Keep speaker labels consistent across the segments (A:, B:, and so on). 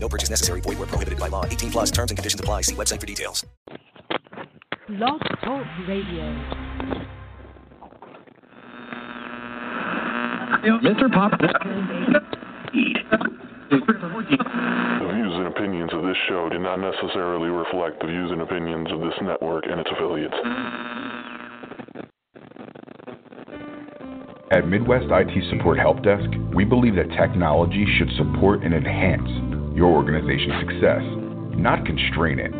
A: No purchase necessary. Void where prohibited by law. 18 plus terms and conditions apply. See website for details.
B: Blog Talk Radio.
C: Mr. Pop.
D: The views and opinions of this show do not necessarily reflect the views and opinions of this network and its affiliates.
E: At Midwest IT Support Help Desk, we believe that technology should support and enhance your organization's success, not constrain it.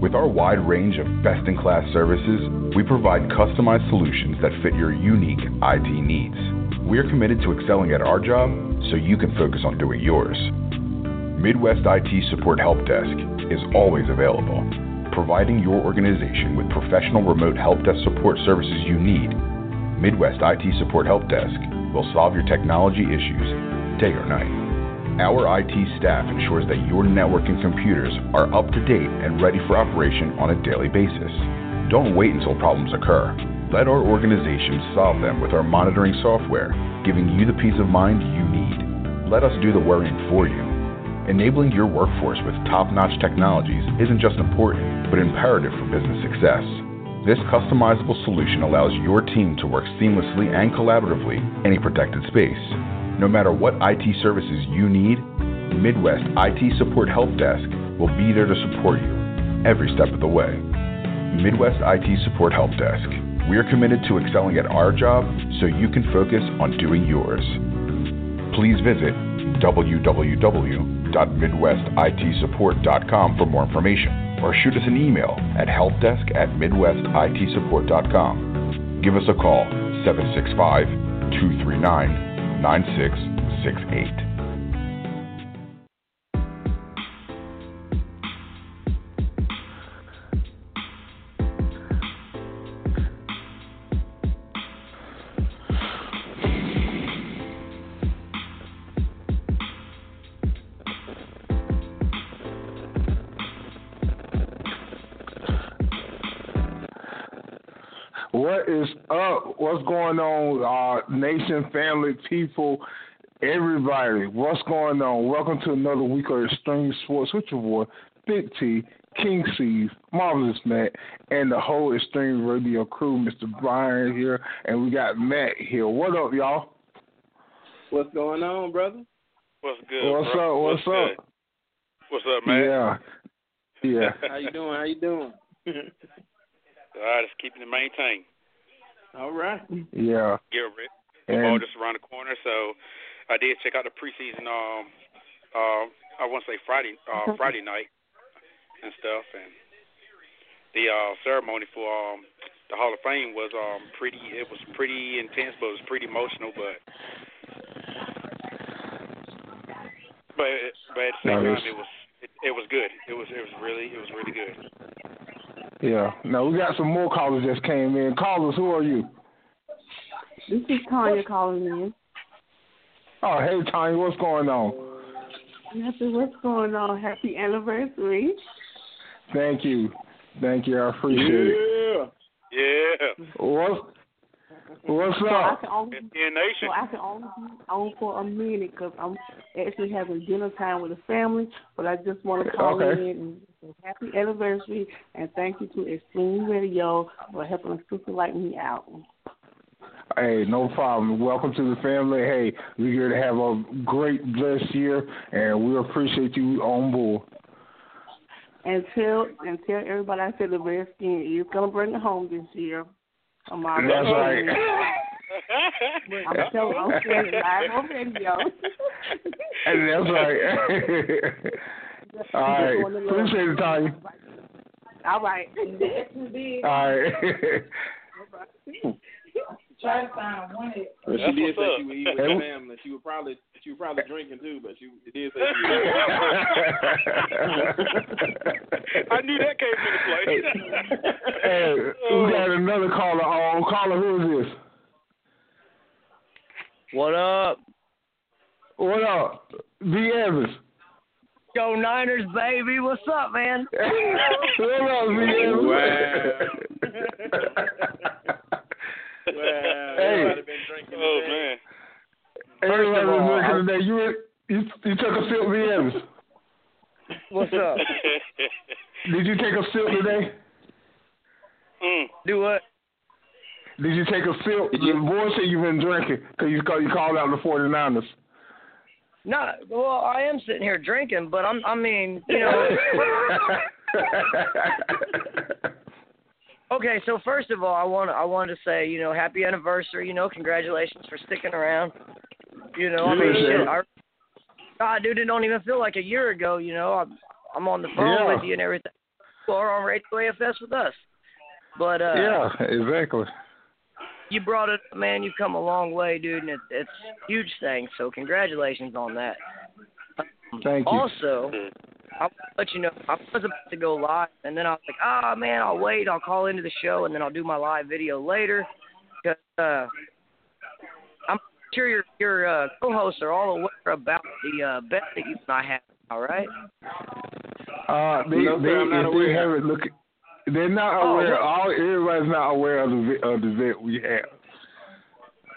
E: With our wide range of best in class services, we provide customized solutions that fit your unique IT needs. We are committed to excelling at our job so you can focus on doing yours. Midwest IT Support Help Desk is always available, providing your organization with professional remote help desk support services you need. Midwest IT Support Help Desk will solve your technology issues day or night. Our IT staff ensures that your network and computers are up to date and ready for operation on a daily basis. Don't wait until problems occur. Let our organization solve them with our monitoring software, giving you the peace of mind you need. Let us do the worrying for you. Enabling your workforce with top notch technologies isn't just important, but imperative for business success. This customizable solution allows your team to work seamlessly and collaboratively in a protected space. No matter what IT services you need, Midwest IT Support Help Desk will be there to support you every step of the way. Midwest IT Support Help Desk. We are committed to excelling at our job so you can focus on doing yours. Please visit www.midwestitsupport.com for more information or shoot us an email at helpdesk at midwestitsupport.com. Give us a call 765 239 9668.
F: What is up? What's going on, uh, nation, family, people, everybody? What's going on? Welcome to another week of Extreme Sports with your boy, Big T, King C's, Marvelous Matt, and the whole Extreme Radio crew, Mr. Brian here, and we got Matt here. What up, y'all?
G: What's going on, brother?
H: What's good?
F: what's
H: bro?
F: up? What's,
H: good?
F: up?
H: What's up, man?
F: Yeah. Yeah.
G: How you doing? How you doing?
H: All right, just keeping the main thing.
G: All right.
F: yeah.
H: Get ready. Football
F: And
H: just around the corner, so I did check out the preseason. Um, um, I want to say Friday, uh, Friday night and stuff, and the uh, ceremony for um, the Hall of Fame was um pretty. It was pretty intense, but it was pretty emotional. But but but at the same
F: Nice.
H: time, it was it, it was good. It was it was really it was really good.
F: Yeah. No, we got some more callers just came in. Callers, who are you?
I: This is Tanya calling in.
F: Oh, hey, Tanya, what's going on?
I: Nothing. What's going on? uh, Happy anniversary.
F: Thank you. Thank you. I appreciate it.
G: Yeah.
H: Yeah,
F: What's What's
I: So I
F: up?
I: can only
H: it's in nation.
I: so I can only be on for a minute because I'm actually having dinner time with the family. But I just want to call
F: Okay.
I: in and say happy anniversary and thank you to Extreme Radio for helping a sister like me out.
F: Hey, no problem. Welcome to the family. Hey, we're here to have a great, blessed year, and we appreciate you on board.
I: And tell and tell everybody I said the Redskin is gonna bring it home this year. I'm already
F: That's
I: telling
F: right.
I: you. I'm telling I'm saying it live on radio.
F: And that's right. All right. Appreciate it, Tanya.
I: All right.
F: All right.
C: try to find one. that-
G: Well, she
H: That's
G: did
H: what's
G: say
H: up.
G: she was eating with
F: Hey,
G: her
F: we-
G: family. She was probably she was probably drinking too, but she did say she was
H: I knew that came into play. Oh.
F: Hey, we got another caller on. Caller, who is this?
J: What up?
F: What up? D. Evans.
J: Go Niners, baby. What's up, man?
F: what up, D. Evans?
G: Wow. Wow.
F: Hey.
G: Everybody been drinking
H: oh
G: today.
H: man.
F: Everybody
J: all,
F: was
J: I-
F: drinking today. You, were- you, you took a sip, D. Evans.
J: What's up?
F: Did you take a sip today?
H: mm.
J: Do what?
F: Did you take a sip? Your boy said you've been drinking because you, call, you called out the 49ers.
J: No, well, I am sitting here drinking, but I'm, I mean, you know. okay, so first of all, I want, I wanted to say, you know, happy anniversary. You know, congratulations for sticking around. You know, I mean,
F: Yeah.
J: shit, I, God, dude, it don't even feel like a year ago. You know, I'm, I'm on the phone
F: Yeah.
J: with you and everything. You are on Radio AFS with us, but uh,
F: yeah, exactly.
J: you brought it, man. You've come a long way, dude, and it, it's a huge thing. So congratulations on that. Um,
F: Thank you.
J: Also, I'll let you know I was about to go live, and then I was like, "Ah, man, I'll wait. I'll call into the show, and then I'll do my live video later." 'Cause, uh, I'm sure your your uh, co-hosts are all aware about the uh, bet that you and I have. All right.
F: Uh, they,
G: No, sir,
F: they,
G: I'm not
F: if they
G: aware.
F: haven't look, they're not
J: Oh,
F: aware.
J: what?
F: All everybody's not aware of the vi- of the event we eh, have.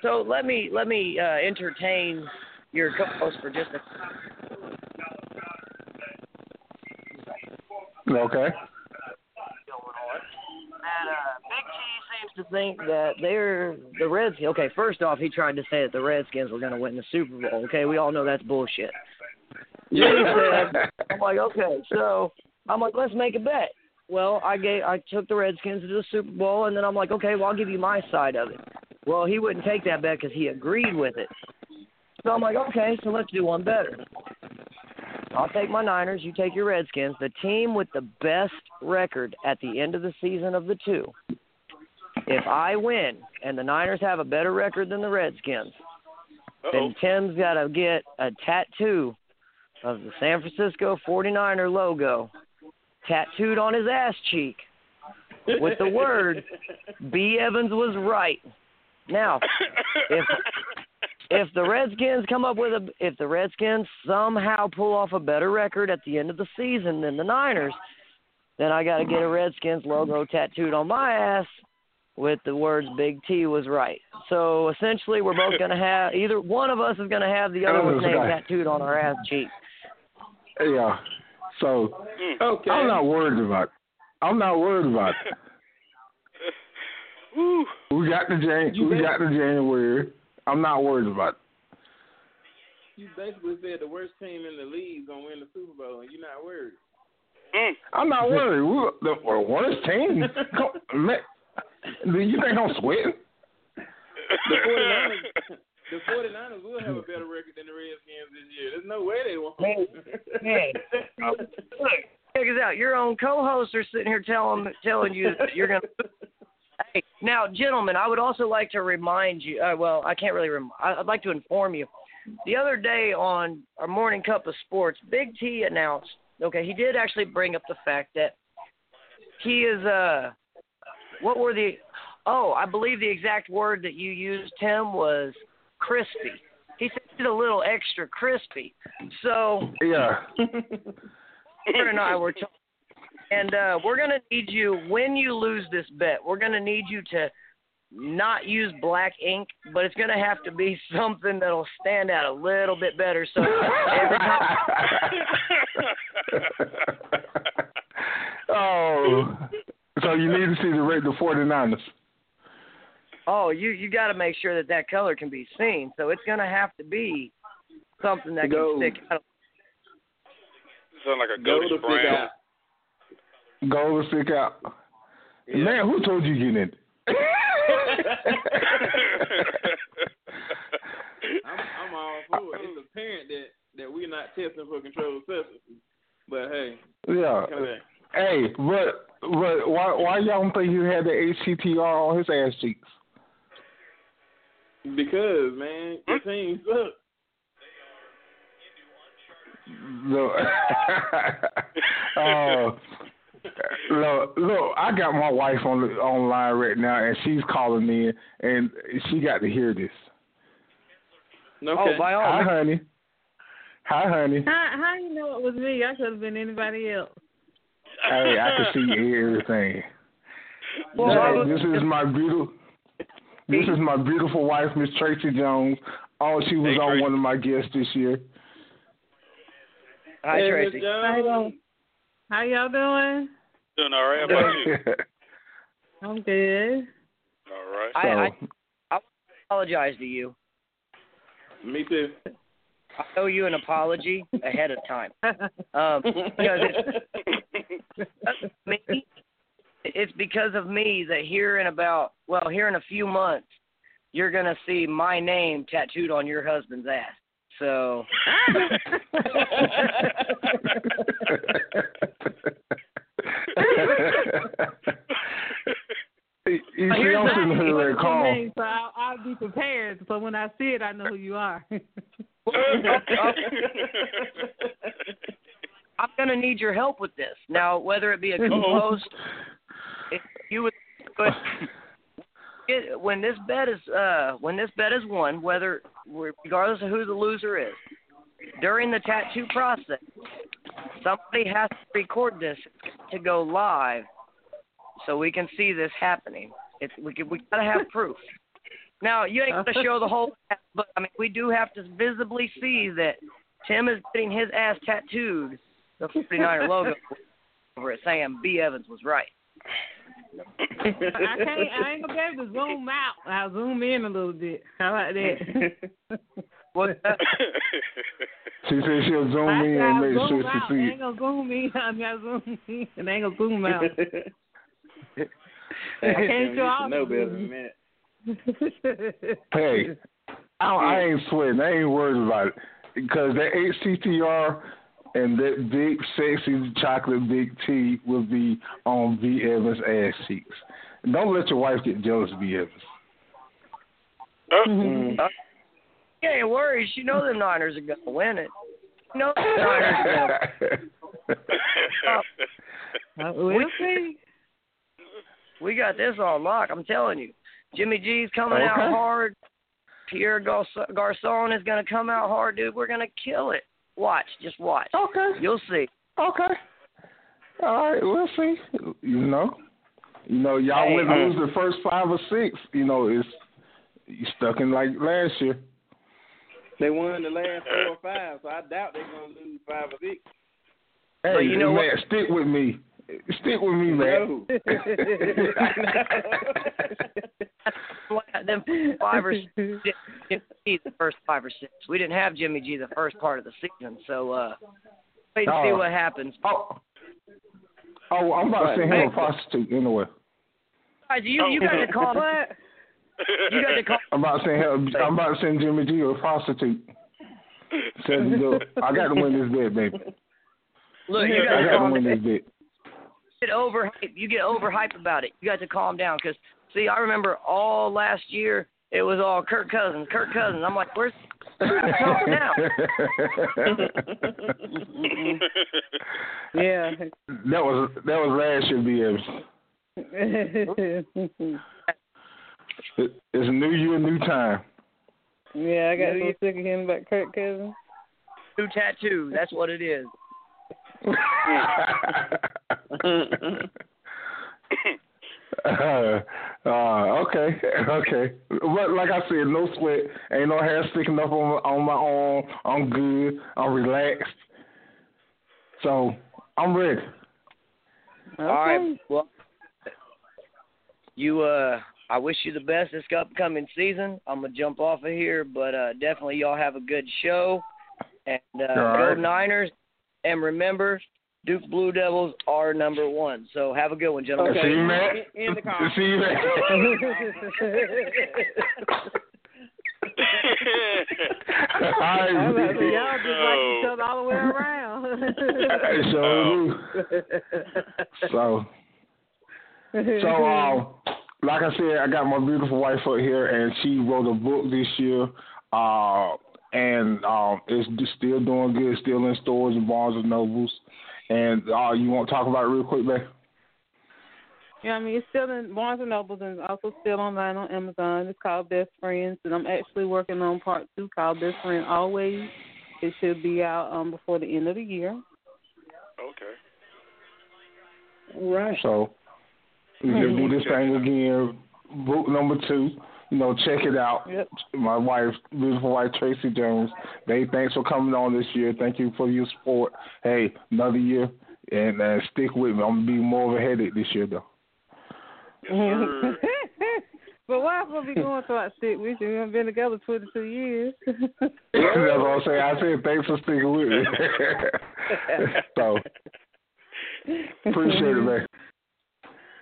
J: So let me let me uh, entertain your co-host for just a
F: Okay.
J: that uh, Big T seems to think that they're the Redskins. Okay, first off, he tried to say that the Redskins were going to win the Super Bowl. Okay, we all know that's bullshit. Yeah. I'm like, okay, so I'm like, let's make a bet. Well, I gave I took the Redskins to the Super Bowl, and then I'm like, okay, well I'll give you my side of it. Well, he wouldn't take that bet because he agreed with it. So I'm like, okay, so let's do one better. I'll take my Niners, you take your Redskins. The team with the best record at the end of the season of the two. If I win and the Niners have a better record than the Redskins,
H: Uh-oh.
G: Oh,
J: then Tim's got to get a tattoo of the San Francisco 49er logo tattooed on his ass cheek with the word B Evans was right. Now, if if the Redskins come up with a if the Redskins somehow pull off a better record at the end of the season than the Niners, then I got to get a Redskins logo tattooed on my ass with the words "Big T was right." So essentially, we're both going to have either one of us is going to have the other one's name tattooed on our ass cheek.
F: Yeah. So
G: Mm. Okay.
F: I'm not worried about. It. I'm not worried about. It.
H: Woo.
F: We got the Jan- We got the January. I'm not worried about. It.
G: You basically said the worst team in the league gonna win the Super Bowl, and you're not worried.
H: Mm.
F: I'm not worried. We're the we're worst team. Come, man, do you think I'm sweating?
G: The 49ers, the 49ers will have a better record than the Redskins this year. There's no way they won't.
J: Hey, look, check this out. Your own co-hosts are sitting here telling telling you that you're going to Hey, now, gentlemen, I would also like to remind you. Uh, well, I can't really. Rem- I- I'd like to inform you. The other day on our morning cup of sports, Big T announced. Okay, he did actually bring up the fact that he is. Uh, what were the? Oh, I believe the exact word that you used, Tim, was crispy. He said he's a little extra crispy. So
F: Yeah.
J: Hunter and I were talking, and uh, we're gonna need you when you lose this bet. We're gonna need you to not use black ink, but it's gonna have to be something that'll stand out a little bit better. So every time,
F: oh. So you need to see the rate the 49ers.
J: oh, you you got to make sure that that color can be seen. So it's gonna have to be something that
G: Gold.
J: can stick out.
H: Sound like a
G: Go to
H: goated
G: pick
H: brand.
G: out.
F: Go to stick out. Man, who told you getting it?
G: I'm, I'm all for it. It's apparent that that we're not testing for controlled substances. But hey,
F: yeah.
G: come here.
F: Hey, but but why why y'all don't think you had the HCTR on his ass cheeks?
G: Because man, your team sucks.
F: Look, uh, look, look. I got my wife on the online right now, and she's calling in, and she got to hear this.
G: Okay.
J: Oh, by all
F: Hi,
J: means.
F: honey. Hi, honey.
C: How how you know it was me? I could have been anybody else.
F: Hey, I can see everything.
C: Well,
F: Hey,
C: I was-
F: this is my beautiful. This is my beautiful wife, Miss Tracy Jones. Oh, she was on one of my guests this year.
J: Hi,
C: Hey,
J: Tracy.
C: Miss Jones. How y'all doing?
H: Doing all right. How about you?
C: I'm good.
H: All right.
J: I, I, I apologize to you.
G: Me too.
J: I owe you an apology ahead of time. Um, because it's, me, it's because of me that here in about well, here in a few months, you're gonna see my name tattooed on your husband's ass. So
F: You see,
C: Here's
F: I'm
C: the-
F: sitting here
C: what's
F: like,
C: your
F: call.
C: name? So I'll, I'll be prepared. So when I see it, I know who you are.
J: I'm gonna need your help with this now, whether it be a co-host. If you would, but it, when this bet is uh, when this bet is won, whether regardless of who the loser is, during the tattoo process, somebody has to record this to go live, so we can see this happening. It's we can, we gotta have proof. Now you ain't gonna show the whole, ass, but I mean we do have to visibly see that Tim is getting his ass tattooed. The 49er logo over it saying B Evans was right.
C: I can't. I ain't gonna be able to zoom out. I'll zoom in a little bit. How about that?
J: What?
F: She said she'll zoom
C: I
F: in and
C: said I'll
F: make sure
C: zoom
F: she
C: out.
F: sees.
C: ain't gonna zoom in. I'm gonna zoom in. and ain't gonna zoom out. I can't show off.
G: know better than that.
F: Hey, I, don't- I ain't sweating. I ain't worried about it because that HCTR and that big sexy chocolate big T will be on V Evans ass cheeks. Don't let your wife get jealous of V Evans.
C: Mm-hmm.
J: You ain't worried. You know the Niners are gonna win it. You know the Niners are gonna
C: Uh, we'll see.
J: We got this on lock. I'm telling you, Jimmy G's coming out
C: Okay.
J: hard. Pierre Gar- Garcon is gonna come out hard, dude. We're gonna kill it. Watch, just watch.
F: Okay.
J: You'll see.
F: Okay. All right, we'll see. You know, you know, y'all
J: Hey,
F: wouldn't
J: uh,
F: lose the first five or six. You know, it's you stuck in like last year.
G: They won the last four or five, so I doubt they're gonna lose five or six.
F: Hey,
G: But you know
F: Matt,
G: what?
F: stick with me. Stick with me, man.
G: No.
J: Them five or six, Jimmy G the first five or six. We didn't have Jimmy G the first part of the season, so uh, wait and see
F: Oh.
J: what happens.
F: Oh, Oh, I'm about to send him a prostitute anyway.
J: guys, you you got
F: Oh.
J: to call. You got to call.
F: I'm about to send him, I'm about to send Jimmy G a prostitute. Said, look, I got to win this bet, baby.
J: Look, you got
F: I
J: to
F: got to
J: calm
F: win this bet.
J: get overhyped. You get overhyped about it. You got to calm down because see, I remember all last year it was all Kirk Cousins, Kirk Cousins. I'm like, where's calm down?
C: yeah.
F: That was that was last year, BS. It, it's a new year, new time.
C: yeah, I got so sick of him about Kirk Cousins.
J: New tattoo. That's what it is.
F: Uh, uh, okay, okay. But like I said, no sweat, ain't no hair sticking up on on my arm. I'm good. I'm relaxed. So I'm ready.
J: All right. Well, you. Uh, I wish you the best this upcoming season. I'm gonna jump off of here, but uh, definitely y'all have a good show, and uh,
F: All
J: go
F: right.
J: Niners. And remember, Duke Blue Devils are number one. So have a good one, gentlemen.
F: See you, Matt. See you, Matt. All right.
C: I
H: Mm-hmm.
C: was like, y'all just like each other all the way
F: Hey,
C: around.
F: so do. so so um, like I said, I got my beautiful wife up here, and she wrote a book this year. Uh, and um, it's just still doing good, still in stores and Barnes and Nobles. And uh, you want to talk about it real quick, man?
C: Yeah, I mean it's still in Barnes and Nobles and it's also still online on Amazon. It's called Best Friends, and I'm actually working on part two called Best Friend Always. It should be out um, before the end of the year.
H: Okay.
F: Right. So we can do this thing again. Book number two. You know, check it out. My wife, beautiful wife Tracy Jones. Babe, thanks for coming on this year. Thank you for your support. Hey, another year, and uh, stick with me. I'm gonna be more of a headache this year, though.
C: but why am I be going to our stick with you? We've been together twenty two years.
F: That's what I'm saying. I said thanks for sticking with me. so appreciate it, man.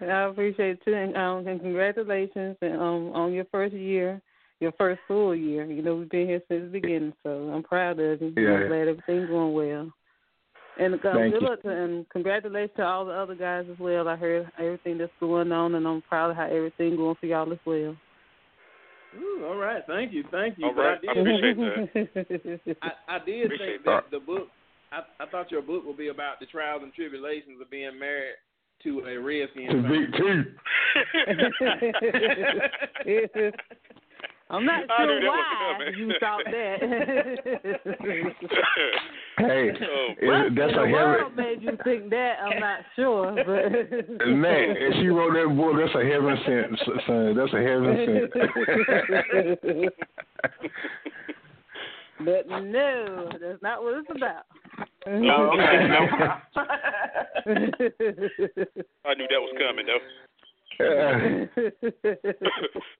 C: I appreciate it too, and, um, and congratulations and, um, on your first year, your first full year. You know, we've been here since the beginning, so I'm proud of you.
F: Yeah.
C: I'm glad everything's going well. And uh,
F: Thank
C: good
F: you.
C: luck to, and congratulations to all the other guys as well. I heard everything that's going on, and I'm proud of how everything going for y'all as well.
G: Ooh, all right, thank you, thank you.
H: All right,
G: But
H: I
G: I did,
H: appreciate
C: that.
G: I, I did
H: Appreciate
G: think that the book. I, I thought your book would be about the trials and tribulations of being married to a redskin.
F: To Big T.
C: I'm not
G: I knew
C: sure
G: that was
C: why
G: coming.
C: you thought that.
F: Hey,
G: Oh,
C: What
F: it- that's
C: in the
F: a heaven.
C: world made you think that? I'm not sure, but
F: Man, if she wrote that book, that's a heaven sent, s- son. That's a heaven sent.
C: but no, that's not what it's about.
G: Oh,
H: No, okay, no.
C: no.
H: I knew that was coming though.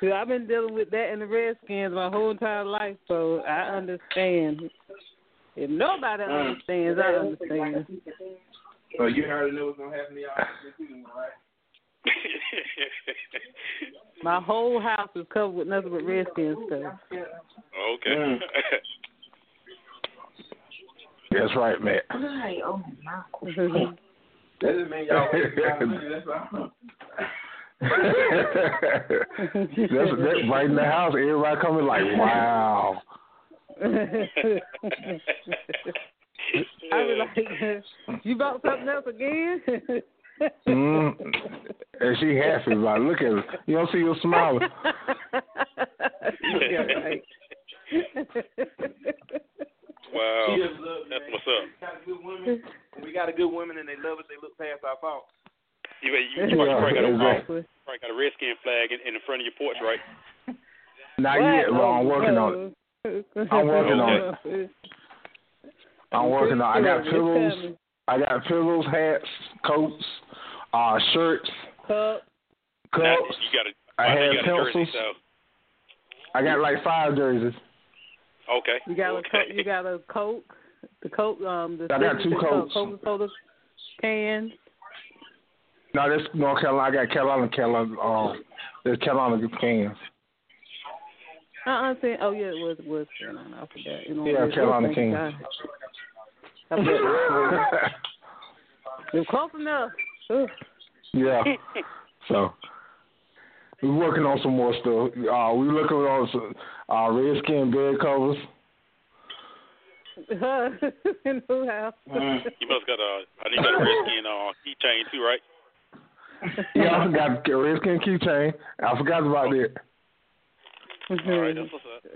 C: See, I've been dealing with that in the Redskins my whole entire life, so I understand. If
G: Uh,
C: nobody understands, I understand.
G: So you already know what's gonna happen to y'all this season, right?
C: My whole house is covered with nothing but Redskins stuff.
H: okay.
F: Mm. that's right, man.
G: oh my That just mean y'all wasting y'all money, that's all.
F: that's that right in the house. Everybody coming like, wow.
C: I was like, you bought something else again?
F: Mm. And she happy about it. Look at her. You don't see her smiling.
C: Yeah, right.
H: Wow.
G: She just love you,
H: That's
G: man.
H: what's up.
G: We got good women. When we got a good woman and they love us, they look past our faults.
H: You, you, you probably,
F: Yeah,
H: probably got a,
F: exactly.
H: probably got a redskin flag in, in the front of your porch, right?
F: Not yet, but I'm working on it.
C: it.
F: I'm working on
C: it.
F: I'm working on it. I got
C: It's
F: pillows.
C: coming.
F: I got pillows, hats, coats, uh, shirts,
C: Cup.
H: Now,
F: cups.
H: you got a,
F: I
H: know
F: had
H: you got a jersey,
F: pencils.
H: so
F: I got like five jerseys.
H: okay.
C: You got a
H: okay.
C: co- you got a coke, the coke, um, the
F: I got two Cokes.
C: Coca Cola can.
F: No, that's North Carolina. I got Carolina, Carolina, um, there's Carolina cans.
C: Uh, I'm saying, oh yeah, it was it was Carolina. I forgot. You know,
F: Yeah,
C: it's-
F: Carolina
C: thank
F: Kings.
C: God. I forgot. You're close enough. Ugh.
F: yeah. So we're working on some more stuff. Uh, we're looking on some uh, redskin bed covers.
C: In the house.
H: You must got a. I think you got a redskin uh, keychain too, right?
F: Yeah, I got the redskin keychain. I forgot about that.
H: All right, that's what's up.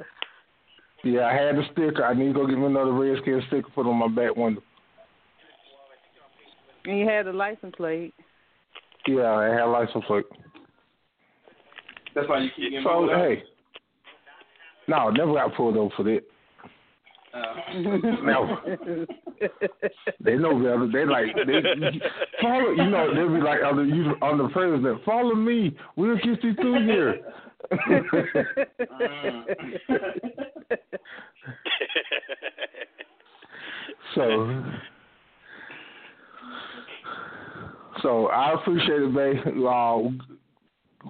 F: Yeah, I had the sticker. I need to go get me another redskin sticker put on my back window.
C: And you had a license plate.
F: Yeah, I had a license plate.
G: That's why you keep getting
F: So
G: pulled out.
F: hey, no, never got pulled over for that.
H: Uh,
F: No. They know better. They like they follow. You know, they be like uh, under you under president. Follow me. We'll get you through here. so, so I appreciate it, babe. Uh,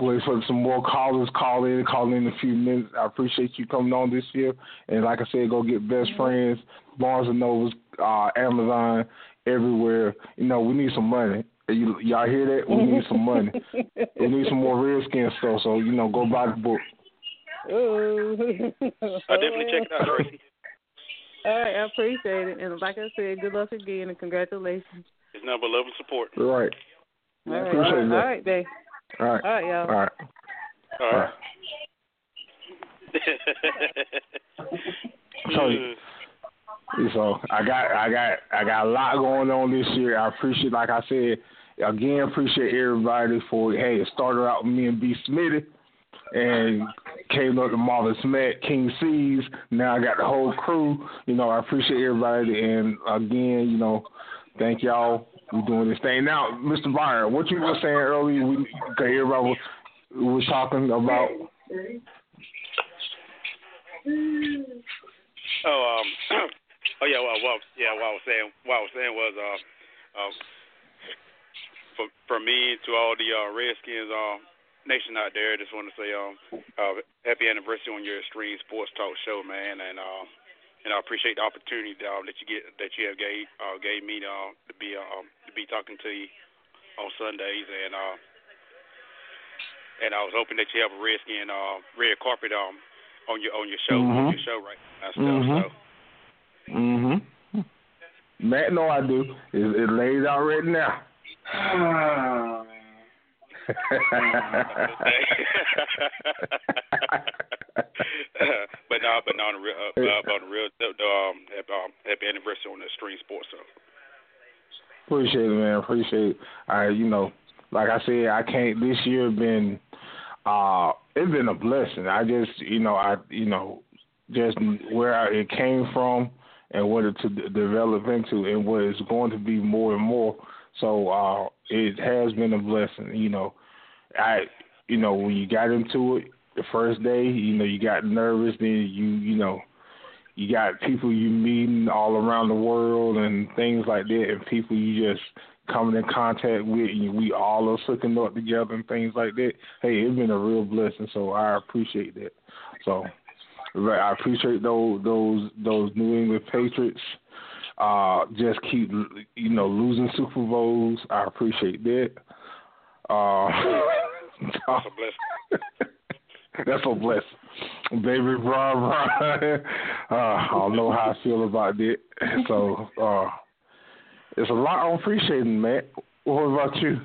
F: wait for some more callers. Call in, call in a few minutes. I appreciate you coming on this year. And like I said, go get best friends, Barnes and Nobles, uh, Amazon, everywhere. You know, we need some money. You, y'all hear that? We need some money. we need some more Redskin stuff. So you know, go buy the book.
C: Ooh.
H: I definitely check it out, Tracy.
C: All right, I appreciate it. And like I said, good luck again and congratulations.
H: It's nothing but love and support.
F: Right.
C: All right,
F: Appreciate
C: all
F: that.
C: right, babe.
F: All right.
C: All right, y'all.
F: All right.
H: All right.
F: So, so I got I got I got a lot going on this year. I appreciate, like I said, again appreciate everybody for hey it started out with me and B Smitty, and came up to Marvin Smack, King C's. Now I got the whole crew. You know I appreciate everybody, and again you know thank y'all. We doing this thing now, Mr. Byron. What you were saying earlier, we 'cause everybody was, was talking about.
H: oh, um, oh yeah. Well, well, yeah. What I was saying, what I was saying was, uh, uh, for for me to all the uh, Redskins uh, nation out there, I just want to say, um, uh, happy anniversary on your Extreme Sports Talk show, man, and um, and I appreciate the opportunity uh, that you get that you have gave uh, gave me uh, to be um, to be talking to you on Sundays, and uh, and I was hoping that you have a Redskin uh, red carpet um on your on your show on
F: Mhm.
H: your show right now. and stuff, so.
F: Mhm. Mhm. Matt, know I do. It, it laid out right now.
H: but no, but no, on the real, uh, uh, but on the real, the, the, um, happy, um, happy anniversary on the Extreme Sports Show.
F: Appreciate it, man. Appreciate it. I, you know, like I said, I can't. This year been, uh, it's been a blessing. I just, you know, I, you know, just where I, it came from and what it to d- develop into and what it's going to be more and more. So uh, it has been a blessing. You know, I, you know, when you got into it the first day, you know, you got nervous. Then you, you know, you got people you meeting all around the world and things like that, and people you just coming in contact with, and we all are hooking up together and things like that. Hey, it's been a real blessing, so I appreciate that. So, right, I appreciate those those those New England Patriots. Uh, just keep you know losing Super Bowls. I appreciate that. Uh,
H: That's a blessing.
F: that's a blessing. Baby Bron Bron. uh, I don't know how I feel about that. So uh, it's a lot I'm appreciating, Matt. What about you?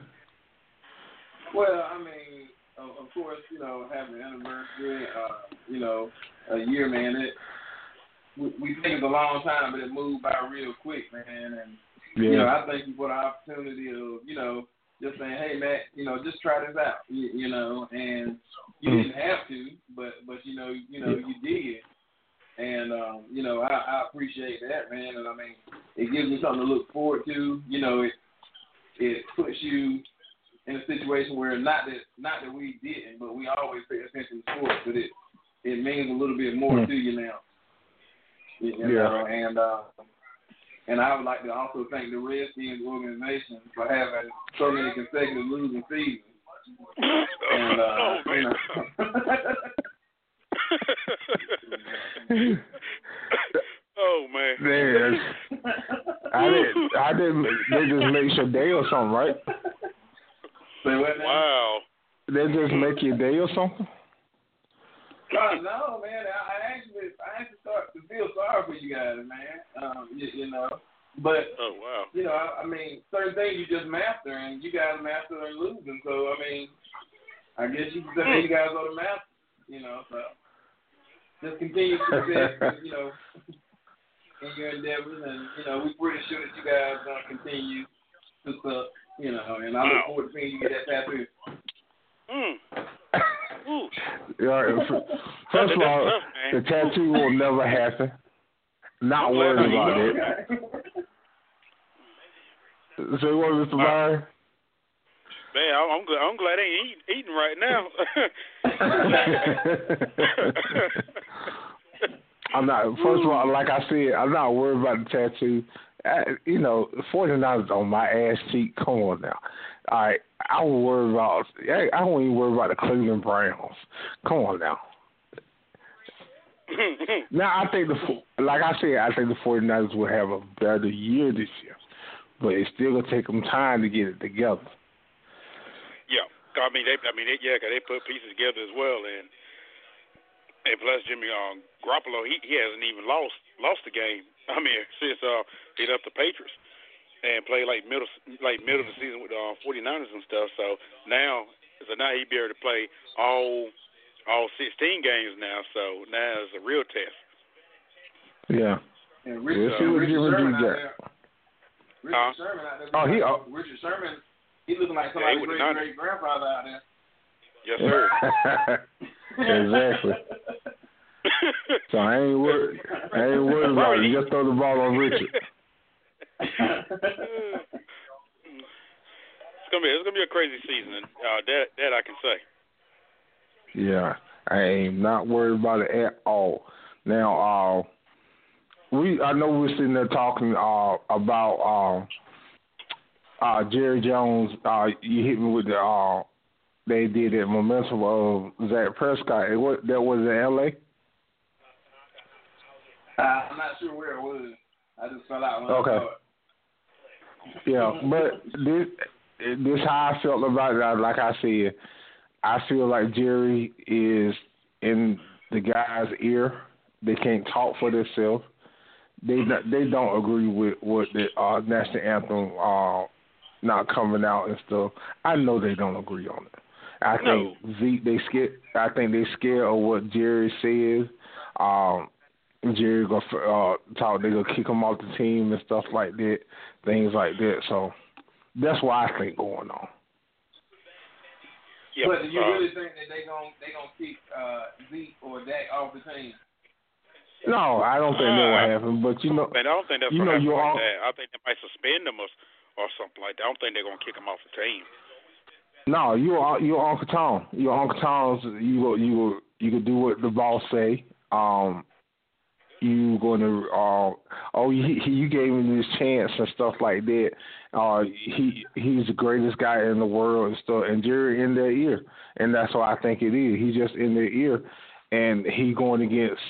G: Well, I mean, of, of course, you know, having an anniversary, uh, you know, a year, man, it we, we think it's a long time, but it moved by real quick, man. And you know, I thank you for the opportunity of, you know, just saying, hey, Matt, you know, just try this out, you, you know, and you didn't have to, but but you know, you know, you did. And um, you know, I, I appreciate that, man. And I mean, it gives you something to look forward to. You know, it it puts you in a situation where not that not that we didn't, but we always pay attention to sports, but it it means a little bit more
F: Mhm.
G: to you now. You, you
F: Yeah.
G: know, and uh, and I would like to also thank the Redskins organization for having so many consecutive losing seasons. And, uh,
H: oh
G: you
H: man.
G: know,
H: oh man.
F: There's, I didn't. I didn't. They just make your day or something, right?
H: Wow.
F: They just make your day or something.
G: God, no, man. I, I actually, I actually start to feel sorry for you guys, man. Um, you, you know, but
H: Oh wow.
G: you know, I, I mean, certain things you just master, and you guys master and losing. So, I mean, I guess you could
H: Hmm.
G: say you guys are the masters, you know. So, just continue success, you know, in your endeavors, and you know, we're pretty sure that you guys are gonna continue to suck, you know. And I look forward to seeing you get that tattoo.
H: Mm. Ooh.
F: Yeah, f- First of all, the tattoo will never happen. Not worried about it. Say what, Mr. Byron?
H: Man, I- I'm glad. I'm glad I ain't eat, eating right now.
F: I'm not. First of all, like I said, I'm not worried about the tattoo. I, you know, forty dollars on my ass cheek. Come on now. All right, I will worry about. I, I don't even worry about the Cleveland Browns. Come on now. Now I think the like I said, I think the 49ers will have a better year this year. but it's still gonna take them time to get it together.
H: Yeah, I mean they, I mean they, yeah, 'cause they put pieces together as well, and and plus Jimmy um, Garoppolo, he he hasn't even lost lost the game. I mean since uh he left the Patriots and played like middle like middle of the season with the uh, 49ers and stuff. So now so now he be able to play all all 16 games now. So now it's a real test.
F: Yeah.
G: And
F: We'll
G: Richard,
F: see
G: uh,
F: what
G: Richard
F: Jimmy
G: Sherman
F: do
G: out
F: there.
G: there. Richard Sherman out there.
F: Oh, he- oh.
G: Richard Sherman, he looking like
H: Yeah, he with the Niners.
G: somebody's great great grandfather out there.
H: Yes, sir.
F: exactly. So I ain't worried. I ain't worried about it. Just throw the ball on Richard.
H: it's gonna be it's gonna be a crazy season. Uh, that that I can say.
F: Yeah, I am not worried about it at all. Now, uh, we I know we're sitting there talking uh, about uh, uh, Jerry Jones. Uh, you hit me with the uh, they did that momentum of Zach Prescott. It was, that was in L.A.
G: Uh, I'm not sure where it was. I just fell out. When I
F: Okay.
G: saw it.
F: Yeah, but this this how I felt about it. I- Like I said, I feel like Jerry is in the guy's ear. They can't talk for themselves. They not, they don't agree with what the uh, national anthem uh, not coming out and stuff. I know they don't agree on it. I
H: No.
F: think Zeke they scared. I think they scared of what Jerry says. Um, Jerry go uh, talk. They gonna kick him off the team and stuff like that. Things like that. So that's what I think going on.
H: Yeah.
G: But do you
H: uh,
G: really think that they gon' they gonna kick uh, Zeke or Dak off the team?
F: No, I don't think that will happen. But you know,
H: Man, I don't think that's
F: you know,
H: gonna happen
F: you're
H: like
F: all-
H: that. I think they might suspend him or, or something like that. I don't think they're gonna kick him off the team.
F: No, you are you are Uncle Tom. You are Uncle Tom's. You go you go you can do what the boss say. Um, you going to uh, oh you, you gave him this chance and stuff like that. Uh, he he's the greatest guy in the world and stuff. And Jerry in their ear, and that's what I think it is. He's just in their ear, and he going against.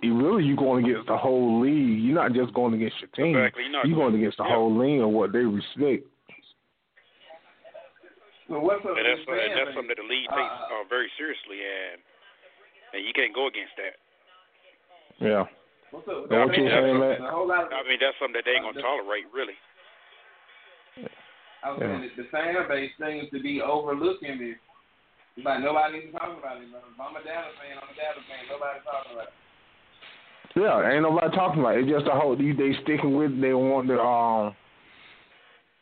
F: he Really, you going against the whole league. You're not just going against your team.
H: Exactly. You're not
F: You're going against the
H: yeah.
F: whole league and what they respect.
G: So what's up
H: And
G: with
H: that's
G: the fan
H: and that's
G: base?
H: something that the league takes uh, very seriously, and and you can't go against that.
F: Yeah.
G: What's up with
F: Now,
G: the
F: what you
G: fan
F: saying,
G: base?
F: Matt?
G: There's A whole lot of Uh,
H: I mean, that's something that they ain't gonna tolerate, really.
G: I was
F: Yeah.
G: saying that the fan base seems to be overlooking this. It's like nobody even talking about it. brother. I'm a Dallas fan. I'm a Dallas fan. Nobody's talking about it.
F: Yeah, ain't nobody talking about it. It's just the whole they, they sticking with it. they want to um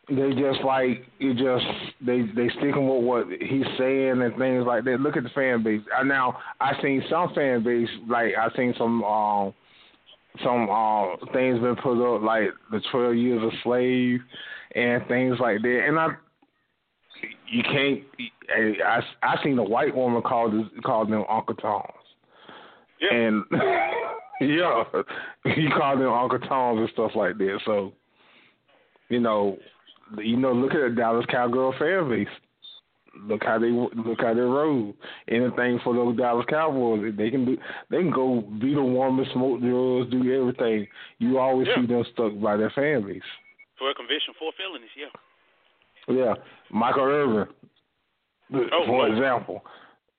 F: they just like it just they they sticking with what he's saying and things like that. Look at the fan base. I now I seen some fan base like I seen some um some uh things been put up like the twelve years a slave and things like that. And I you can't I I, I seen a white woman called called them Uncle Toms.
H: Yeah.
F: And yeah, he called them Uncle Toms and stuff like that. So, you know, you know, look at the Dallas Cowgirl fan base. Look how they look how they roll. Anything for those Dallas Cowboys, they can do. They can go beat a woman, smoke drugs, do everything. You always
H: Yeah.
F: see them stuck by their fan base.
H: For a conviction for felonies, yeah.
F: Yeah, Michael Irvin,
H: Oh,
F: for
H: Lord.
F: example,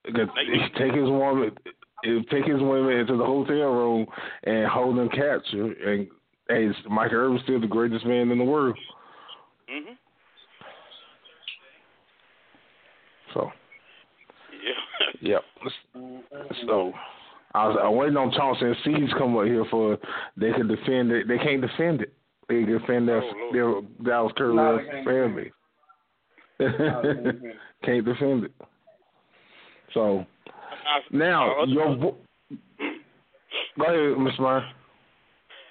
F: could
H: Thank you.
F: take his woman, take his women into the hotel room and hold them captive, and hey, Michael Irvin's still the greatest man in the world.
H: Mhm.
F: So,
H: Yeah.
F: yep. So, I was I'm waiting on Chauncey and Seeds come up here for they can defend it. They can't defend it. They can defend their
H: Oh, Lord.
F: their Dallas
G: No,
F: Cowboys
G: they can't defend
F: family. can't defend it. So
H: I,
F: now your vo- go ahead, Miss Meyer.
H: Uh,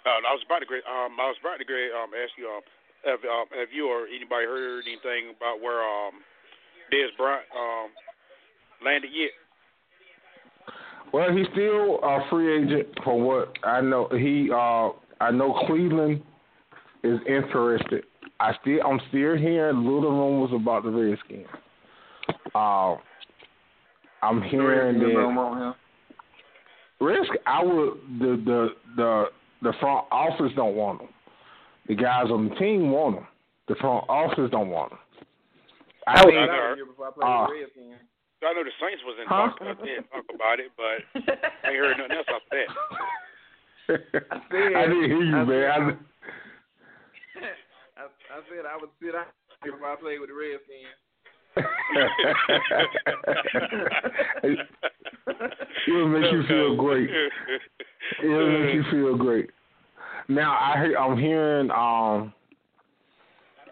H: I was about to gra- um, I was about to gra- um, ask you um, have, um, have you or anybody heard anything about where um, Des Bryant um, landed yet?
F: Well, he's still a free agent for what I know. He uh I know Cleveland is interested. I still I'm still hearing little rumors about the Redskins. Uh I'm hearing that Risk I would the the the the front office don't want him. The guys on the team want him. The front office don't want him.
G: I,
F: think-
G: I heard you before I played
F: uh,
G: the Redskins.
H: I know the Saints was in
F: Huh?
H: talks about that, talk about it, but I ain't heard nothing else about that.
F: I didn't hear you, man.
G: I, I said I would sit out if I played with the Redskins.
F: I, it'll make you feel great. It'll make you feel great. Now I hear, I'm hearing. Um,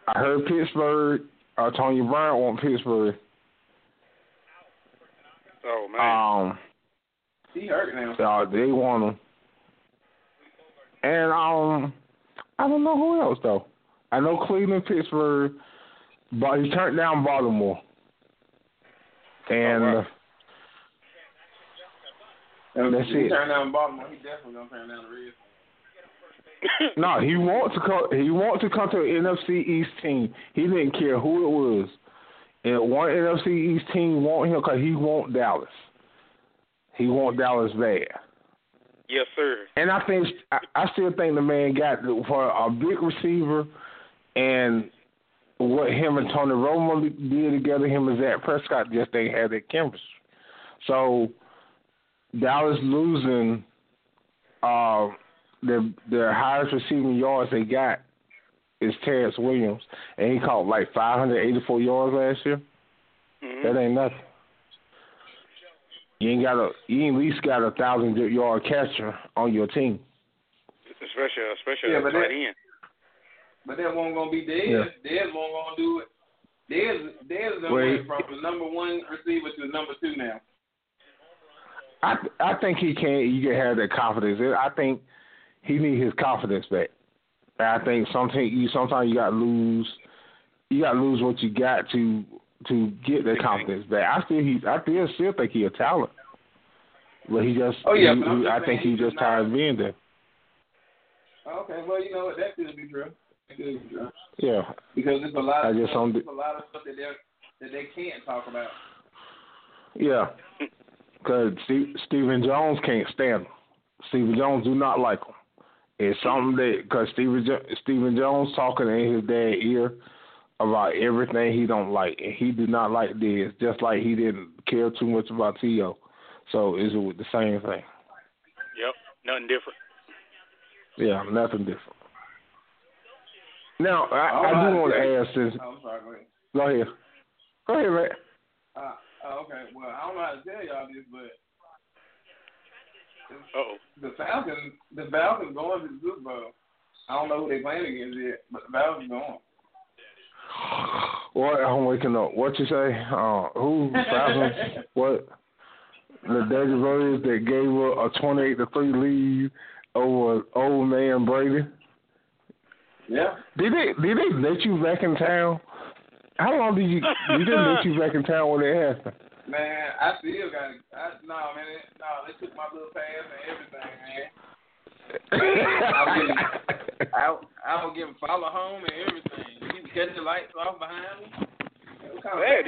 F: I heard Pittsburgh. Uh, Tony Bryant want Pittsburgh.
H: Oh man.
F: Um, uh, they want him. And um, I don't know who else though. I know Cleveland, Pittsburgh, but he turned down Baltimore.
G: Oh,
F: And uh, that's
G: If he
F: it.
G: turned down Baltimore, he definitely gonna turn down the Redskins.
F: No, he wants to come. He wants to come to an NFC East team. He didn't care who it was. And one NFC East team want him because he want Dallas. He want Dallas bad.
H: Yes, sir.
F: And I think I, I still think the man got the- for a big receiver, and what him and Tony Romo did together, him and Zach Prescott just ain't had that chemistry. So Dallas losing uh, their their highest receiving yards they got is Terrence Williams, and he caught like 584 yards last year.
C: Mm-hmm.
F: That ain't nothing. You ain't got a you ain't at least got a thousand yard catcher on your team.
H: Especially, especially
G: Yeah,
H: a
G: but
H: tight
G: that-
H: end.
G: But that one gonna be dead.
F: Yeah.
G: Dez one gonna do it. Dez Dez done
F: Wait.
G: went from the number one receiver to the number two now.
F: I I think he can you can have that confidence. I think he need his confidence back. And I think sometimes you sometimes you gotta lose you gotta lose what you got to to get that confidence back. I still he I still still think he a talent. But he just
G: Oh, yeah,
F: he-
G: but I'm
F: he-
G: just
F: I think
G: saying
F: he
G: he's
F: just tired of being there.
G: Oh, Okay, well you know what that could be true. That could be true.
F: Yeah.
G: Because it's a lot.
F: I
G: Of
F: just
G: stuff,
F: don't
G: it's a lot of stuff that they that they can't talk about.
F: Yeah, because Stephen Jones can't stand him. Stephen Jones do not like him. It's something that because Stephen jo- Stephen Jones talking in his dad ear about everything he don't like, and he did not like this. Just like he didn't care too much about T.O. So it's the same thing.
H: Yep, nothing different.
F: Yeah, nothing different. Now uh, I, I
G: All
F: do
G: right.
F: want to ask this.
G: Oh, I'm sorry. Go ahead.
F: Go ahead. Go ahead, man.
G: Uh, uh, okay, well, I don't know how to tell y'all this, but
H: oh,
G: the Falcons, the Falcons going to the Super Bowl. I don't know who they playing against yet, but the Falcons going.
F: What I'm waking up. What you say? Uh, who Falcons? what? The Dirty Birds that gave up a 28 to three lead over old man Brady.
G: Yeah.
F: Did they did they let you back in town? How long did you they didn't let you back in town when that happened?
G: Man, I still got. I, no, man, it, no, they took my little pass and everything, man. I was getting, I, I was getting follow home and everything. He was cutting the lights off behind me. It was kinda
H: Bad,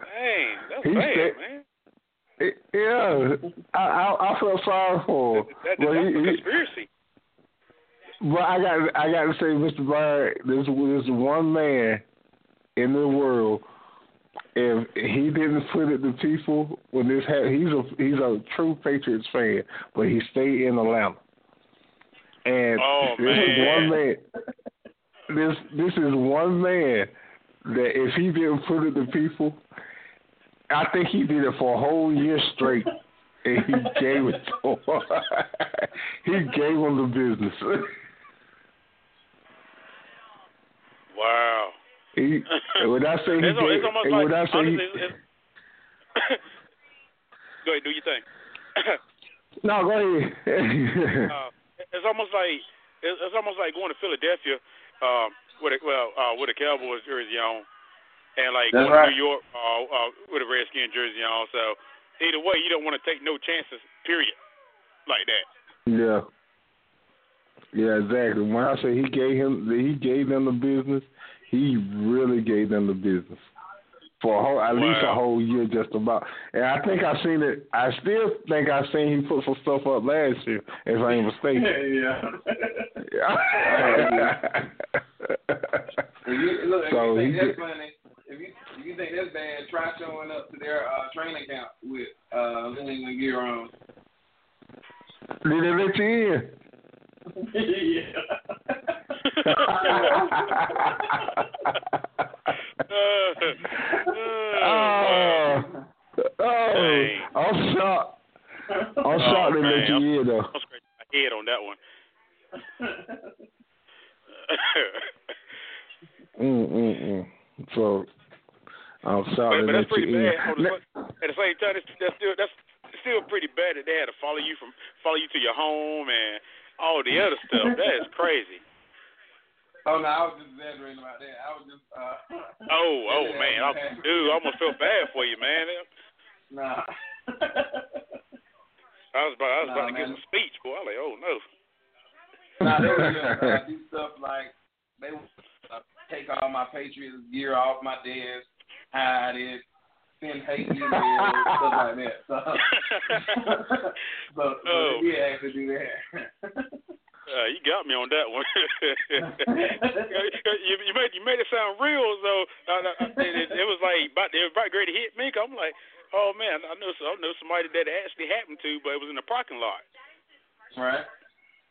G: bad.
H: yeah, that's bad, bro. dang, that's
G: Yeah.
F: He
H: bad,
F: said-
H: man.
F: It, yeah, I, I I felt sorry for. him.
H: That,
F: But
H: that's
F: he-
H: a
F: he-
H: conspiracy.
F: But I got I got to say, Mr. Byrd, there's there's one man in the world. If he didn't put it to people when this happened, he's a he's a true Patriots fan, but he stayed in Atlanta. And
H: Oh,
F: this is
H: man.
F: one man. This this is one man that if he didn't put it to people, I think he did it for a whole year straight, and he gave it to him. he gave him the business.
H: Wow.
F: He, when I say he
H: it's, al- it's
F: gave,
H: almost
F: when
H: like
F: I say
H: honestly,
F: he,
H: it's, it's go ahead, do your thing.
F: no, go ahead.
H: uh, it's almost like it's, it's almost like going to Philadelphia um, with a, well uh, with a Cowboys jersey on, and like
G: That's
H: going
G: right.
H: to New York uh, uh, with a Redskin jersey on. So either way, you don't want to take no chances. Period. Like that.
F: yeah, yeah, exactly. When I say he gave him, he gave them the business. He really gave them the business. for a whole, at least a whole year, just about. And I think I seen it. I still think I seen he put some stuff up last year, if I ain't mistaken.
G: yeah. if you, look, if
F: So
G: you think
F: he
G: that's
F: did-
G: funny, if you if you think that's bad, try showing up to their uh, training camp with uh, New England gear on.
F: Did they let you in? oh, oh, I'm shocked. I'm shocked they let
H: Oh, man,
F: you in though.
H: I'm scratching my head on that one.
F: Mm, mm, mm. So I'm shocked
H: but, but
F: they let
H: that's pretty
F: you in.
H: bad. Hold on. At the same time, that's, that's still that's still pretty bad that they had to follow you from follow you to your home and all the other stuff. That is crazy.
G: Oh no, I was just exaggerating about that. I was just. Uh,
H: Oh, oh man, I, dude, I almost felt bad for you, man.
G: Nah.
H: I was about I was
G: Nah,
H: about to
G: man.
H: give a speech, boy. I was like, oh no.
G: Nah, they were just uh, do stuff like they would uh, take all my Patriots gear off my desk, hide it, send hate emails, stuff like that. So, so, so
H: Oh.
G: yeah, actually do that.
H: Uh, you got me on that one. you, you made you made it sound real, so uh, uh, it, it was like about it was about ready to hit me. 'cause I'm like, oh man, I know I know somebody that it actually happened to, but it was in the parking lot.
G: right.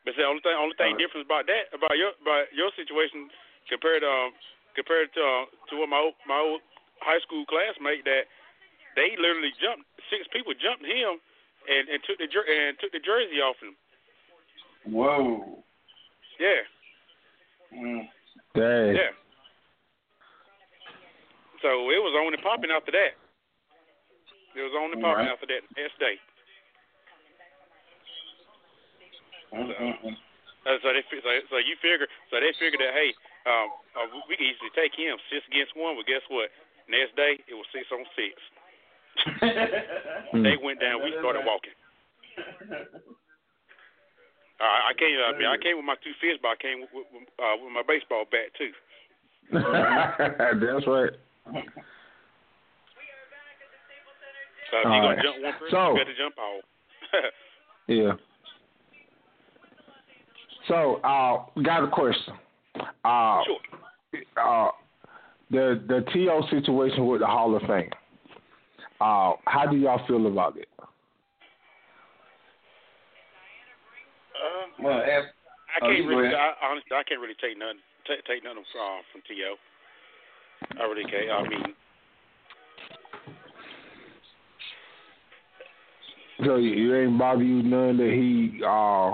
H: But the only thing, only thing difference about that, about your, about your situation compared to, um, compared to, uh, to what my old, my old high school classmate that they literally jumped six people jumped him and and took the jer- and took the jersey off him.
G: Whoa.
H: Yeah,
G: Mm.
F: Dang.
H: yeah. So it was on and popping after that. It was on and popping
G: Alright.
H: after that next day.
G: Mm-mm-mm.
H: Uh, so they fi- so, so you figure so they figured that hey um uh, we- we can easily take him six against one but guess what next day it was six on six
K: Hmm.
G: Mm.
H: they went down we started walking uh, I came I mean I came with my two fists but I came with, with, uh, with my baseball bat too
F: That's right.
H: so if you're gonna
F: Alright.
H: jump one person
F: So-
H: you better jump all
F: Yeah. So, uh, got a question. Uh,
H: Sure.
F: Uh, the the To situation with the Hall of Fame. Uh, how do y'all feel about it?
H: uh,
G: Well, if-
H: I
G: oh,
H: can't
G: you go
H: really
G: ahead.
H: I, honestly I can't really take nothing take, take nothing from from T.O. I really can't I mean
F: So you- you ain't bother you none that he uh,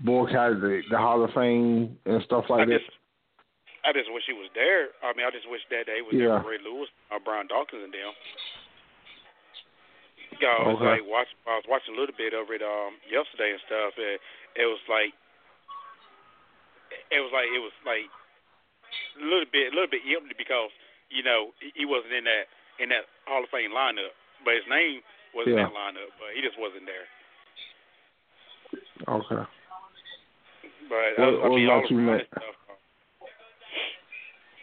F: boycotted the, the Hall of Fame and stuff like
H: I
F: that.
H: just, I just wish he was there. I mean, I just wish that they was
F: Yeah.
H: there for Ray Lewis or Brian Dawkins and them. You know, I was
F: Okay.
H: like watch, I was watching a little bit of it um yesterday and stuff, and it was like, it was like it was like a little bit, a little bit empty because you know he- he wasn't in that in that Hall of Fame lineup, but his name was in
F: Yeah.
H: that lineup, but he just wasn't there.
F: Okay.
H: But
F: What-
H: I, I
F: what
H: mean, all
F: about you,
H: around
F: Matt?
H: and stuff. uh,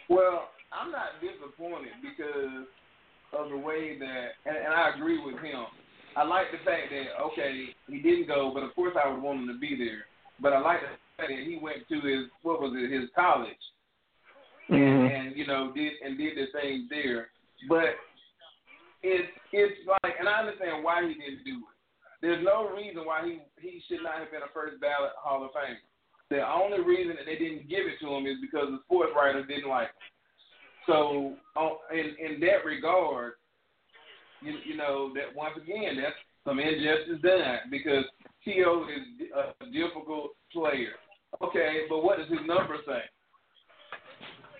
G: Well, I'm not disappointed because of the way that, and, and I agree with him. I like the fact that okay, he didn't go, but of course I would want him to be there. But I like the fact that he went to his what was it, his college,
F: Mhm.
G: and you know did and did the things there. But it's it's like, and I understand why he didn't do it. There's no reason why he he should not have been a first ballot Hall of Famer. The only reason that they didn't give it to him is because the sports writers didn't like. Him. So on, in in that regard, you you know that once again that's some injustice done because T.O. is a difficult player. Okay, but what does his number say?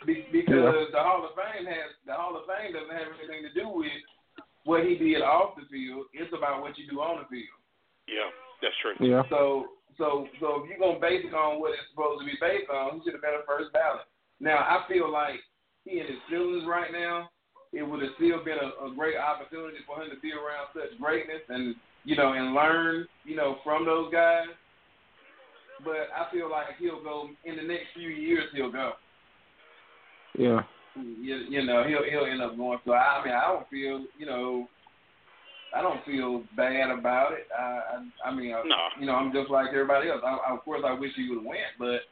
G: Be- because
F: Yeah.
G: the Hall of Fame has the Hall of Fame doesn't have anything to do with what he did off the field. It's about what you do on the field.
H: Yeah, that's true.
F: Yeah.
G: So so so if you're gonna base it on what it's supposed to be based on, he should have been a first ballot. Now I feel like he and his feelings right now, it would have still been a, a great opportunity for him to be around such greatness and you know and learn you know from those guys. But I feel like he'll go in the next few years. He'll go.
F: Yeah.
G: you, you know, he'll he'll end up going. So I, I mean, I don't feel, you know, I don't feel bad about it. I I, I mean, I,
H: No.
G: you know, I'm just like everybody else. I, I, of course, I wish he would have went, but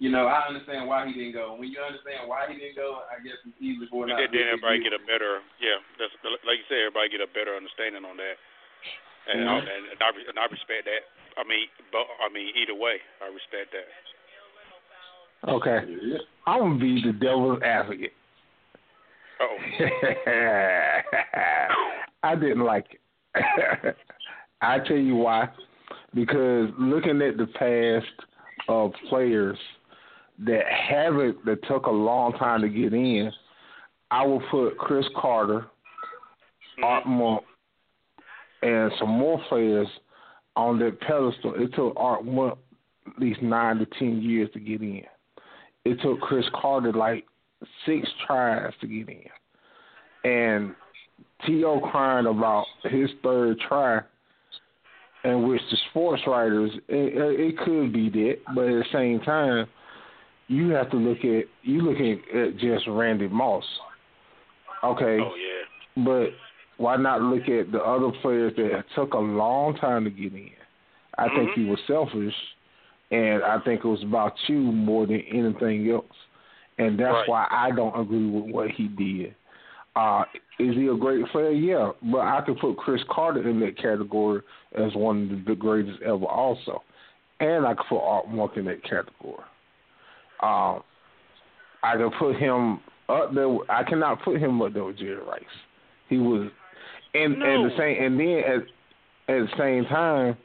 G: you know, I understand why he didn't go. When you understand why he didn't go, I guess it's easy for
H: And
G: not.
H: then, then
G: to-
H: everybody get a better, yeah, that's like you said, everybody get a better understanding on that,
G: Mm-hmm.
H: and I, and, I, re- and I respect that. I mean, but I mean, either way, I respect that.
F: Okay. I'm gonna be the devil's advocate.
H: Oh,
F: I didn't like it. I tell you why. Because looking at the past of players that haven't that took a long time to get in, I will put Chris Carter, Art Monk, and some more players on that pedestal. It took Art Monk at least nine to ten years to get in. It took Chris Carter like six tries to get in. And T.O. crying about his third try, and which the sports writers, it, it it could be that, but at the same time, you have to look at you looking at just Randy Moss. Okay.
H: oh yeah.
F: But why not look at the other players that took a long time to get in? I think
H: Mm-hmm.
F: you were selfish, and I think it was about you more than anything else. And that's
H: Right.
F: why I don't agree with what he did. Uh, is he a great player? Yeah, but I could put Chris Carter in that category as one of the greatest ever, also, and I could put Art Monk in that category. Um, I could put him up there. with- I cannot put him up there with Jerry Rice. He was, and and the
H: No.
F: same, and then at at the same time,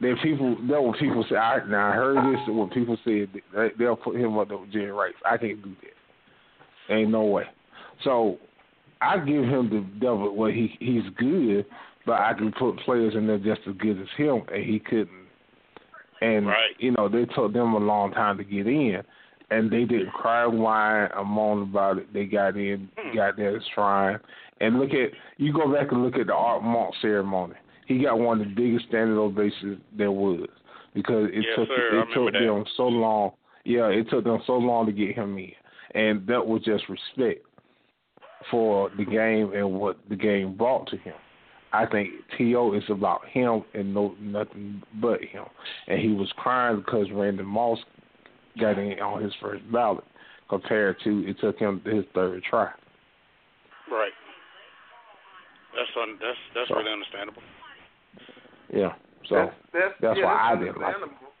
F: there people there were people say, I now I heard this when people said that they'll put him up there with Jerry Rice. I can't do that. Ain't no way. So I give him the devil. Well, he he's good, but I can put players in there just as good as him, and he couldn't. And
H: Right.
F: you know they took them a long time to get in, and they
H: Mm-hmm.
F: didn't cry, whine, or moan about it. They got in,
H: Mm.
F: got there trying. And look at you go back and look at the Art Monk ceremony. He got one of the biggest standing ovations there was because it
H: Yes,
F: took
H: sir. I
F: it
H: remember
F: took
H: that.
F: them so long. Yeah, it took them so long to get him in, and that was just respect for the game and what the game brought to him. I think T.O. is about him and no nothing but him. And he was crying because Randy Moss got in on his first ballot compared to it took him his third try.
H: Right. That's un- that's that's really understandable.
F: Yeah. So
G: That's that's,
F: that's
G: yeah,
F: why
G: that's
F: I didn't like it.
G: understandable.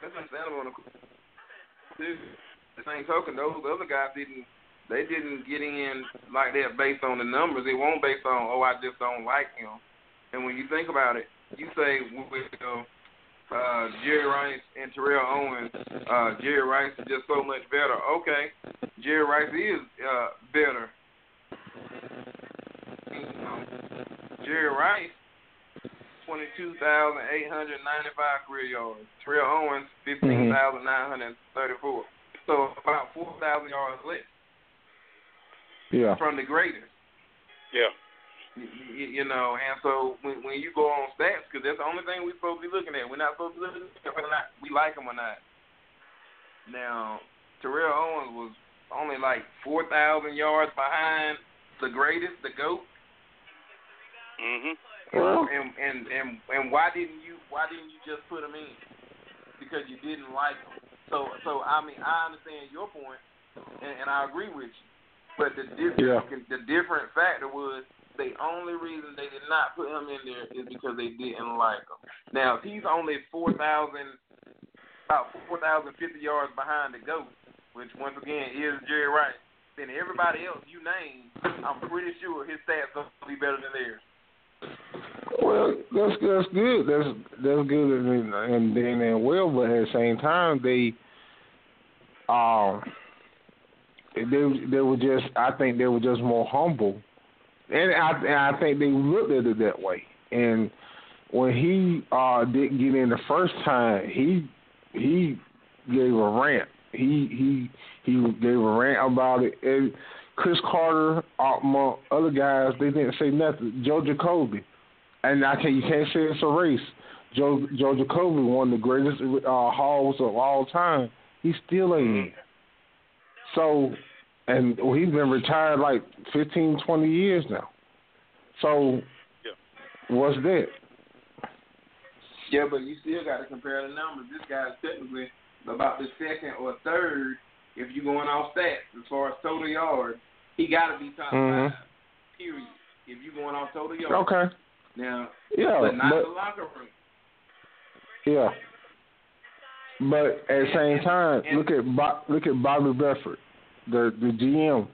G: That's understandable. on the- Too. The same token, those other guys didn't. They didn't get in like that based on the numbers. It won't based on oh I just don't like him. And when you think about it, you say with uh, uh, Jerry Rice and Terrell Owens, uh, Jerry Rice is just so much better. Okay, Jerry Rice is uh, better.
H: Mm-hmm.
G: Jerry Rice. 22,895 career yards. Terrell Owens, 15,934. So about 4,000 yards less
F: Yeah.
G: from the greatest,
H: Yeah.
G: you, you know. And so when, when you go on stats, because that's the only thing we're supposed to be looking at. We're not supposed to be looking at whether or not we like him or not. Now, Terrell Owens was only like 4,000 yards behind the greatest, the GOAT.
H: Mhm.
G: Well, and and and and why didn't you why didn't you just put him in? Because you didn't like him. So so I mean I understand your point, and, and I agree with you. But the different the different factor was the only reason they did not put him in there is because they didn't like him. Now if he's only four thousand about four thousand fifty yards behind the goat, which once again is Jerry Rice. Then everybody else you name, I'm pretty sure his stats gonna be better than theirs.
F: Well, that's that's good. That's that's good and and then and well, but at the same time they um they they were just I think they were just more humble. And I and I think they looked at it that way. And when he uh didn't get in the first time, he he gave a rant. He he he gave a rant about it. And Chris Carter, uh, among other guys, they didn't say nothing. Joe Jacoby, and I can you can't say it's a race. Joe Joe Jacoby, one of the greatest uh, hauls of all time, he still ain't in. So, and and well, he's been retired like 15, 20 years now. So, what's that?
G: Yeah, but you still got to compare the numbers. This guy's technically about the second or third. If you're going off stats as far as total yards, he got to be top
F: Mhm.
G: five. Period. If you're going off total yards,
F: Okay.
G: Now,
F: Yeah,
G: but not
F: but-
G: the locker room.
F: Yeah. But at the same time, look at Bo- look at Bobby Bedford, the the GM.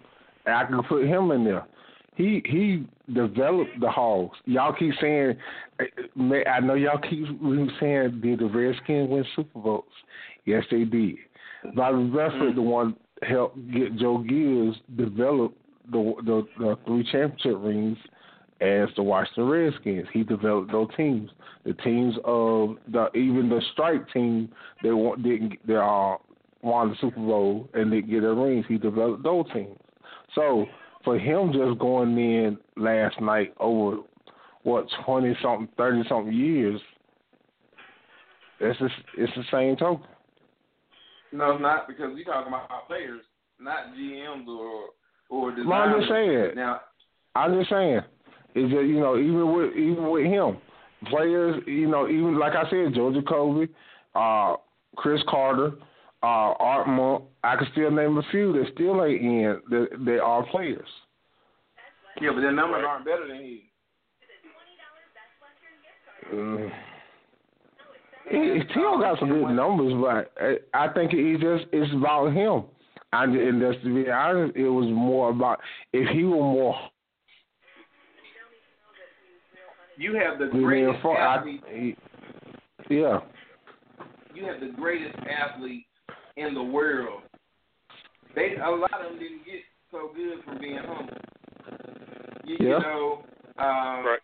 F: And I can put him in there. He he developed the Hogs. Y'all keep saying, eh, I know y'all keep saying, did the Redskins win Super Bowls? Yes, they did. Bobby Bedford, the one helped get Joe Gibbs develop the the, the three championship rings as the Washington Redskins. He developed those teams. The teams of the even the strike team they won, didn't they uh, won the Super Bowl and didn't get their rings. He developed those teams. So for him just going in last night over what twenty something, thirty something years, it's just, it's the same token.
G: No, it's not because we talking about our players, not GMs or or designers.
F: Well, I'm just saying.
G: Now,
F: I'm just saying. Is that you know even with even with him, players you know even like I said, Joe Jacoby, uh, Chris Carter, uh, Art Monk. I can still name a few that still ain't in. That they are players.
G: yeah, but their numbers aren't better than his.
F: Mm. He he still got some good numbers, but I, I think it just it's about him. I and that's to be honest, it was more about if he were more
G: You have the
F: I mean,
G: greatest
F: for- I-
G: athlete.
F: he- yeah.
G: You have the greatest athlete in the world. They a lot of them didn't get so good from being humble. You,
F: Yeah.
G: you know, um,
H: Right.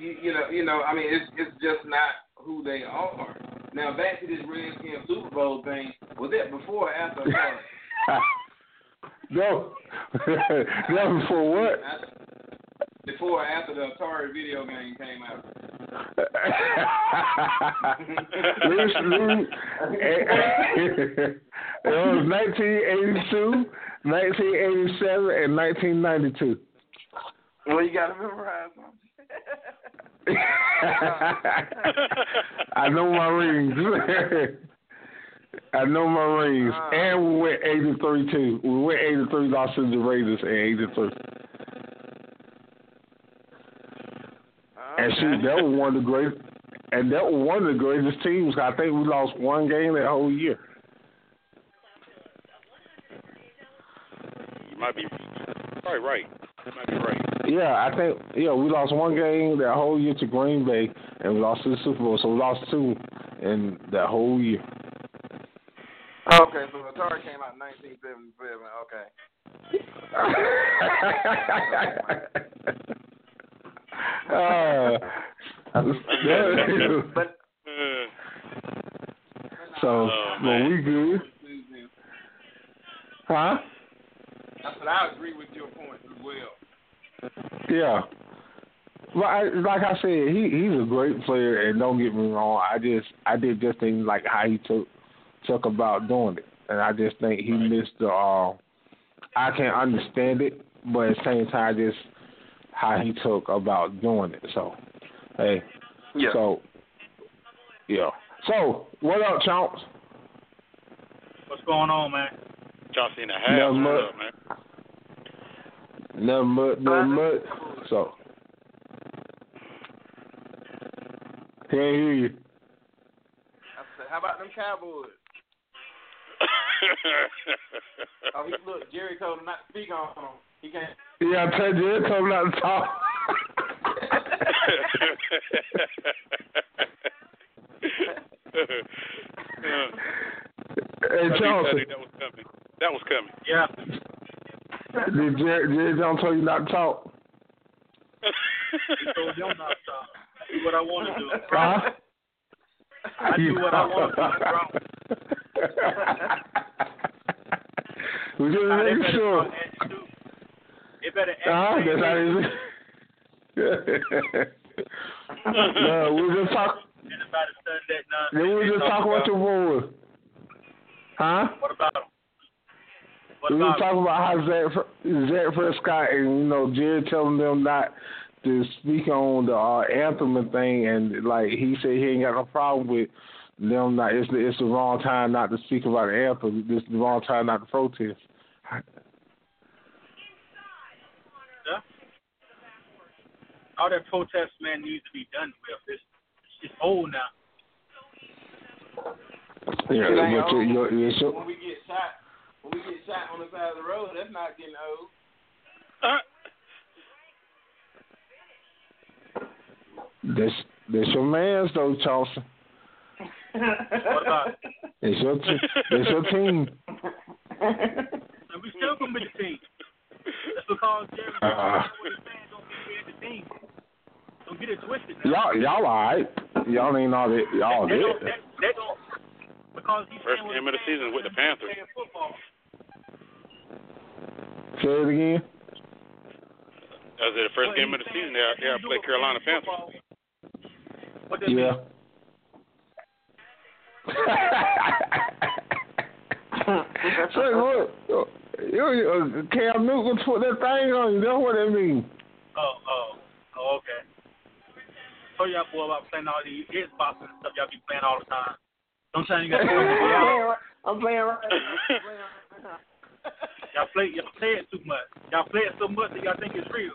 G: you, you know, you know. I mean, it's it's just not who they are. Now back to this Redskins Super Bowl thing. Was that before or after? Florida?
F: No, that was for what?
G: Before or after the Atari video game came out.
F: Louis, Louis, it was 1982, 1987, and 1992.
G: Well, you got to memorize them.
F: I know my rings. I know my rings. and we went 83 too. We went 83 Los Angeles Raiders in 83. And shoot, that was one of the great, and that was one of the greatest teams. I think we lost one game that whole year.
H: You might be probably right. You might be right.
F: Yeah, I think yeah we lost one game that whole year to Green Bay, and we lost to the Super Bowl. So we lost two in that whole year.
G: Okay, so Atari came out in 1977. Okay.
F: Uh, that-
G: but
F: so, well, we good, huh?
G: I said I agree with your point as well.
F: Yeah. Well, I, like I said, he he's a great player, and don't get me wrong. I just I did just think like how he took took about doing it, and I just think he missed the. Uh, I can understand it, but at the same time, just how he took about doing it. So, hey.
G: Yeah.
F: So. Yeah. So what up, Chomps?
L: What's going on, man?
H: Y'all seen a half.
F: Nothing much.
H: Up, man.
F: Nothing much, nothing much. So. Can't hear you.
G: I said, how about them Cowboys? oh, he, look, Jerry told him not to speak on them. He can't.
F: Yeah, I told you, I told him not to talk.
H: I
F: Hey,
H: knew- I knew
F: Chauncey,
H: that was coming. That was coming.
L: Yeah.
F: did Jerry, Jerry Jones tell you not to talk?
L: He told them not to stop. I do what I want to do.
F: Huh?
L: I do what I want to do. Bro.
F: We just
L: Nah, they
F: making
L: better
F: sure.
L: start acting too. They better act.
M: Uh,
F: Huh? That's how
L: they
F: they no, we just talk.
L: Anybody done that
F: We
L: nonsense.
F: were just
L: They
F: talking about
L: talk
F: your boy. Huh?
L: What about them?
F: we were talking about how Zach, Zach Prescott and you know Jared telling them not to speak on the uh, anthem and thing, and like he said, he ain't got no problem with them not. It's the, it's the wrong time not to speak about the anthem. It's the wrong time not to protest.
L: Yeah. All that protest, man, needs to be done with. It's, it's old now.
F: Yeah,
G: It ain't
F: but
G: old.
F: you- you- you- so-
G: Oh. when we get shot, when we get shot on the side of the road, that's not getting old.
F: that's that's your man's though, Charleston.
L: What about?
F: It's your t- it's your team.
L: And we still gonna be the team. That's because Jerry
F: Uh-uh.
L: the team. Don't get it twisted. man.
F: Y'all y'all all right. Y'all ain't all that. Y'all
L: They don't,
F: did.
L: they, they don't, because he's
H: First game of the season with the Panthers.
L: playing football.
F: Say it again.
H: That was the first game of the season. They they play Carolina Panthers.
F: Yeah. Say what? You, uh, Cam Newton put that thing on you. That's what that mean.
L: Oh, oh, oh, okay. Told y'all boy about playing all the ears boxes and stuff y'all be playing all the time. Don't try to get
I: I'm playing right.
L: Y'all play, y'all play it too much. Y'all play it so much that y'all think it's real.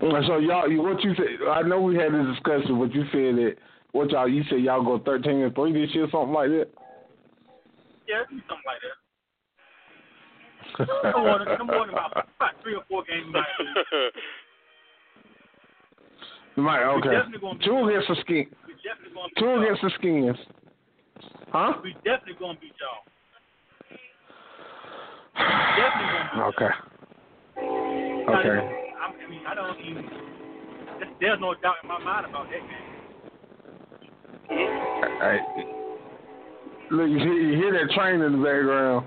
F: And Uh, so y'all, you, what you said? I know we had this discussion, but you said that what y'all you said y'all go thirteen and three this year, something like that.
L: Yeah, it'd be something like that. No more than, no more than about, about three or four games. Like,
F: Right, okay.
L: definitely gonna be-
F: Two against the skin.
L: we definitely gonna beat
F: Two
L: y'all.
F: against the skins. Huh?
L: We definitely gonna beat y'all. Definitely gonna beat
F: Okay.
L: y'all. Not
F: Okay.
L: even- I'm- I mean, I don't even. there's- There's no doubt in my mind about that game.
F: Alright. Look, you hear, you hear that train in the background.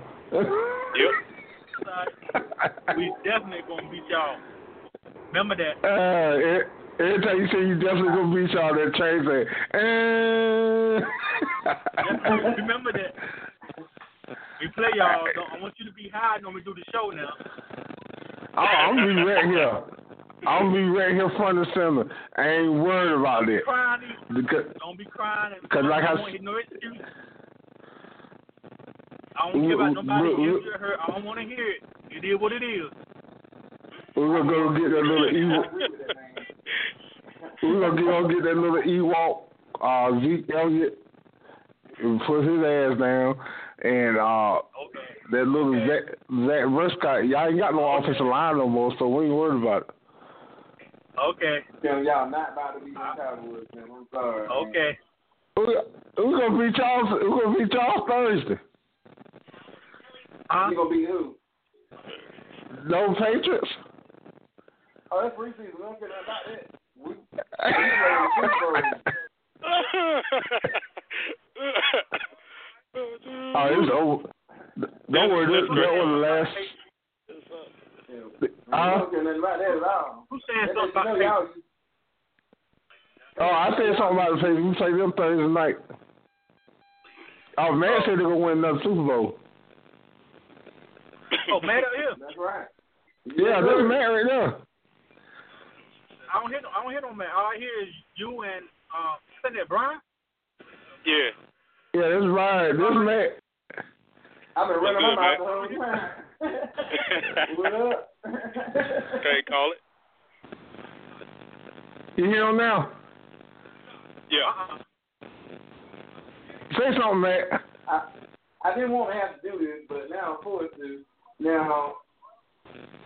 L: Yep. we definitely gonna beat y'all. Remember that.
F: Uh, e- every time you say you definitely gonna beat y'all, that train "Eh." say, uh,
L: Remember that. We play y'all. Don't, I want you to be high when we do the show now.
F: I- Oh, I'm gonna be right here. I'm gonna be right here front and center. I ain't worried about it.
L: Crying.
F: Oh, Because,
L: Don't be crying. and-
F: 'Cause like I
L: don't
F: s-
L: hear no excuse. I don't care about
F: Look,
L: nobody
F: look,
L: gives
F: look.
L: you hurt. I don't want to hear it. It is what it is.
F: we're gonna go get that little evil. We're gonna go get that little Ewok, uh, Zeke Elliott, and put his ass down, and uh, that little Zach, Zach Prescott. Y'all ain't got no offensive line no more, so we ain't worried about it.
L: Okay.
G: y'all not about to be the Cowboys, man. I'm sorry.
L: Okay.
F: We're, we're gonna beat y'all. We're gonna beat y'all Thursday.
L: Huh?
G: You gonna be who?
F: No Patriots.
G: Oh, that's preseason. We don't care nothing about that. We, Mm-hmm.
F: Oh, it's over. Don't worry, that, that was the last.
G: we
F: Uh,
G: don't care nothing about that at all.
L: Who's saying
G: something about that?
F: oh, I said something about the Patriots. We play them Thursday night. Oh, man said they're gonna win another Super Bowl.
L: Oh, man, up here.
G: That's right.
F: Yeah, they're mad right now.
L: I don't hear no, I don't hear no man. All I hear is you and uh, isn't that Brian?
H: Yeah.
F: Yeah, that's right. This man.
G: I've been running my mouth the whole time. what up?
H: Okay, call it.
F: You hear him now?
H: Yeah.
F: Say something, man.
G: I, I didn't want to have to do this, but now I'm forced to. Now,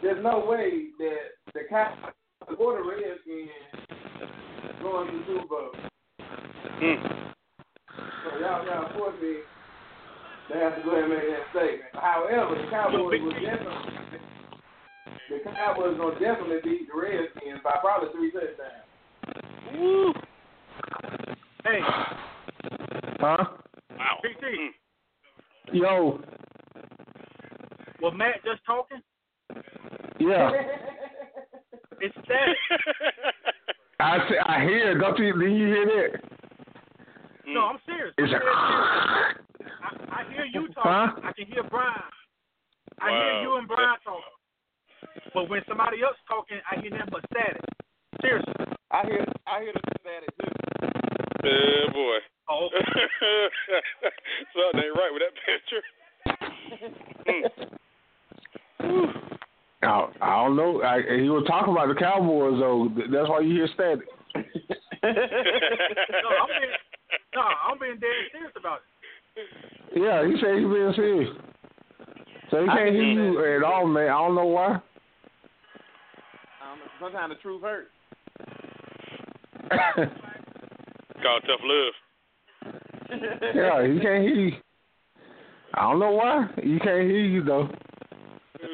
G: there's no way that the Cowboys or the Redskins going to the Super Bowl. So y'all got to force me to have to go ahead and make that statement. However, the Cowboys will definitely, the Cowboys going to definitely beat the Redskins by probably three touchdowns.
L: Woo. Hey,
F: Huh?
H: Wow.
L: PT. Mm.
F: Yo.
L: Was Matt just talking?
F: Yeah.
L: It's that.
F: I said I hear. it. Don't you? Did you hear that?
L: No, I'm serious.
F: It's
L: I'm
F: a-
L: serious. I, I hear you talking. I can hear Brian. I hear
N: Wow.
L: you and Brian talking. But when somebody else talking, I hear nothing but static. Seriously. I hear I hear the static too.
H: Yeah, boy.
L: Oh.
H: Something ain't right with that picture.
F: I, I don't know. I, he was talking about the Cowboys, though. That's why you hear static.
L: no, I'm being no, I'm being dead serious about it.
F: Yeah, he said he's being serious. So he
G: I
F: can't hear
G: can
F: you at all, man. I don't know why.
G: Um, sometimes the truth hurts.
H: Called tough love.
F: yeah, he can't hear you. I don't know why. He can't hear you though.
H: it's,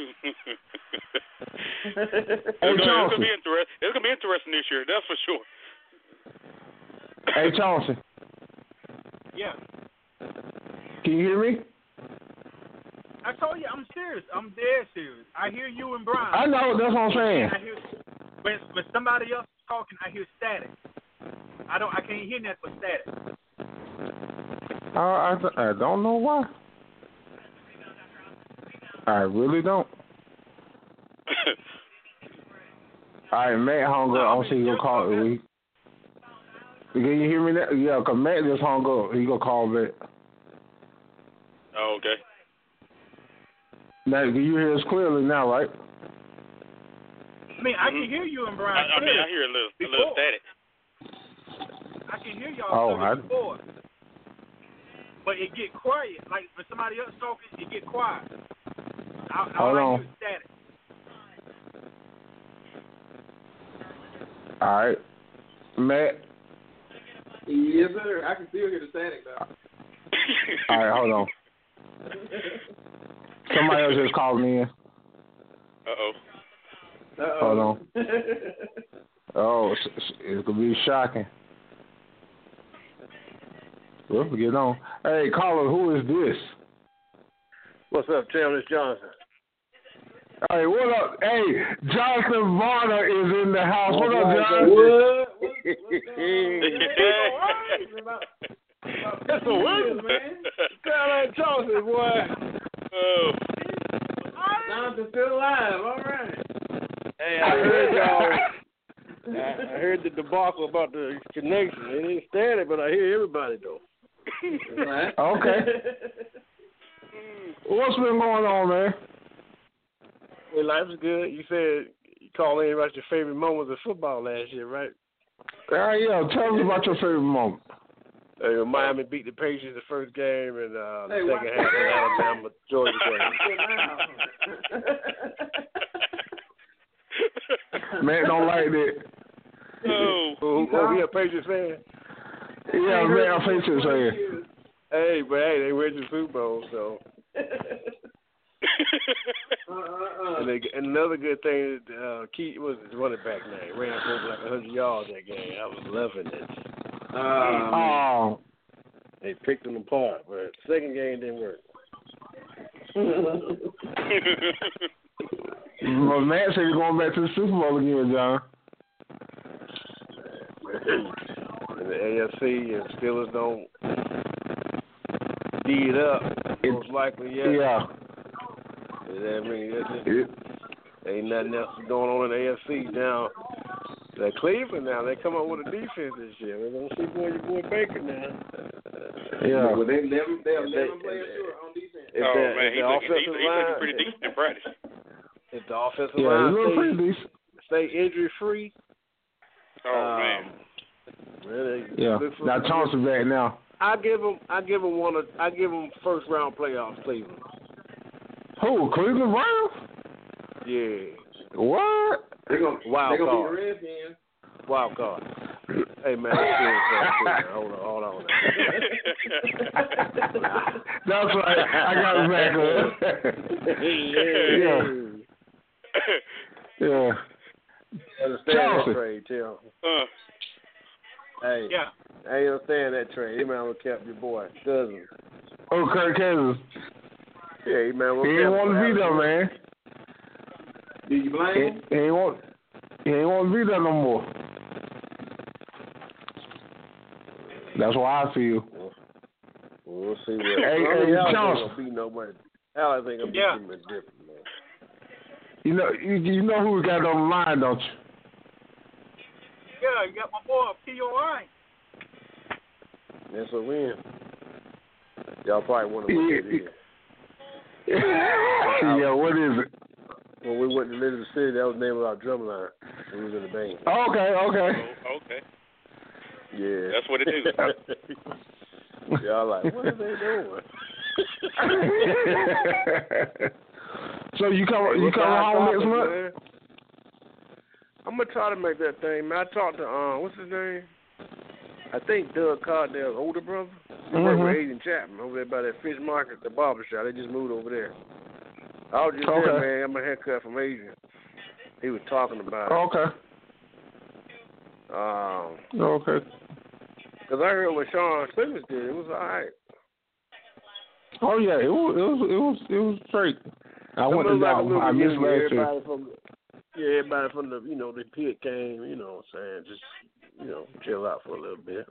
H: gonna, it's gonna be interest. It's gonna be interesting this year. That's for sure.
F: Hey Charleston,
L: Yeah.
F: can you hear me?
L: I told you I'm serious. I'm dead serious. I hear you and Brian.
F: I know, that's what I'm saying.
L: I hear when when somebody else is talking, I hear static. I don't I can't hear nothing but static.
F: I I, I don't know why. I really don't. All right, Matt hung up. I'm sure he gonna call it. We can you hear me now? Yeah, 'cause Matt just hung up. He gonna call back.
H: Oh, okay.
F: Now, can you hear us clearly now, right?
L: I mean, I can hear you and Brian.
H: Mm-hmm. I, I mean, I hear a little, a little static.
L: I can hear y'all
F: Oh,
L: clear as
F: I-
L: before. But it get quiet. Like when somebody else talking, it get quiet. I, I
F: Hold
L: like
F: on.
L: you static.
F: All right, Matt.
G: Yes, sir. I can still hear the static though.
F: All right, hold on. Somebody else just called me in.
H: Uh-oh.
F: Hold on. Oh, it's, it's- it's gonna be shocking. Well, we get on. Hey, caller, who is this?
K: What's up, Tim? It's Johnson.
F: Hey, what up? Hey, Johnson Varner is in the house. What up,
K: What?
F: Johnson?
K: That's a word, man. Sound like Johnson, boy.
H: Oh.
G: Jonathan's still alive. All right.
K: Hey, I heard y'all. I I heard the debacle about the connection. It didn't stand it, but I hear everybody though.
F: Okay. What's been going on, man?
K: Well, life's good. You said you called in about your favorite moments of football last year, right?
F: All right, yeah. Tell me about your favorite moment.
K: Uh, Miami beat the Patriots the first game, and uh, the
F: Hey,
K: second
F: why-
K: half in Alabama Georgia game.
F: Matt don't like that.
H: Oh,
K: who, who, he a Patriots fan?
F: Yeah, man, I'm Patriots fan.
K: Hey, but hey, they went to the Super Bowl, so. And, they, and another good thing is uh, Keith was his running back name. Ran for like 100 yards that game. I was loving it. Um,
F: Oh,
K: They picked him apart, but second game didn't work.
F: well, Matt said you're going back to the Super Bowl again, John.
K: and the AFC and Steelers don't deed up. Most likely, yes.
F: Yeah.
K: You know what I mean? That's it. Ain't nothing else going on in the AFC now. They're Cleveland now. They come up with a defense this year. They're gonna see boy your boy Baker now.
F: Yeah.
G: Well, they never, they'll
K: If they-
G: never play a short on defense.
K: If
H: oh
K: that-
H: man,
K: if
H: he's
K: the
H: looking, he's,
K: offensive
H: he's
K: line,
H: looking pretty decent in practice.
K: if the offensive
F: Yeah,
K: line
F: you look pretty
K: stays,
F: decent.
K: stay injury free,
H: Oh
K: um,
H: man.
K: Really,
F: Yeah.
K: look for-
F: Now Thompson back now.
K: I give him, I give him one, of, I give him first round playoffs, Cleveland.
F: Who? Cleveland Browns?
K: Yeah.
F: What?
K: They gonna, wild
F: they gonna
K: card.
G: Red man.
K: Wild card. Hey man, I'm serious, man. hold on, hold on.
F: That's right. I got it back up. yeah. Yeah.
K: You understand
F: Johnson.
K: that trade, Tim?
H: Uh,
K: Hey.
L: Yeah.
K: I ain't understand that trade. He might have kept your boy, Cousins.
F: Oh, Kirk Cousins.
K: Yeah, he might
F: He ain't want to be there, man.
G: Do you blame
F: He, he ain't want. He ain't want to be there no more. That's why I feel.
K: Well, We'll see what.
F: Hey,
K: I mean,
F: hey,
K: Alex ain't
F: Johnson.
K: gonna be nobody. Alex ain't gonna be
F: Yeah.
K: too much different, man.
F: You know, you, you know who we got on the line, don't you?
L: Yeah, you got my boy POI.
K: That's a win. Y'all probably want to
F: Yeah,
K: look at it.
F: yeah, what is it?
K: When we went to Little City, that was the name of our drum line. We was in the band.
F: Okay, okay.
H: Oh, okay.
K: Yeah.
H: That's what it
K: is. Y'all like, what are they doing?
F: so you come, you
K: Look
F: come
K: how I
F: home
K: talk,
F: next month?
K: man. I'm gonna try to make that thing, man. I talked to um, what's his name? I think Doug Cardale's older brother. He worked with
F: Mhm.
K: Aiden Chapman over there by that fish market, the barber shop. They just moved over there. I was just
F: Okay.
K: there, man. Got my haircut from Adrian. He was talking about it.
F: Okay,
K: Um,
F: okay,
K: cause I heard what Sean Simmons did. It was all right.
F: Oh yeah, it was it was it was it was straight. I
K: It
F: went to
K: looked like a
F: y'all.
K: little
F: I missed last
K: reunion.
F: year.
K: Everybody from yeah, everybody from the you know the pit came. You know what I'm saying? Just you know chill out for a little bit.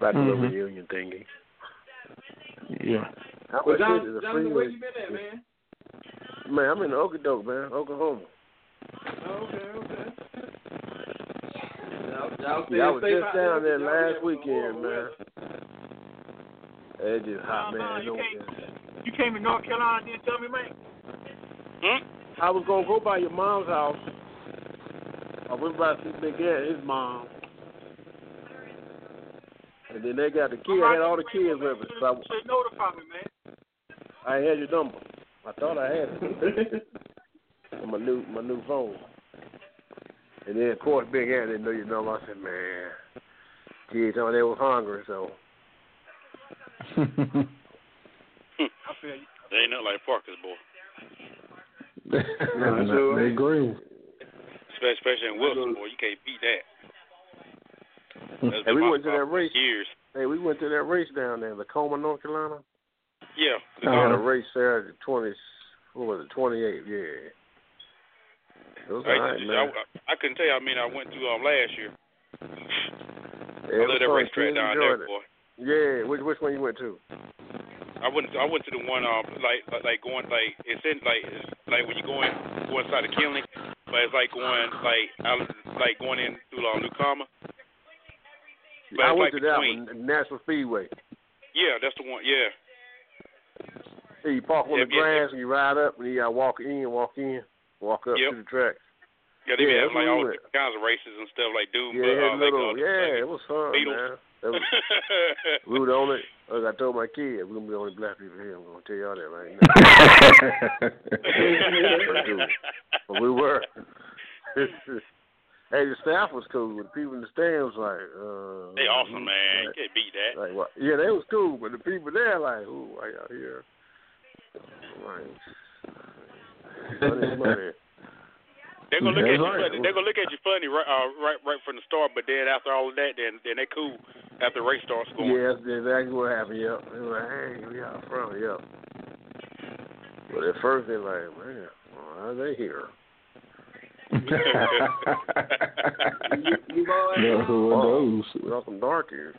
K: Like a little
F: Mhm.
K: reunion thingy.
F: Yeah.
K: How
G: Well,
K: much
G: John-
K: is it? A
G: Jonathan, where you
K: freeway?
G: been at, man?
K: Man, I'm in Okodoke, man, Oklahoma.
G: Oh, okay, okay.
K: Yeah, I was
G: stay
K: just
G: out
K: down
G: there,
K: there
G: y'all
K: last weekend, man. It's just hot, Ah, man.
L: you
K: Don't-
L: You came to North Carolina and didn't tell me, man.
K: I was gonna go by your mom's house. I went by to see Big Ed, his mom. And then they got the kid. I had all the kids with me, so
L: You should notify me, man.
K: I, I had your number. I thought I had it. on my new my new phone. And then of course Big Ed didn't know your number. I said, man, kids, oh, they was hungry, so
H: I feel you. They ain't nothing like Parker's boy,
K: Yeah, sure.
F: they green.
H: Spe- especially in Wilson boy. You can't beat that. That's
K: and
H: been
K: Hmm. we
H: my
K: went to that
H: problem for
K: race.
H: Years.
K: Hey, we went to that race down there, in Lacoma, North Carolina.
H: Yeah.
K: They had
H: Uh-huh.
K: a race there at the twenty. What was it? Twenty eight. Yeah. It was
H: I,
K: all right,
H: used to-
K: man.
H: I, I couldn't tell you how many I went to um, last year.
K: Yeah,
H: I love that
K: fun.
H: racetrack
K: Kids
H: down there,
K: enjoyed it.
H: boy.
K: Yeah. Which which one you went to?
H: I went. I went to the one um like like- like going like it's in like it's like when you go in go inside the Kinley, but it's like going like out like going in through um, Lucama. But
K: I
H: it's like
K: went to that
H: between.
K: one, National Speedway.
H: Yeah, that's the one. Yeah.
K: See, you park on
H: Yeah,
K: the
H: yeah,
K: grass and you ride up, and you gotta walk in, walk in, walk up
H: Yep.
K: to the track.
H: Yeah, they
K: Yeah,
H: be having like
K: that's
H: all
K: what we
H: different kinds of races and stuff like doom.
K: Yeah,
H: but,
K: it had
H: uh, like,
K: little.
H: uh,
K: yeah, it was fun,
H: Beatles.
K: man. That was, we were the only. Like I told my kid, we're gonna be the only black people here. I'm gonna tell y'all that right now. But, dude, but we were. hey, the staff was cool. The people in the stands like, uh,
H: they awesome,
K: who-
H: man. You
K: Like,
H: can't beat that.
K: like, what? Yeah, they was cool, but the people there like, who why y'all here? I'm Like, money, money.
H: They're gonna look
K: That's
H: at you.
K: right.
H: Funny. They're gonna look at you funny right, uh, right, right from the start. But then after all of that, then then they cool after the race starts going.
K: Yeah, that's exactly what happened. Yep. They were like, hey, we out front. Yep. But at first they like, man, why are they here?
F: you,
K: you boys
F: know who are
K: Oh,
F: those?
K: Welcome dark ears.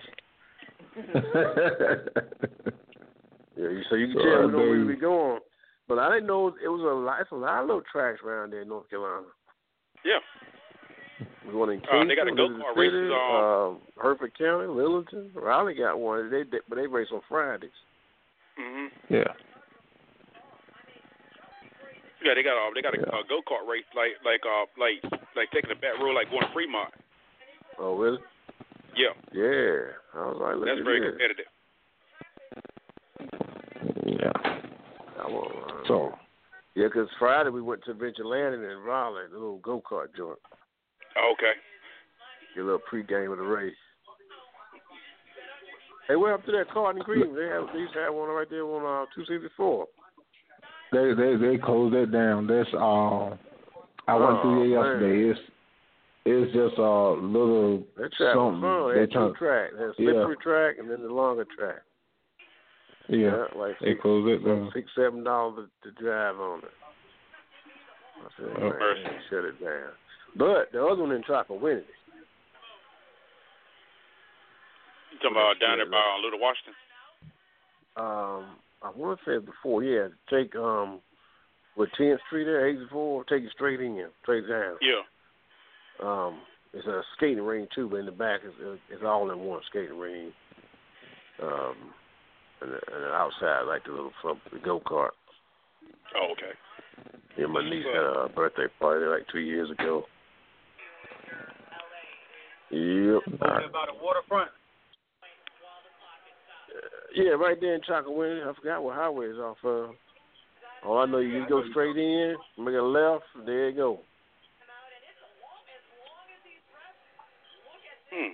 K: Yeah, you- so you can
F: So
K: tell
F: I
K: we don't really
F: know-
K: be going. But I didn't know it was a lot. It's a lot of little tracks around there in North Carolina.
H: Yeah.
K: We went in
H: Uh, they got a
K: Kingston, Elizabeth
H: go-kart race,
K: City,
H: um,
K: uh, Hereford County, Lillerton, Raleigh got one. They, they but they race on Fridays.
H: hmm
F: yeah.
H: Yeah, they got a they got a,
F: Yeah.
H: a go kart race like like uh like like taking the back road like going to Fremont.
K: Oh really?
H: Yeah,
K: Yeah. I was like, look
H: that's
K: at
H: very
K: this.
H: competitive.
F: Yeah.
K: I want, uh,
F: So
K: yeah, 'cause Friday we went to Venture Landing in Raleigh, the little go kart joint,
H: Okay.
K: your little pregame of the race. They went up to that Carton Green. They have they used to have one right there on uh, two sixty four.
F: they they they closed that down. That's um I went through there
K: Oh, man.
F: yesterday. It's it's just a little
K: That track was
F: something.
K: fun. They had
F: trying-
K: two tracks. They had a
F: yeah.
K: slippery track and then the longer track.
F: yeah.
K: Yeah, like
F: They
K: six,
F: closed it down.
K: six seven dollars to drive on it. I said,
F: Oh.
K: man, they shut it down. But the other one didn't try for winning. it.
H: You talking about down there by uh, Little Washington?
K: um, I want to say it before, yeah, take um, with 10th Street there, 84, take it straight in, straight down.
H: Yeah.
K: Um, it's a skating ring too, but in the back is it's all in one skating ring. Um, and, and outside like the little flump, the go kart.
H: Oh, okay.
K: Yeah, my niece had a birthday party like two years ago. Yep.
L: Talking about a waterfront.
K: Yeah, right there in Chocowin. I forgot what highway is off of. All I know, you just go straight in, make a left, there you go.
H: Hmm.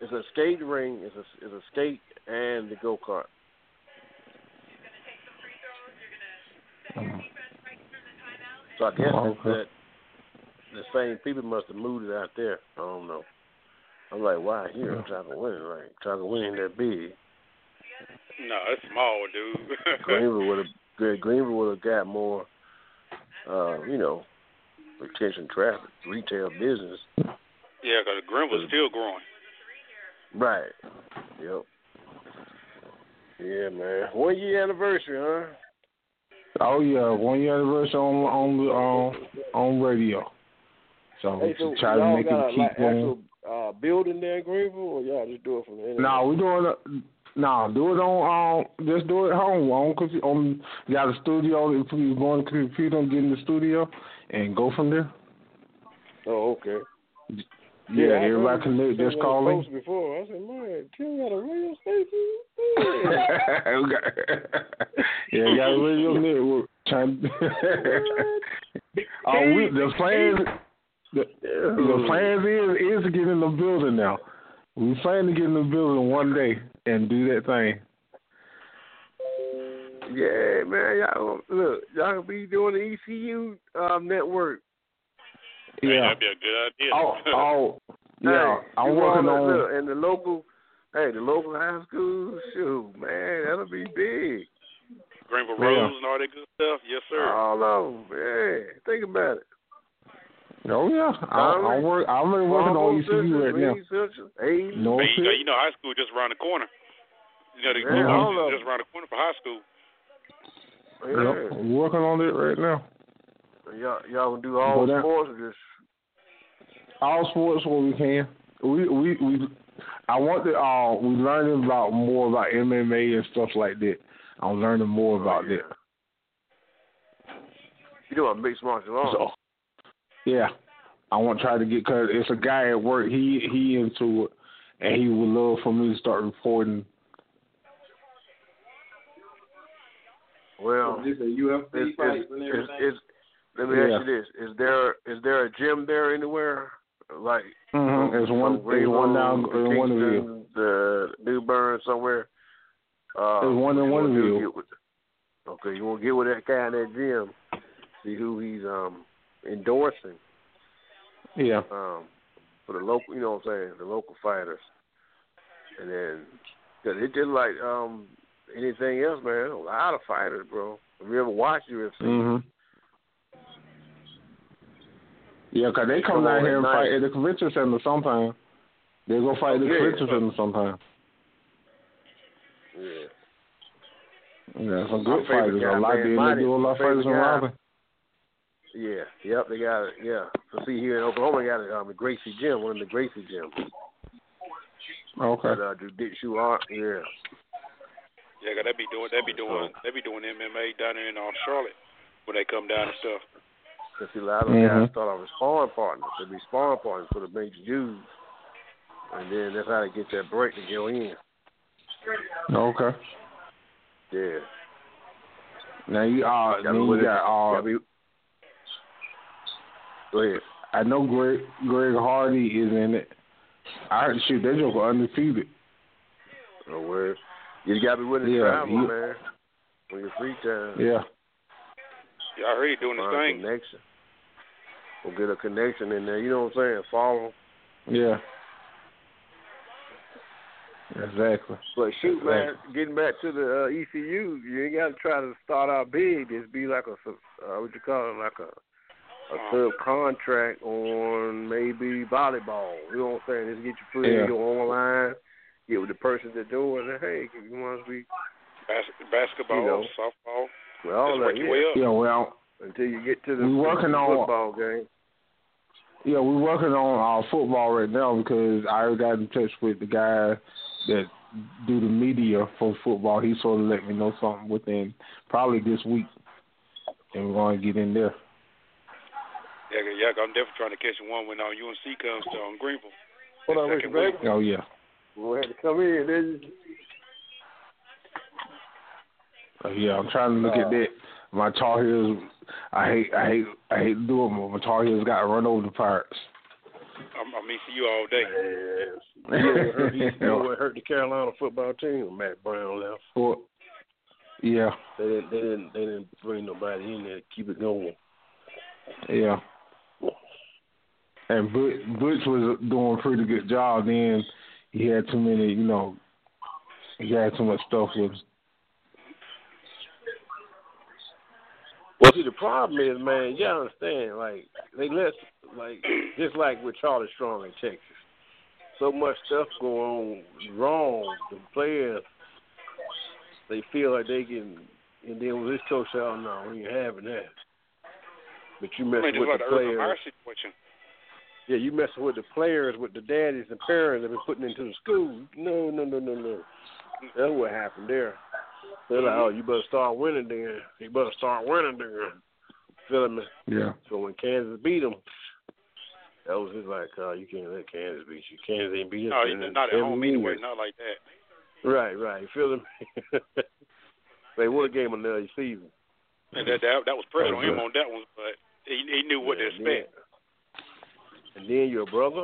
K: It's a skate ring. It's a it's a skate and the go kart. So I guess
F: Oh, okay.
K: that the same people must have moved it out there. I don't know. I'm like, why here? Chocolate winning, like chocolate winning that big.
H: No, it's small, dude.
K: Greenville would have Greenville would have got more, uh, you know, retention traffic, retail business.
H: yeah, because Greenville's still growing.
K: Right. Yep. Yeah, man. One year anniversary, huh?
F: Oh yeah, one year anniversary on on on um, on radio. So,
K: Hey,
F: to
K: so
F: Oh, try to
K: y'all
F: make
K: got
F: it
K: a, like,
F: keep going.
K: actual uh, building there in Greenville, or y'all just do it from the
F: No, nah, we doing it. Nah, do it on um, just do it at home on compu- on Um, got a studio. If we go on the computer and get in the studio and go from there.
K: Oh, okay.
F: Yeah,
K: I
F: everybody
K: remember
F: connect.
K: seeing
F: Just
K: those
F: call me.
K: posts Before I said, man, Tim got a radio station.
F: We got- yeah, got a radio network. Trying, oh, we, the plans, the, the plans is is to get in the building now. We plan to get in the building one day and do that thing.
K: Yeah, man. Y'all look. Y'all gonna be doing the E ECU um, network.
F: Yeah.
H: That'd be a good idea.
F: Oh, oh, yeah.
K: Hey,
F: I'm
K: you
F: working
K: all-
F: on.
K: look, and the local. Hey, the local high school. Shoot, man, that'll be big.
H: Greenville
F: Yeah.
H: Rose and all that good stuff. Yes, sir.
K: All over. Yeah, think about it.
F: Oh yeah, I'm, I'm work. I'm really working on ECU right now. No,
H: Man, you, know,
F: shit.
H: you know, high school just around the corner. You know, the
F: Yeah, all
H: Greenville
F: of
H: just around the corner for high school.
F: Yep, I'm working on it right now.
K: Y'all, y'all gonna do
F: Go
K: all
F: down.
K: sports or just
F: all sports where we can. We we we. I want to. Uh, we learning about more about MMA and stuff like that. I'm learning more about that.
K: you doing mixed martial arts?
F: So, yeah, I want to try to get because it's a guy at work. He he into it, and he would love for me to start reporting.
K: Well,
O: Just a UFC
K: it's,
O: fights
K: it's,
O: and
K: it's,
O: everything.
K: it's, let me ask you this: Is there is there a gym there anywhere? Like
F: Mm-hmm. There's one. There's one down.
K: Greenville,
F: There's one in
K: Kingston,
F: Wonderville.
K: the New Bern somewhere. Uh,
F: There's one in
K: you wanna
F: Wonderville.
K: get with- Okay, you want to get with that guy in that gym, see who he's um endorsing.
F: Yeah.
K: Um, for the local, you know what I'm saying, the local fighters, and then because it just like um anything else, man. A lot of fighters, bro. If you ever watch UFC,
F: Mhm. Yeah, 'cause they come
K: Come
F: down
K: on,
F: here and
K: nice.
F: fight at the convention center sometime. They go fight at the
K: Yeah.
F: convention center sometime.
K: yeah.
F: Yeah, some
K: My
F: good
K: favorite
F: fighters.
K: guy,
F: a lot
K: man,
F: there. and
K: Marty,
F: They do a lot of
K: my favorite
F: fighters in
K: guy.
F: Robin.
K: Yeah, yep, they got it. Yeah, so see here in Oklahoma, they got it. Um, the Gracie Gym, one of the Gracie gyms.
F: Okay.
K: That, uh, jujitsu art. Yeah,
H: Yeah, 'cause they be doing they be doing they be doing MMA down there in uh, Charlotte when they come down and stuff.
K: cause see, a lot of
F: Mhm.
K: guys start off as sparring partners. They be sparring partners for the major dudes, and then that's how they get that break to go in.
F: Okay.
K: Yeah.
F: Now you uh,
K: Gotta
F: then you
K: win it.
F: got uh,
K: Gotta Go ahead.
F: I know Greg Greg Hardy is in it. I shoot that joker undefeated.
K: No worries. You gotta be willing to
F: Yeah,
K: travel,
F: you-
K: man. When you're free time.
F: Yeah.
H: Yeah, I heard he doing his
K: Find a
H: thing.
K: connection. We'll get a connection in there. You know what I'm saying? Follow.
F: Yeah. Exactly.
K: But shoot, man,
F: Exactly.
K: getting back to the uh, ECU, you ain't got to try to start out big. Just be like a, sub- uh, what you call it, like a, a subcontract on maybe volleyball. You know what I'm saying? Just get your foot
F: Yeah.
K: in your online, get with the person at the door and say, hey, you want to be
H: Bas- basketball,
K: You know.
H: softball.
K: well,
H: Just work
K: that,
H: your way up.
F: Yeah, well,
K: until you get to the
F: We working on-
K: football game.
F: Yeah, we're working on our football right now because I already got in touch with the guy that do the media for football. He's sort of let me know something within probably this week, and we're going to get in there.
H: Yeah, yeah, I'm definitely trying to catch one when uh, UNC comes to um, Greenville.
K: Hold on,
H: Second
K: Mr. Baker.
F: Oh yeah,
K: We'll have to come in, didn't you?
F: Oh, yeah. I'm trying to look at that. My Tar Heels, I hate, I hate, I hate doing it. but My Tar Heels got to run over the Pirates.
H: I'm, I'm ECU all day.
K: You know what hurt- you know what hurt the Carolina football team when Matt Brown left?
F: Well, yeah,
K: They didn't, they didn't, they didn't bring nobody in there to keep it going.
F: yeah. And Butch, Butch was doing a pretty good job. Then he had too many, you know, he had too much stuff with him.
K: Well, see, the problem is, man, you gotta understand, like, they let, like, just like with Charlie Strong in Texas, so much stuff going on wrong. The players, they feel like they can, and then with this coach, oh, no, we ain't having that. But you
H: I mean,
K: messing
H: just
K: with
H: like
K: the
H: the Urban Meyer
K: players.
H: situation.
K: Yeah, you messing with the players, with the daddies and parents that been putting into the school. No, no, no, no, no. That's what happened there. They're like, oh, you better start winning then. You better start winning then. Feel me?
F: Yeah.
K: So when Kansas beat them, that was just like, uh, you can't let Kansas beat you. Kansas ain't beat us.
H: No,
K: and
H: not at
K: every
H: home
K: year.
H: anyway. Not like that.
K: Right, right. You feel me? they would have gave him another season.
H: And that that, that was pressure on him
K: Yeah.
H: on that one, but he, he knew what to
K: Yeah.
H: expect.
K: And then your brother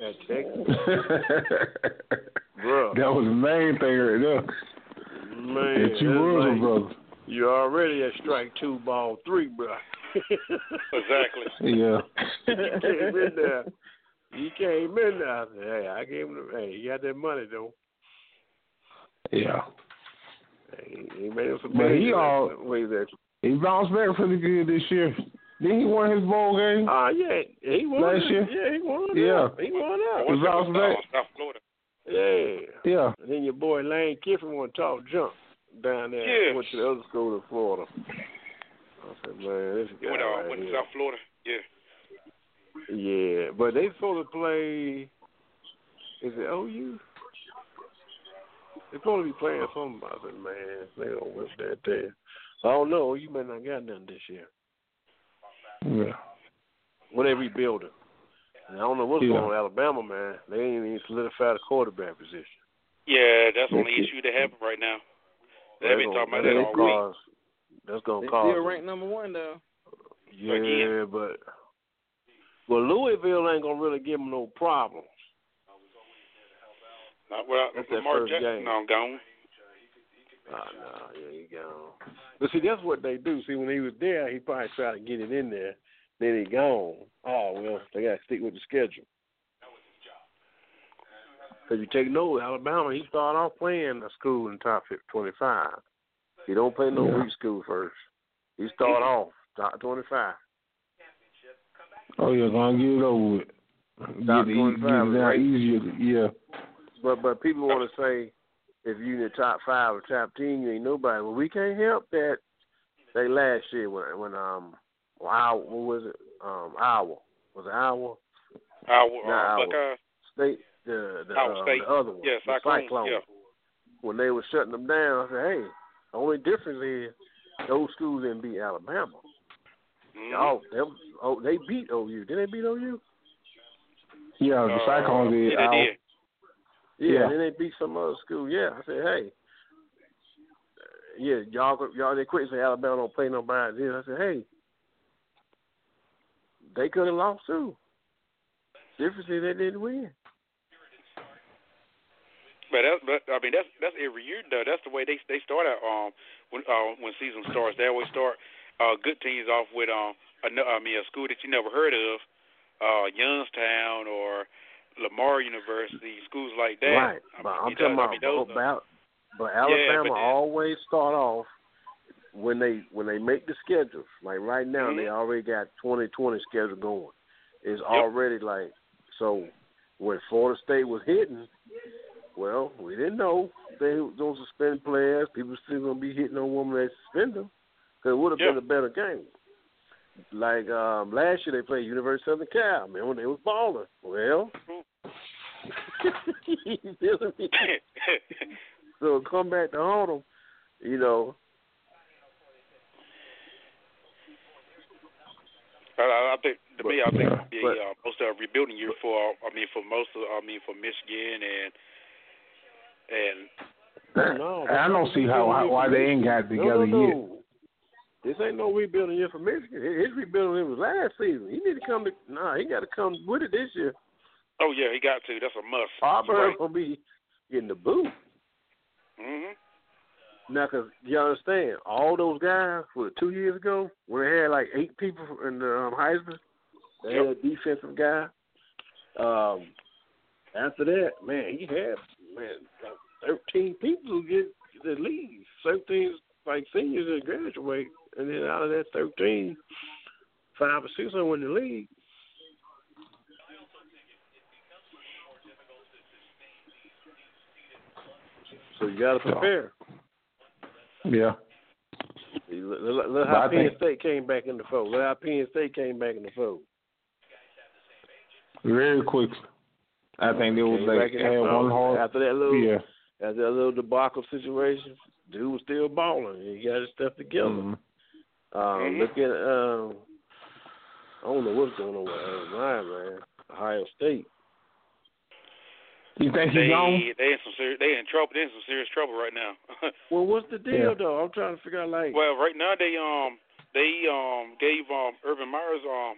K: at Texas. Bruh.
F: That was the main thing right there.
K: Man,
F: that you
K: that's
F: was
K: like-
F: a brother.
K: You're already at strike two, ball three, bro. exactly.
F: Yeah.
K: you came in there. You came in there. I said, hey, I gave him. The, hey, you got that money though.
F: Yeah.
K: Hey, he made him some
F: But
K: money.
F: he all-
K: Wait there.
F: He bounced back pretty good this year. Then he won his bowl game.
K: Ah, yeah, he won.
F: Last
K: it.
F: year.
K: Yeah, he won. it.
F: Yeah.
K: he won out.
F: He bounced back.
H: South Florida.
K: Yeah.
F: Yeah.
K: And then your boy Lane Kiffin want to talk junk down there.
H: Yeah.
K: Went to the other school in Florida. I said, man, this guy
H: Went, uh,
K: right
H: went to
K: here.
H: South Florida. Yeah.
K: Yeah, but they supposed to play. Is it OU? They supposed to be playing some. I said, man, they don't whip that there. I don't know. You may not got nothing this year.
F: Yeah.
K: Well, they rebuilding. And I don't know what's
F: Yeah.
K: going on in Alabama, man. They ain't even solidified the quarterback position.
H: Yeah, that's the only issue that happened right now. They've been talking about that all week.
K: cause, That's gonna
G: They
K: cause.
G: still ranked number one though.
K: yeah, but well, Louisville ain't gonna really give them no problem.
H: Not without
K: That's that
H: Lamar
K: first game.
H: Jackson. No, gone.
K: Oh, no, yeah, he gone. But see, that's what they do. See, when he was there, he probably tried to get it in there. Then he gone. Oh well, they got to stick with the schedule. Because you take note, Alabama, he started off playing a school in top fif- twenty-five. He don't play no
F: Yeah.
K: weak school first. He start off top twenty-five.
F: Oh yeah, gonna get it over with.
K: Top
F: Get it, e-
K: 25,
F: get it down
K: right?
F: easier. Yeah.
K: But but people want to say if you in the top five or top ten, you ain't nobody. Well, we can't help that. They last year when when um wow what was it um Iowa was it Iowa
H: Our
K: Nah,
H: uh,
K: our-
H: Buckeye.
K: State the the,
H: Iowa
K: uh,
H: State.
K: the other one
H: Yeah,
K: the
H: Cyclones, yeah.
K: when they were shutting them down. I said, hey, the only difference is those schools didn't beat Alabama.
H: Mm-hmm.
K: Oh, them, oh, they beat OU. Did they beat OU?
F: Yeah, the
K: Uh,
F: Cyclones did.
K: yeah, they
F: out.
K: did. Yeah,
F: Yeah.
K: and then they beat some other school. Yeah, I said, hey, yeah, y'all, y'all, they quit and say Alabama don't play nobody. Then I said, hey, they could have lost too. Difference is they didn't win.
H: But that's but I mean that's that's every year though. That's the way they they start out um when uh, when season starts. They always start uh good teams off with um a, no- I mean a school that you never heard of, uh Youngstown or Lamar University, schools like that.
K: Right.
H: I
K: But
H: mean,
K: I'm
H: it
K: talking
H: does- I
K: about,
H: mean, those are-
K: about but
H: Yeah,
K: Alabama
H: but then-
K: always start off when they when they make the schedules. Like right now they
H: Mm-hmm.
K: already got twenty twenty schedule going. It's already like so when Florida State was hitting, Well, we didn't know they don't suspend players. People still gonna be hitting on women that suspend them. Cause it would have been a better game. Like um last year they played University of Southern Cal. Man, when they was balling. Well, you feeling me? so come back to haunt them. You know,
H: But I, I think to me, I think the uh, most of rebuilding year for I mean for most of I mean for Michigan and and
K: no,
F: I don't see how, how why they ain't got together
K: no, no,
F: yet.
K: no. This ain't no rebuilding year for Michigan. His his rebuilding year was last season. He need to come to nah. He got to come with it this year.
H: oh yeah, he got to. That's a must.
K: Auburn
H: Right.
K: gonna be getting the boot
H: Mhm.
K: now. Cause you understand, all those guys were two years ago when they had like eight people in the um, Heisman. They had a defensive guy. Um, after that, man, he had man like thirteen people who get the lead. Thirteen like seniors that graduate, and then out of that thirteen, five or six of them win the league. So you got to prepare.
F: Yeah.
K: Look, look, look
F: But I
K: how Penn
F: think-
K: State came back in the fold. Look how Penn State came back in the fold.
F: Very quickly. I think it was
K: Came
F: like
K: back in the
F: had
K: fold.
F: one hard
K: after that little
F: yeah.
K: after that little debacle situation. Dude was still balling. He got his stuff together.
F: Mhm.
K: Um,
F: Mm-hmm.
K: Look at um, I don't know what's going on with Ohio, man. Ohio State.
F: You think
H: They they in some serious they in trouble. They in some serious trouble right now.
K: Well, what's the deal
H: Yeah.
K: though? I'm trying to figure out like
H: well, right now they um they um gave um Urban Myers um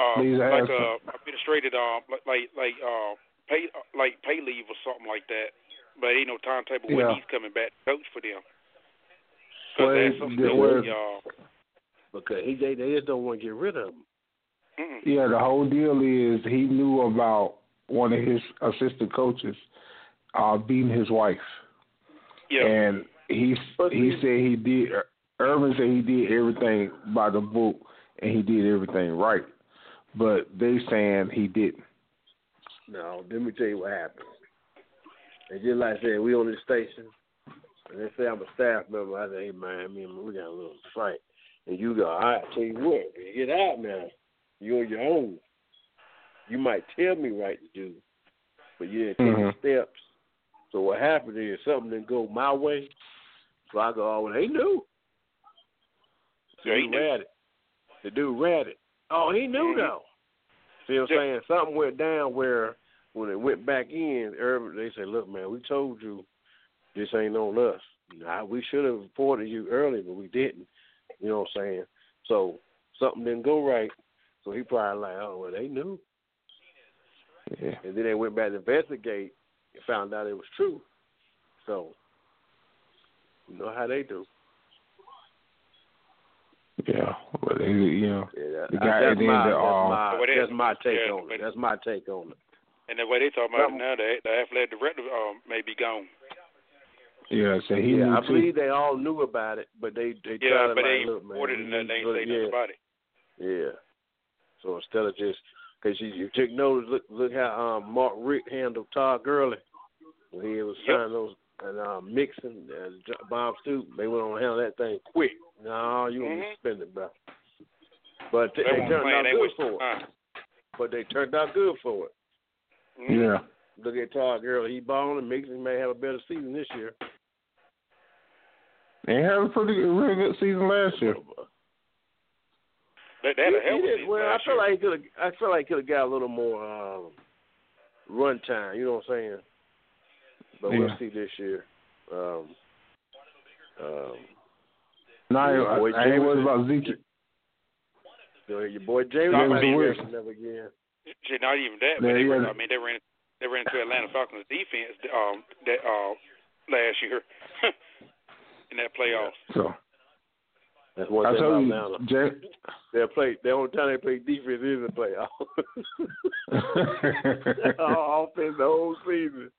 H: uh
K: Leave the
H: like
K: house.
H: uh administrated um like like like uh pay uh, like pay leave or something like that. But ain't no timetable when
F: Yeah.
H: he's coming back to coach for them.
F: Well,
H: That's something
F: the-
H: that
F: well,
H: we, uh,
K: because he, they they just don't want to get rid of him.
F: Yeah, the whole deal is he knew about one of his assistant coaches uh, beating his wife.
H: Yeah.
F: And he he said he did. Urban said he did everything by the book and he did everything right, but they saying he didn't.
K: No, let me tell you what happened. And just like I said, we on this station, and they say I'm a staff member. I say, hey man, me and we got a little fight, and you go, all right, tell you what, when you get out now. You on your own. You might tell me right to do, but you didn't take
F: Mhm.
K: the steps. So what happened is something didn't go my way. So I go, oh, well, he knew. So he read it. The dude read it. Oh, he knew
L: Mm-hmm.
K: though. See what I'm saying? Something went down where when it went back in, Urban they said, Look, man, we told you this ain't on us. Nah, we should have reported you early, but we didn't. You know what I'm saying? So something didn't go right. So he probably like, Oh well they knew.
F: Yeah.
K: And then they went back to investigate and found out it was true. So you know how they do.
F: Yeah, but they, you know,
K: Yeah,
F: the
K: I-
F: guy
K: Uh, that's
F: and then
K: my-
F: the
K: that's
F: uh,
K: my-
H: Well,
K: that's my take
H: yeah,
K: on it. That's my take on it.
H: and the way they talking about it now, the, the athletic director um may be gone.
F: yeah, so he
K: yeah,
F: knew
K: I
F: too.
K: believe they all knew about it, but they they
H: Yeah,
K: tried
H: but
K: to
H: they
K: like, look,
H: ain't reported
K: man,
H: and nothing. They ain't
K: we-
H: say
K: yeah,
H: nothing about it.
K: Yeah. So instead of just because you, you took notice, look look how um, Mark Rick handled Todd Gurley when he was signing those and um, Mixon and J- Bob Stoops. They went on to handle that thing quick. No, you gonna be
H: Mhm.
K: suspended, bro. But they,
H: They
K: they
H: weren't
K: turned
H: playing.
K: out
H: They
K: good
H: was-
K: for it. But they turned out good for it.
F: Yeah.
K: Look at Todd Gurley. He balling. Mixon may have a better season this year.
F: They had a pretty good, really good season last year.
H: They, they had
K: He-
H: a hell of
K: he
H: a
K: did
H: season
K: well.
H: last
K: I feel
H: year.
K: like he could. I feel like he could have got a little more um, run time. You know what I'm saying? But
F: Yeah.
K: we'll see this year. Um, um,
F: No, I,
K: your boy
F: I, ain't worried about Zeke.
K: your- your boy James
F: James
K: might be
F: Wilson.
K: back never again.
H: Shit, not even that,
F: Yeah,
H: but they
F: yeah.
H: ran, I mean they ran they ran into Atlanta Falcons defense um that uh last year in that playoffs.
F: So
K: That's one
F: I
K: thing
F: told
K: about
F: you,
K: Atlanta.
F: Jay,
K: They play. The only time they play defense is the playoff. All offense the whole season.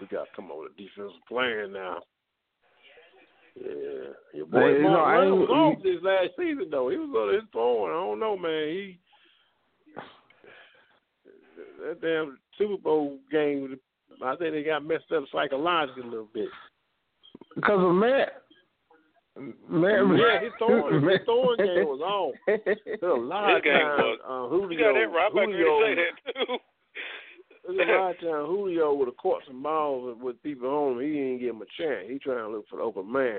K: We got to come on the defensive plan now. Yeah, your boy
F: Hey, you know, I
K: Mark
F: ain't-
K: Reynolds was off this last season though. He was on his phone. I don't know, man. He that damn Super Bowl game I think they got messed up psychologically a little bit.
F: Because of Matt. Matt
K: yeah, his throwing, his throwing game was on. There's a lot of
F: His game
K: times
F: was-
K: uh, Julio,
F: You got that right. I'm about to
K: Julio,
F: say
K: There's a lot of times Julio would have caught some balls with, with people on him. He didn't give him a chance. He trying to look for the open man.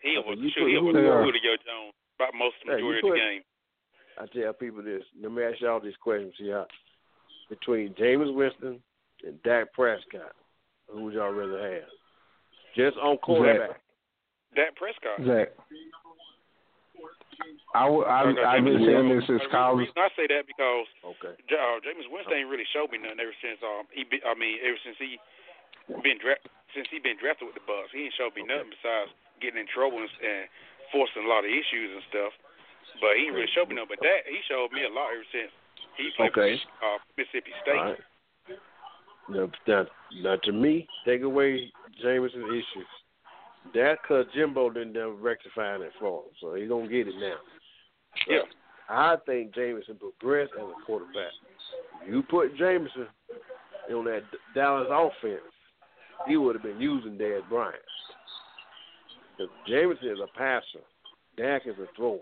H: He was
K: You
H: sure he
K: put
H: was
K: Julio-
H: Julio Jones about most of the
K: Hey, you
H: majority of the
K: put-
H: game.
K: I tell people this. Let me ask y'all this question. See how between Jameis Winston and Dak Prescott, who would y'all rather have? Just on quarterback.
H: Dak Prescott.
F: Zach. I, w- I,
H: Okay,
F: I've been
H: Jameis
F: saying
H: Winston.
F: this since
H: The
F: college.
H: reason I say that because
K: okay.
H: uh, James Winston ain't really showed me nothing ever since um he be, I mean ever since he been dra- since he been drafted with the Bucks. He ain't showed me nothing besides getting in trouble and, and forcing a lot of issues and stuff. But he ain't really showed me nothing. But that he showed me a lot ever since he played for
K: Okay.
H: uh, Mississippi State.
K: All right. Now, now, now, to me, take away Jameson's issues. That's because Jimbo didn't never rectify it for him, so he gonna get it now. So,
H: Yeah.
K: I think Jameson progressed as a quarterback. You put Jameson on that Dallas offense, he would have been using Dad Bryant. Because Jameson is a passer, Dak is a thrower.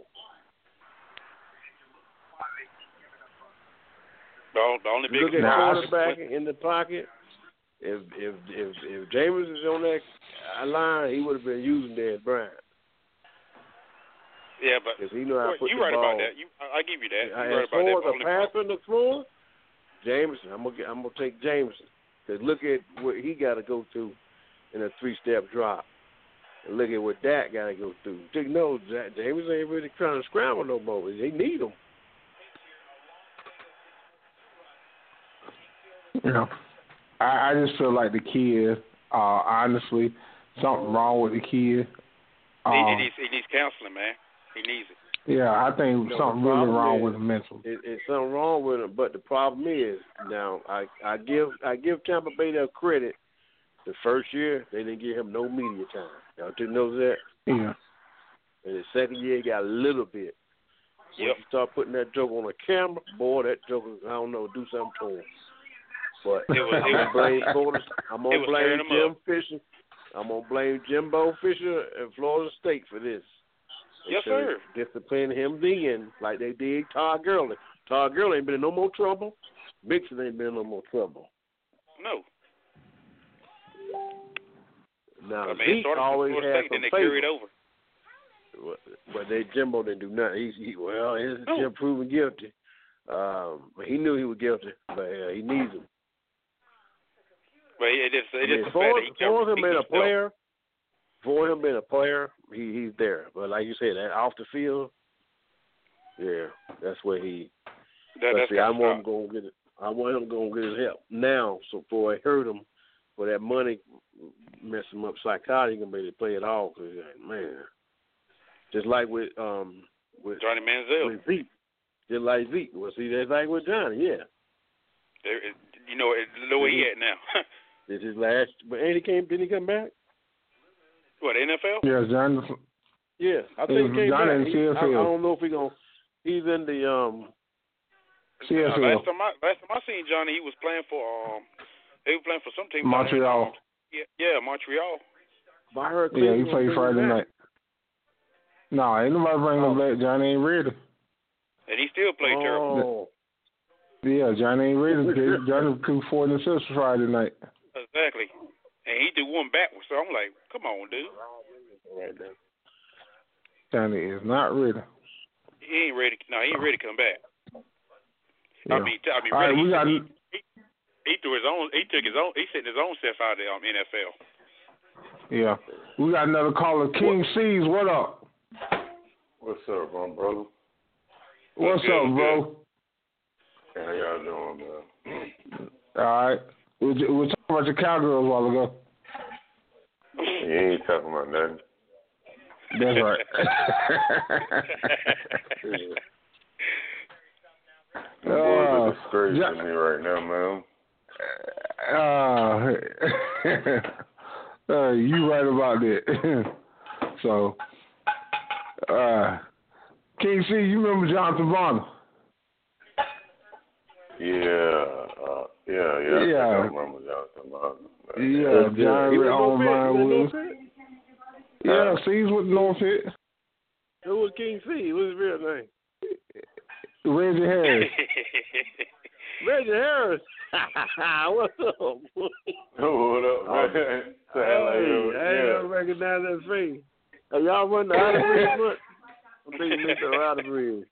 H: The, on- the only big
K: Look at quarterback in the pocket. If if if if James is on that line, he would have been using Dez Bryant.
H: Yeah, but
K: If he knew how to put
H: you
K: the
H: right
K: ball.
H: about that. You I, I give you that.
K: I-
H: you right
K: as
H: about that.
K: far as
H: But only-
K: a passer and the thrower, Jameson. I'm gonna get, I'm gonna take Jameson. Cause look at what he got to go through in a three step drop. And look at what Dak got to go through. Take no, Ja- Jameson ain't really trying to scramble no more. They need him.
F: You know, I, I just feel like the kid, uh, honestly, something wrong with the kid.
H: he,
F: Uh,
H: he needs, he needs counseling, man. He needs it.
F: yeah, I think
K: No, the
F: something really
K: problem
F: wrong
K: is-
F: with him mentally.
K: It, it's something wrong with him, but the problem is now I I give I give Tampa Bay their credit. The first year they didn't give him no media time. Y'all didn't know that.
F: Yeah.
K: And the second year he got a little bit. Once you start putting that joke on the camera, boy, that joke is, I don't know, do something to him. But
F: It was-
K: I'm
F: it
K: gonna
F: was-
K: blame Porter. I'm
F: it
K: gonna
F: was
K: blame
F: tearing him
K: Jim
F: up.
K: Fisher. I'm gonna blame Jimbo Fisher and Florida State for this. They
H: Yes,
K: should've Disciplined him then, like they did Todd Gurley. Todd Gurley ain't been in no more trouble. Mixon ain't been in no more trouble.
H: No.
K: Now
H: I mean, it
K: Zeke
H: started
K: always
H: from Florida
K: had
H: State,
K: some
H: then they
K: favor.
H: carried over.
K: But- But they Jimbo didn't do nothing. He, he well, he's
H: No.
K: Jim proven guilty. Um, but he knew he was guilty, but uh, he needs him.
H: But it just
K: I
H: it
K: mean,
H: just the fact
K: for,
H: that he
K: for him
H: he
K: being a
H: himself.
K: player, for him being a player, he he's there. But like you said, that off the field, yeah, that's where he.
H: That,
K: but
H: that's
K: see, I want him going to get it. I want him going to get his help now. So before it hurt him, for that money mess him up psychotic, he gonna be able to play it all. Cause he's like, man, just like with um with
H: Johnny Manziel.
K: with Zeke, just like Zeke. Well, see, that's like with Johnny, yeah.
H: There is- you know, it, the way he at now.
K: This is last, but and he came. Didn't he come back?
H: what NFL?
F: Yeah, John.
K: Yeah, I think he
F: Hey,
K: came
F: Johnny in
K: back. He, I, I
F: CFL.
K: don't know if he gonna. He's in the um.
H: Uh,
F: CFL.
H: last time I last time I seen Johnny, he was playing for um, he was playing for some team. down there.
F: Montreal.
H: Yeah, yeah, Montreal.
K: I heard
F: Yeah, he
K: Cleveland
F: played
K: bring him
F: Friday
K: back.
F: night. No, ain't nobody bringing him back. Johnny ain't ready.
H: And he still played
K: terrible.
F: Yeah, Johnny ain't ready. because Johnny couldn't afford an assist Friday night.
H: Exactly. And he did one backwards. So I'm like, come on, dude.
F: Johnny is not ready.
H: He ain't ready. No, he ain't ready to come back. I
F: Yeah.
H: mean, t- I mean,
F: All right,
H: really,
F: we got.
H: he threw his own. He took his own. He sent his own self out of the um, NFL.
F: Yeah, we got another caller. King C's, what up?
M: What's up, um, brother?
F: What's
M: Good,
F: up, bro?
M: How y'all doing, man?
F: All right. We ju- we were talking about your cowgirls a while ago.
M: you ain't talking about nothing.
F: That's right.
M: Them boys are
F: Uh,
M: disgracing me right now, man.
F: uh, uh, you right about that. so, uh, King C, you remember Jonathan Bonner?
M: Yeah, uh, Yeah, yeah.
F: Yeah.
M: I think I remember y'all talking about it.
F: Yeah, John
M: He
F: Red
M: was
F: on
M: no
F: mine
M: fit.
F: was. Yeah, Uh, C's with Norfolk.
K: Who was King C? What's his real name?
F: Reggie Harris.
K: Reggie Harris. What's up? boy?
M: Oh, what up, man?
K: Hey,
M: Sound like you-
K: I ain't
M: yeah.
K: never recognize that face. Are y'all running the Outer Bridge much? I'm thinking Mr. Outer Bridge.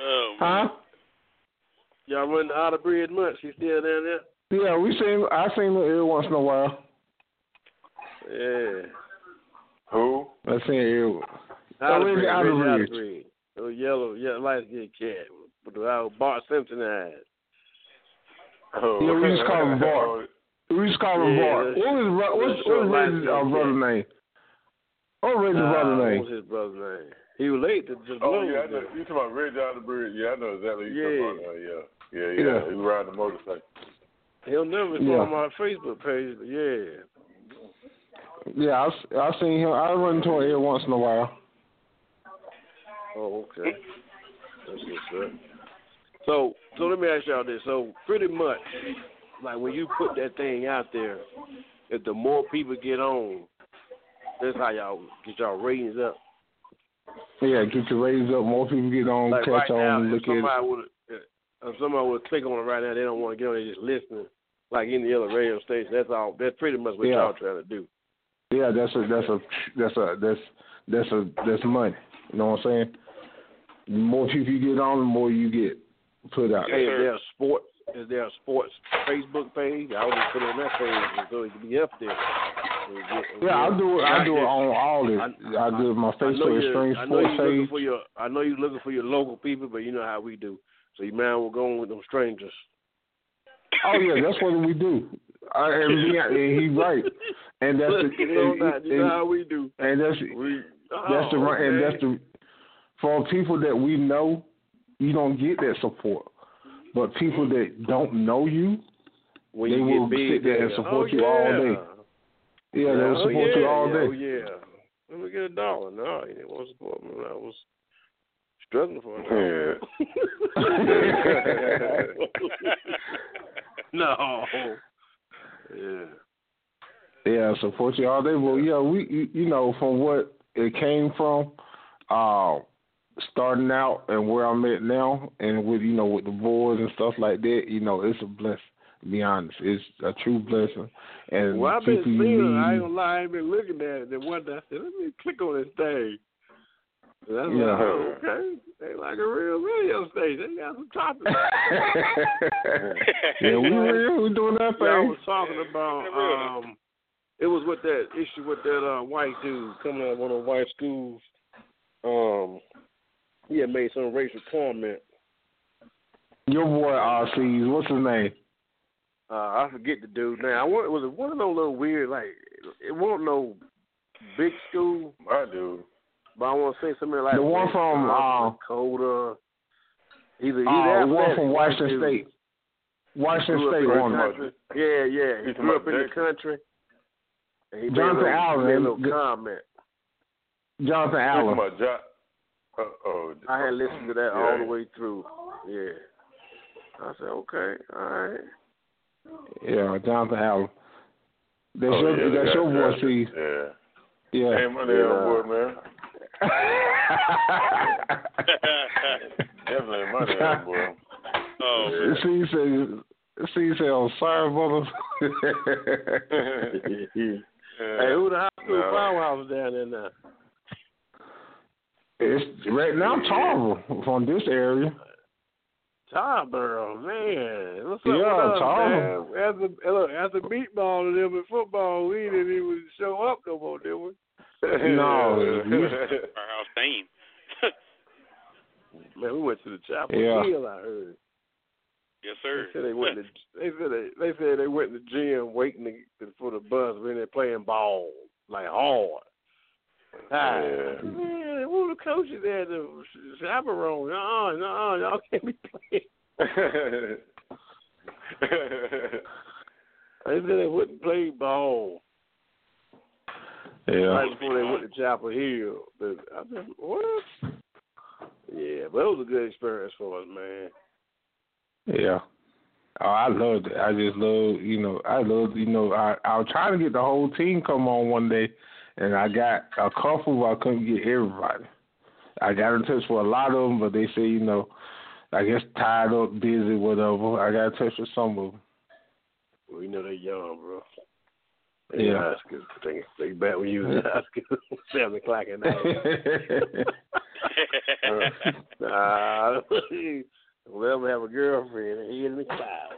M: Oh,
H: Um,
F: Huh?
K: Y'all running the Outer Bridge much? She still down there?
F: Yeah, we seen. I seen her every once in a while.
K: Yeah.
M: Who?
F: I seen her. every-
K: Outer
F: Reggie
K: Bridge.
F: Outer
K: Reggie Outer
F: Bridge.
K: Bridge. Oh, yellow, yeah, light skinned cat with the old Bart Simpson eyes.
M: Oh.
F: Yeah, we just call him Bart. We just call him
K: Yeah,
F: Bart.
K: that's-
F: What was Ra- what's what's
K: that's your
F: Reggie's
K: light
F: uh,
K: skin
F: brother name?
M: Oh,
F: What Reggie's
K: Nah,
F: brother
K: what
F: name?
K: was his brother's name? He related to the
M: Oh,
K: Blues,
M: yeah, I know.
K: though.
M: You talking about Red John the Bridge? Yeah, I know exactly. what You talking about? Yeah, yeah, yeah.
F: Yeah.
M: He was riding the motorcycle.
K: He'll never be
F: Yeah.
K: on my Facebook page, but yeah.
F: Yeah, I, s- I seen him. I run into him every once in a while.
K: Oh, okay. That's what's up. So, so let me ask y'all this. So, pretty much, like when you put that thing out there, if the more people get on, that's how y'all get y'all ratings up.
F: Yeah, get your ratings up. More people get on,
K: Like
F: catch
K: right
F: on,
K: now, if
F: look at it.
K: somebody would, if somebody would click on it right now, they don't want to get on. They just listening, like any other radio station. That's all. That's pretty much what
F: Yeah.
K: y'all trying to do.
F: Yeah, that's a that's a that's a that's that's a that's money. You know what I'm saying? The more people you get on, the more you get put out.
K: Hey, Uh, is
F: there.
K: there a sports? Is there a sports Facebook page? I would just put it on that page so it can be up there. So it get-
F: Yeah, I do it. I do it on all this. I, do it on my
K: I know
F: Facebook
K: you're-
F: Extreme
K: I know
F: Sports
K: you're looking
F: page.
K: for your. I know you're looking for your local people, but you know how we do. So you might as well go on with them strangers.
F: Oh yeah, that's what we do. I, and, he, and he right, and that's the,
K: you know, not, you know how
F: and,
K: we do.
F: and that's
K: We,
F: that's the
K: oh,
F: right, and
K: okay.
F: that's the for people that we know, you don't get that support. But people that don't know you,
K: When
F: they
K: you
F: will
K: get big,
F: sit there and
K: yeah.
F: support
K: Oh,
F: you all
K: yeah.
F: day. Yeah, they will
K: oh,
F: support
K: yeah,
F: you all day.
K: yeah, Oh yeah. Let me get a dollar. No, you didn't want to support me when I was struggling for a dollar. no. Yeah.
F: Yeah, support you all day. Well, yeah, we you- you know from what it came from, uh, starting out and where I'm at now, and with you know with the boys and stuff like that, you know it's a blessing. To be honest, it's a true blessing. And E
K: Well, I've been
F: people you
K: seeing it. I ain't
F: meet-
K: gonna lie. I've been looking at it. Then one day I said, let me click on this thing. And I was
F: Yeah.
K: like, oh, okay. They like a real radio station. They got some topics.
F: yeah, we real, we doing that
K: Yeah, I
F: thing.
K: was talking about um, it was with that issue with that uh, white dude coming out of one of the white schools. Um, he had made some racial comment.
F: Your boy RC's, what's his name?
K: Uh, I forget the dude now. I want, it was one of those little weird like it wasn't no big school.
M: I do.
K: But I want to say something like
F: The one from, uh,
K: Dakota. He's a he's
F: Uh,
K: athletic,
F: one from
K: white
F: Washington
K: dude.
F: State. Washington
K: Grew up
F: State
K: in the
F: one.
K: country. Yeah, yeah. He
F: He's
K: grew up
F: from
K: in the country. And he made a
F: Jonathan
K: little-
F: Allen,
K: made a little
F: the-
K: comment.
F: Jonathan
M: Talking
F: Allen.
M: about John. Uh-oh.
K: I had listened to that
M: Yeah.
K: all the way through. Yeah. I said, okay, all right.
F: Yeah, Jonathan Allen. That's
M: Oh,
F: your
M: yeah, they
F: that's
M: got
F: your boy,
M: drafted.
F: C.
M: Yeah.
F: Yeah.
M: Hey, my damn boy, man. Definitely my damn boy.
F: Oh, C says C says, "I'm "Oh, sorry, brother."
K: Hey, who the high school
F: No.
K: powerhouse down uh, there now?
F: it's right now Tarver from this area.
K: Tarboro, man. What's up
F: Yeah,
K: with us,
F: Tarboro.
K: man? After, look, after meatball and them in football, we didn't even show up no more, did we?
F: No, you-
H: Our house team.
K: Man, we went to the Chapel
F: Yeah.
K: Hill, I heard.
H: Yes,
K: They
H: sir.
K: said they went to, they said they, they said they went to the gym waiting to, for the bus. We in there playing ball like hard.
M: Yeah.
K: Man, who the coaches there to chaperone? No, no, y'all can't be playing. They said they wouldn't play ball
F: Yeah.
K: right before they went to Chapel Hill. But I said, what? Yeah, but it was a good experience for us, man.
F: Yeah. Oh, I love it. I just love, you know, I love, you know, I I was trying to get the whole team come on one day, and I got a couple, but I couldn't get everybody. I got in touch with a lot of them, but they say, you know, I guess tied up, busy, whatever. I got in touch with some of them.
K: We know they're young, bro.
F: They yeah.
K: High school. They, they back when you was in high school, seven o'clock at night. uh, nah, let him have a girlfriend and he in the cloud.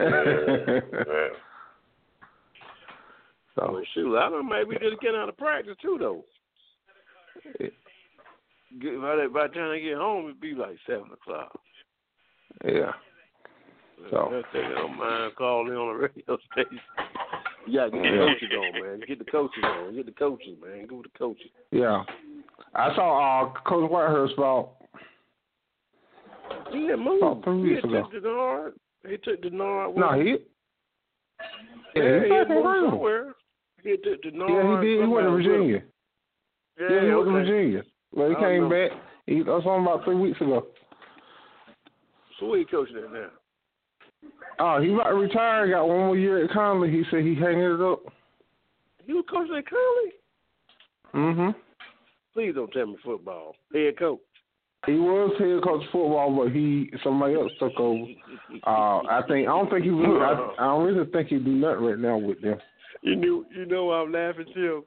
K: Yeah. so well, shoot, I don't maybe just get out of practice too though. Yeah. Get, by, that, by the time I get home, it'd be like seven o'clock.
F: Yeah.
K: So that thing I don't mind calling on the radio station. You gotta get the coaches on, man. Get the coaches on. Get the coaches, man. Go with the coaches.
F: Yeah. I saw uh, Coach Whitehurst about
K: he had moved.
F: About three years
K: he
F: ago.
K: took Denard. He took Denard.
F: No, he.
K: Yeah,
F: yeah,
K: he,
F: he
K: had
F: fucking
K: moved
F: ran.
K: somewhere. He took Denard.
F: Yeah, he did. He went to
K: somehow.
F: Virginia.
K: Yeah,
F: Yeah, he went to
K: okay.
F: Virginia. Well, he
K: I
F: came
K: don't know.
F: back. He, that's on about three weeks ago.
K: So where he coaching at now?
F: Oh, he about to retire. Got one more year at Conley. He said he hanging it up.
K: He was coaching at Conley.
F: Mm-hmm.
K: Please don't tell me football. Head coach.
F: He was head coach football, but he somebody else took over. Uh, I think I don't think he really. I, I don't really think he do nothing right now with them.
K: You knew. You know I'm laughing too.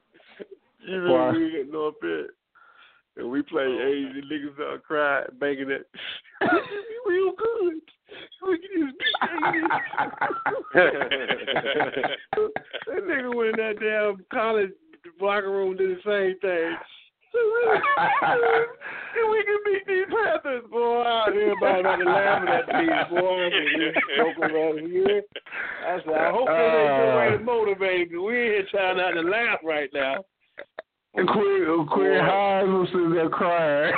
K: You
F: Why?
K: remember we got North Pitt, and we played A's and niggas all cried, banging it. we were good. We can just that nigga went in that damn college locker room did the same thing. and we can beat these Panthers, boy. Everybody about to laugh at that piece, boy. And we joking around here. I said, I hope that ain't no way to motivate because we ain't here trying not to laugh right now.
F: And Quinn, Quinn Hines was sitting there crying.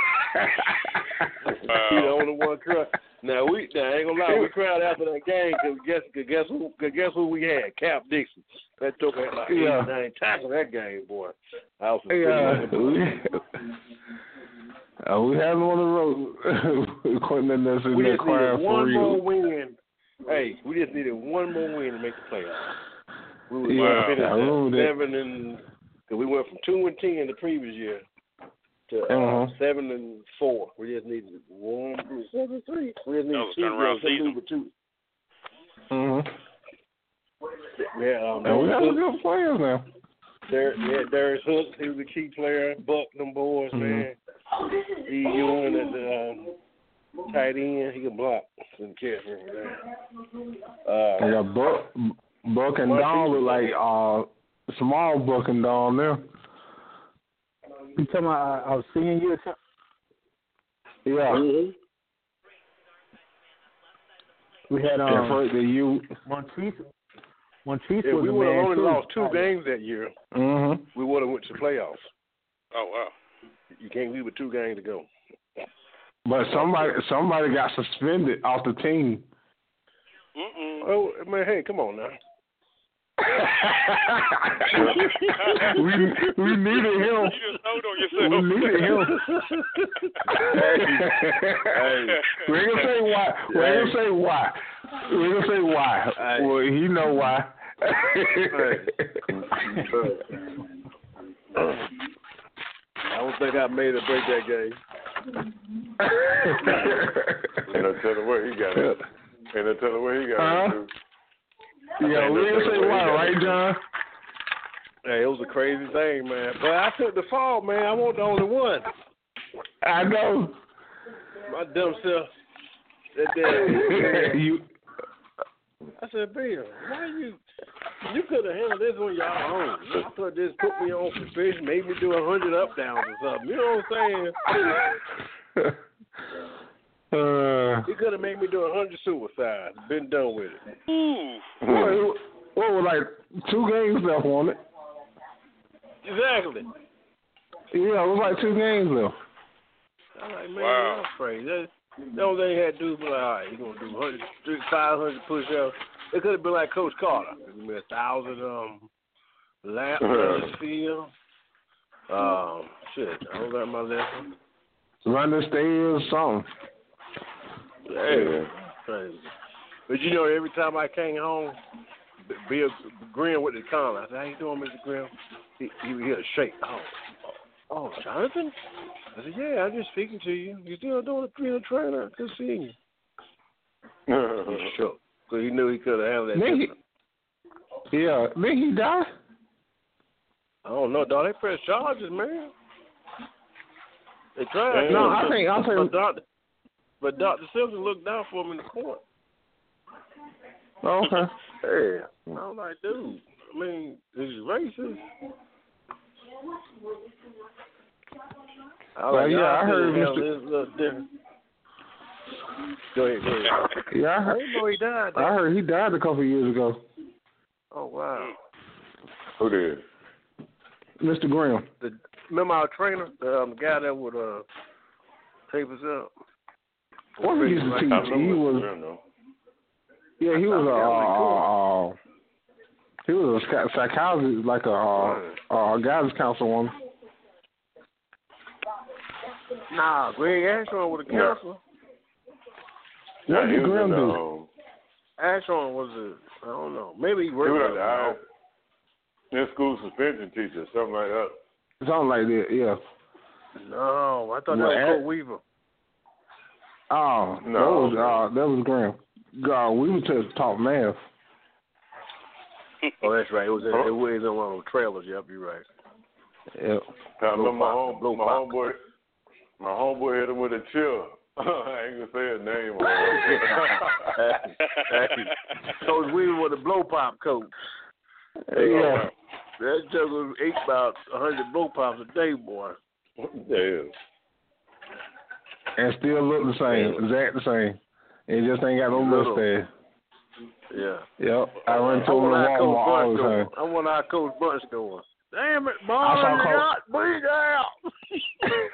K: He
F: Uh.
K: the only one crying. Now we, now I ain't gonna lie, we cried after that game because guess, 'cause guess who, 'cause guess who we had? Cap Dixon. That took out like
F: Yeah.
K: eight, nine tackles that game, boy. I was
F: Yeah, uh, we had him on the road. Quentin and us in
K: We
F: there
K: just needed
F: crying for
K: one more
F: real.
K: win. Hey, we just needed one more win to make the playoffs. We was
F: Yeah,
K: finished
F: I remember
K: at
F: that.
K: seven and cause we went from two and ten the previous year to uh,
F: Uh-huh.
K: seven and four. We just needed one, seven, three. We just needed
H: was
K: two
H: turnaround
K: wins to move it two.
F: Mm-hmm.
K: Yeah, um,
F: And we got some
K: Hook,
F: good players now.
K: Dar- yeah, Darius Hooks, he was a key player. Buck them boys,
F: Mhm.
K: man. He Ewing at the um, tight end, he can block and catch from there. Uh,
F: I got Buck, Buck and
K: Buck
F: Don
K: Eaton.
F: look like uh, small Buck and Don now.
P: You talking about uh, I, I was singing you or something?
F: Yeah.
K: Mm-hmm.
P: We had um,
F: and for the you.
P: Montrese. Montrese
K: If
P: was
K: we
P: a
K: would have
P: man
K: only
P: too.
K: lost two games that year,
F: Mm-hmm.
K: we would have went to playoffs.
H: Oh wow.
K: You can't leave with two games to go.
F: But somebody somebody got suspended off the team.
H: Mm-mm.
K: Oh man, hey, come on now.
F: we we needed him.
H: You just told on
F: We
H: yourself.
F: needed him. We're gonna say why. We're gonna say why. We're gonna say why. Well, he know why.
K: I don't think I made it break that game.
M: Ain't no telling where he got it. Ain't no telling where he got
F: Huh?
M: it.
F: yeah, we're gonna say why, right, John?
K: Hey, it was a crazy thing, man. But I took the fall, man. I wasn't the only one.
F: I know.
K: My dumb self. That damn.
F: you
K: I said, Bill, why you? You could have handled this on your own. I could just put me on suspension, made me do a hundred up downs or something. You know what I'm
F: uh,
K: saying? You could have made me do a hundred suicides. Been done with it.
F: what, what were like two games left on it?
K: Exactly.
F: Yeah, it was like two games left.
K: I'm like, man, that's crazy. That, that only thing they had to do was like, all right, you're going to do 100, 500 push ups. It could have been like Coach Carter. It could be a thousand um, laps on the field. Um, shit, I don't learn my lesson.
F: Run the stairs, something.
K: Hey, crazy. But you know, every time I came home, Bill Grimm with the collar. I said, "How you doing, Mr. Grimm?" He he would hear a shake. Oh, oh, Jonathan. I said, "Yeah, I'm just speaking to you. You still doing a being a trainer? Good seeing you." he shook because he knew he could have handled that.
F: Then
K: business.
F: he, yeah, then he died.
K: I don't know, dog. They press charges, man. They tried.
F: No, I think I
K: But
F: think.
K: Doctor, but Doctor Simpson looked down for him in the court.
F: oh, Okay.
K: Hey, I was like, dude. I mean, this is racist. I was
F: Well,
K: like,
F: yeah,
K: y'all
F: I
K: could
F: heard
K: handle
F: Mr.
K: This a little different. Go ahead, go ahead.
F: Yeah, I
K: I didn't know
F: heard.
K: he died.
F: I heard he died a couple of years ago.
K: Oh wow.
M: Who did?
F: Mr. Graham.
K: The remember our trainer, the um, guy that would uh tape us up.
F: What was he used to teach? He was. Yeah, he was a. Uh, he was a psych- psychologist, like a uh, uh, guidance counselor.
K: Nah, Greg Ashon was a
F: Yeah.
K: counselor.
F: What did Graham do?
M: um,
K: Ashon was a I don't know. Maybe he
M: He was
K: worked.
M: like the I- in school suspension teacher, something like that.
F: Something like that. Yeah.
K: No, I thought
F: Well,
K: that was
F: Ash-
K: Coach Weaver.
F: Oh,
K: No.
F: that was uh, that was Graham. God, we were just talk math.
K: Oh, that's right. It was in, it was in one of the trailers. Yep, you're right.
F: Yeah.
M: I
K: Uh,
M: remember my,
K: Blue
M: home, my homeboy, my homeboy hit him with a chill. I ain't gonna say his name.
K: Coach Weaver was a blow pop coach.
F: Yeah.
K: That juggle ate about a hundred blow pops a day, boy.
M: Damn.
F: And still look the same, exact the same. It just ain't got no
K: Little.
F: mustache.
K: Yeah.
F: Yep, I run
K: I
F: into him
K: want
F: at
K: our
F: Walmart all
K: Coach Bunch
F: the
K: doing.
F: time.
K: I want our Coach Bunch doing. Damn it, boy!
F: I saw
K: you
F: Coach-
K: got beat out.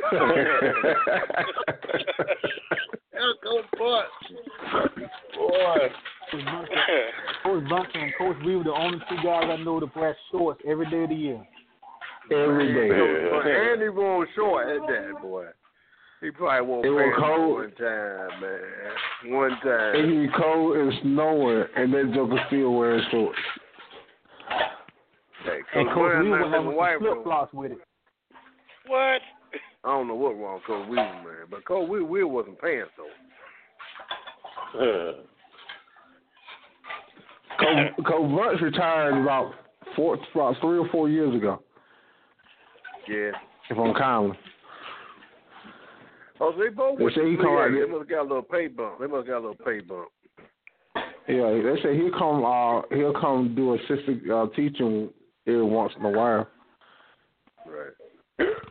K: That's Coach Bunch. Boy.
P: Coach Bunch and Coach Weaver, the only two guys I know that wear shorts every day of the year.
F: Every day.
K: Yeah. And he won't short at that, boy. He probably won't
F: It was cold.
K: one time, man. One time.
F: It can be cold and snowing, and that joker still wearing shorts.
K: Hey,
P: And
K: Coach
P: Coach
K: Weaver
P: Weaver
K: not in the
P: having
K: white
P: flip
K: room.
P: flops with it.
H: What?
K: I don't know what wrong with Coach Weaver, man. But Coach Weaver, Weaver wasn't paying though.
F: Coach Coach Bunch retired about four, about three or four years ago,
K: Yeah.
F: if I'm counting.
K: Oh, so they both
F: They
K: went
F: say he
K: to
F: come out
K: free agent.
F: there-
K: They must have got a little pay bump. They must have got a little pay bump.
F: Yeah, they say he'll come. Uh, he'll come do assistant uh, teaching every once in a while.
K: Right.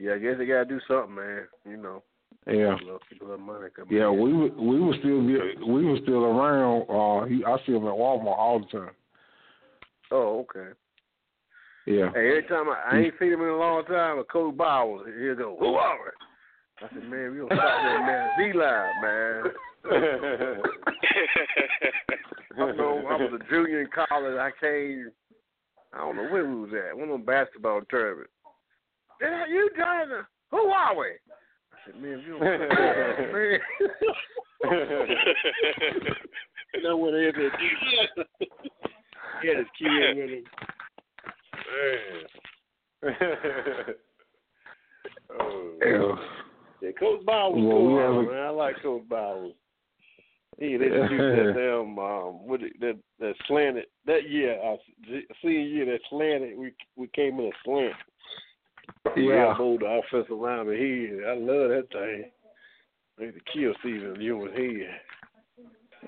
K: Yeah, I guess they gotta do something, man. You know.
F: Yeah.
K: Keep a little, keep a little money coming.
F: Yeah,
K: in.
F: we were we were still be, we were still around. Uh, he, I see him at Walmart all the time.
K: Oh, okay.
F: Yeah,
K: Hey, every time I, I ain't seen him in a long time, a Coach Bowles, he'll go, who are it? I said, man, we don't stop that man. Z Live, man. I know I was a junior in college. I came, I don't know where we was at, one of them basketball tournaments. Then I- you trying to, who are we? I said, man, you don't stop that man. and I went ahead and he had his kid with him. Man.
F: yeah.
K: Oh. Yeah, Coach Bowles was
F: Well,
K: cool,
F: we have a-
K: man. I like Coach Bowles. He they shoot that damn um what it- that that slanted that year our se- senior year that slanted we we came in a slant. We
F: Yeah.
K: elbowed the offensive lineman here. I love that thing. They had to kill Steven Ewing's head.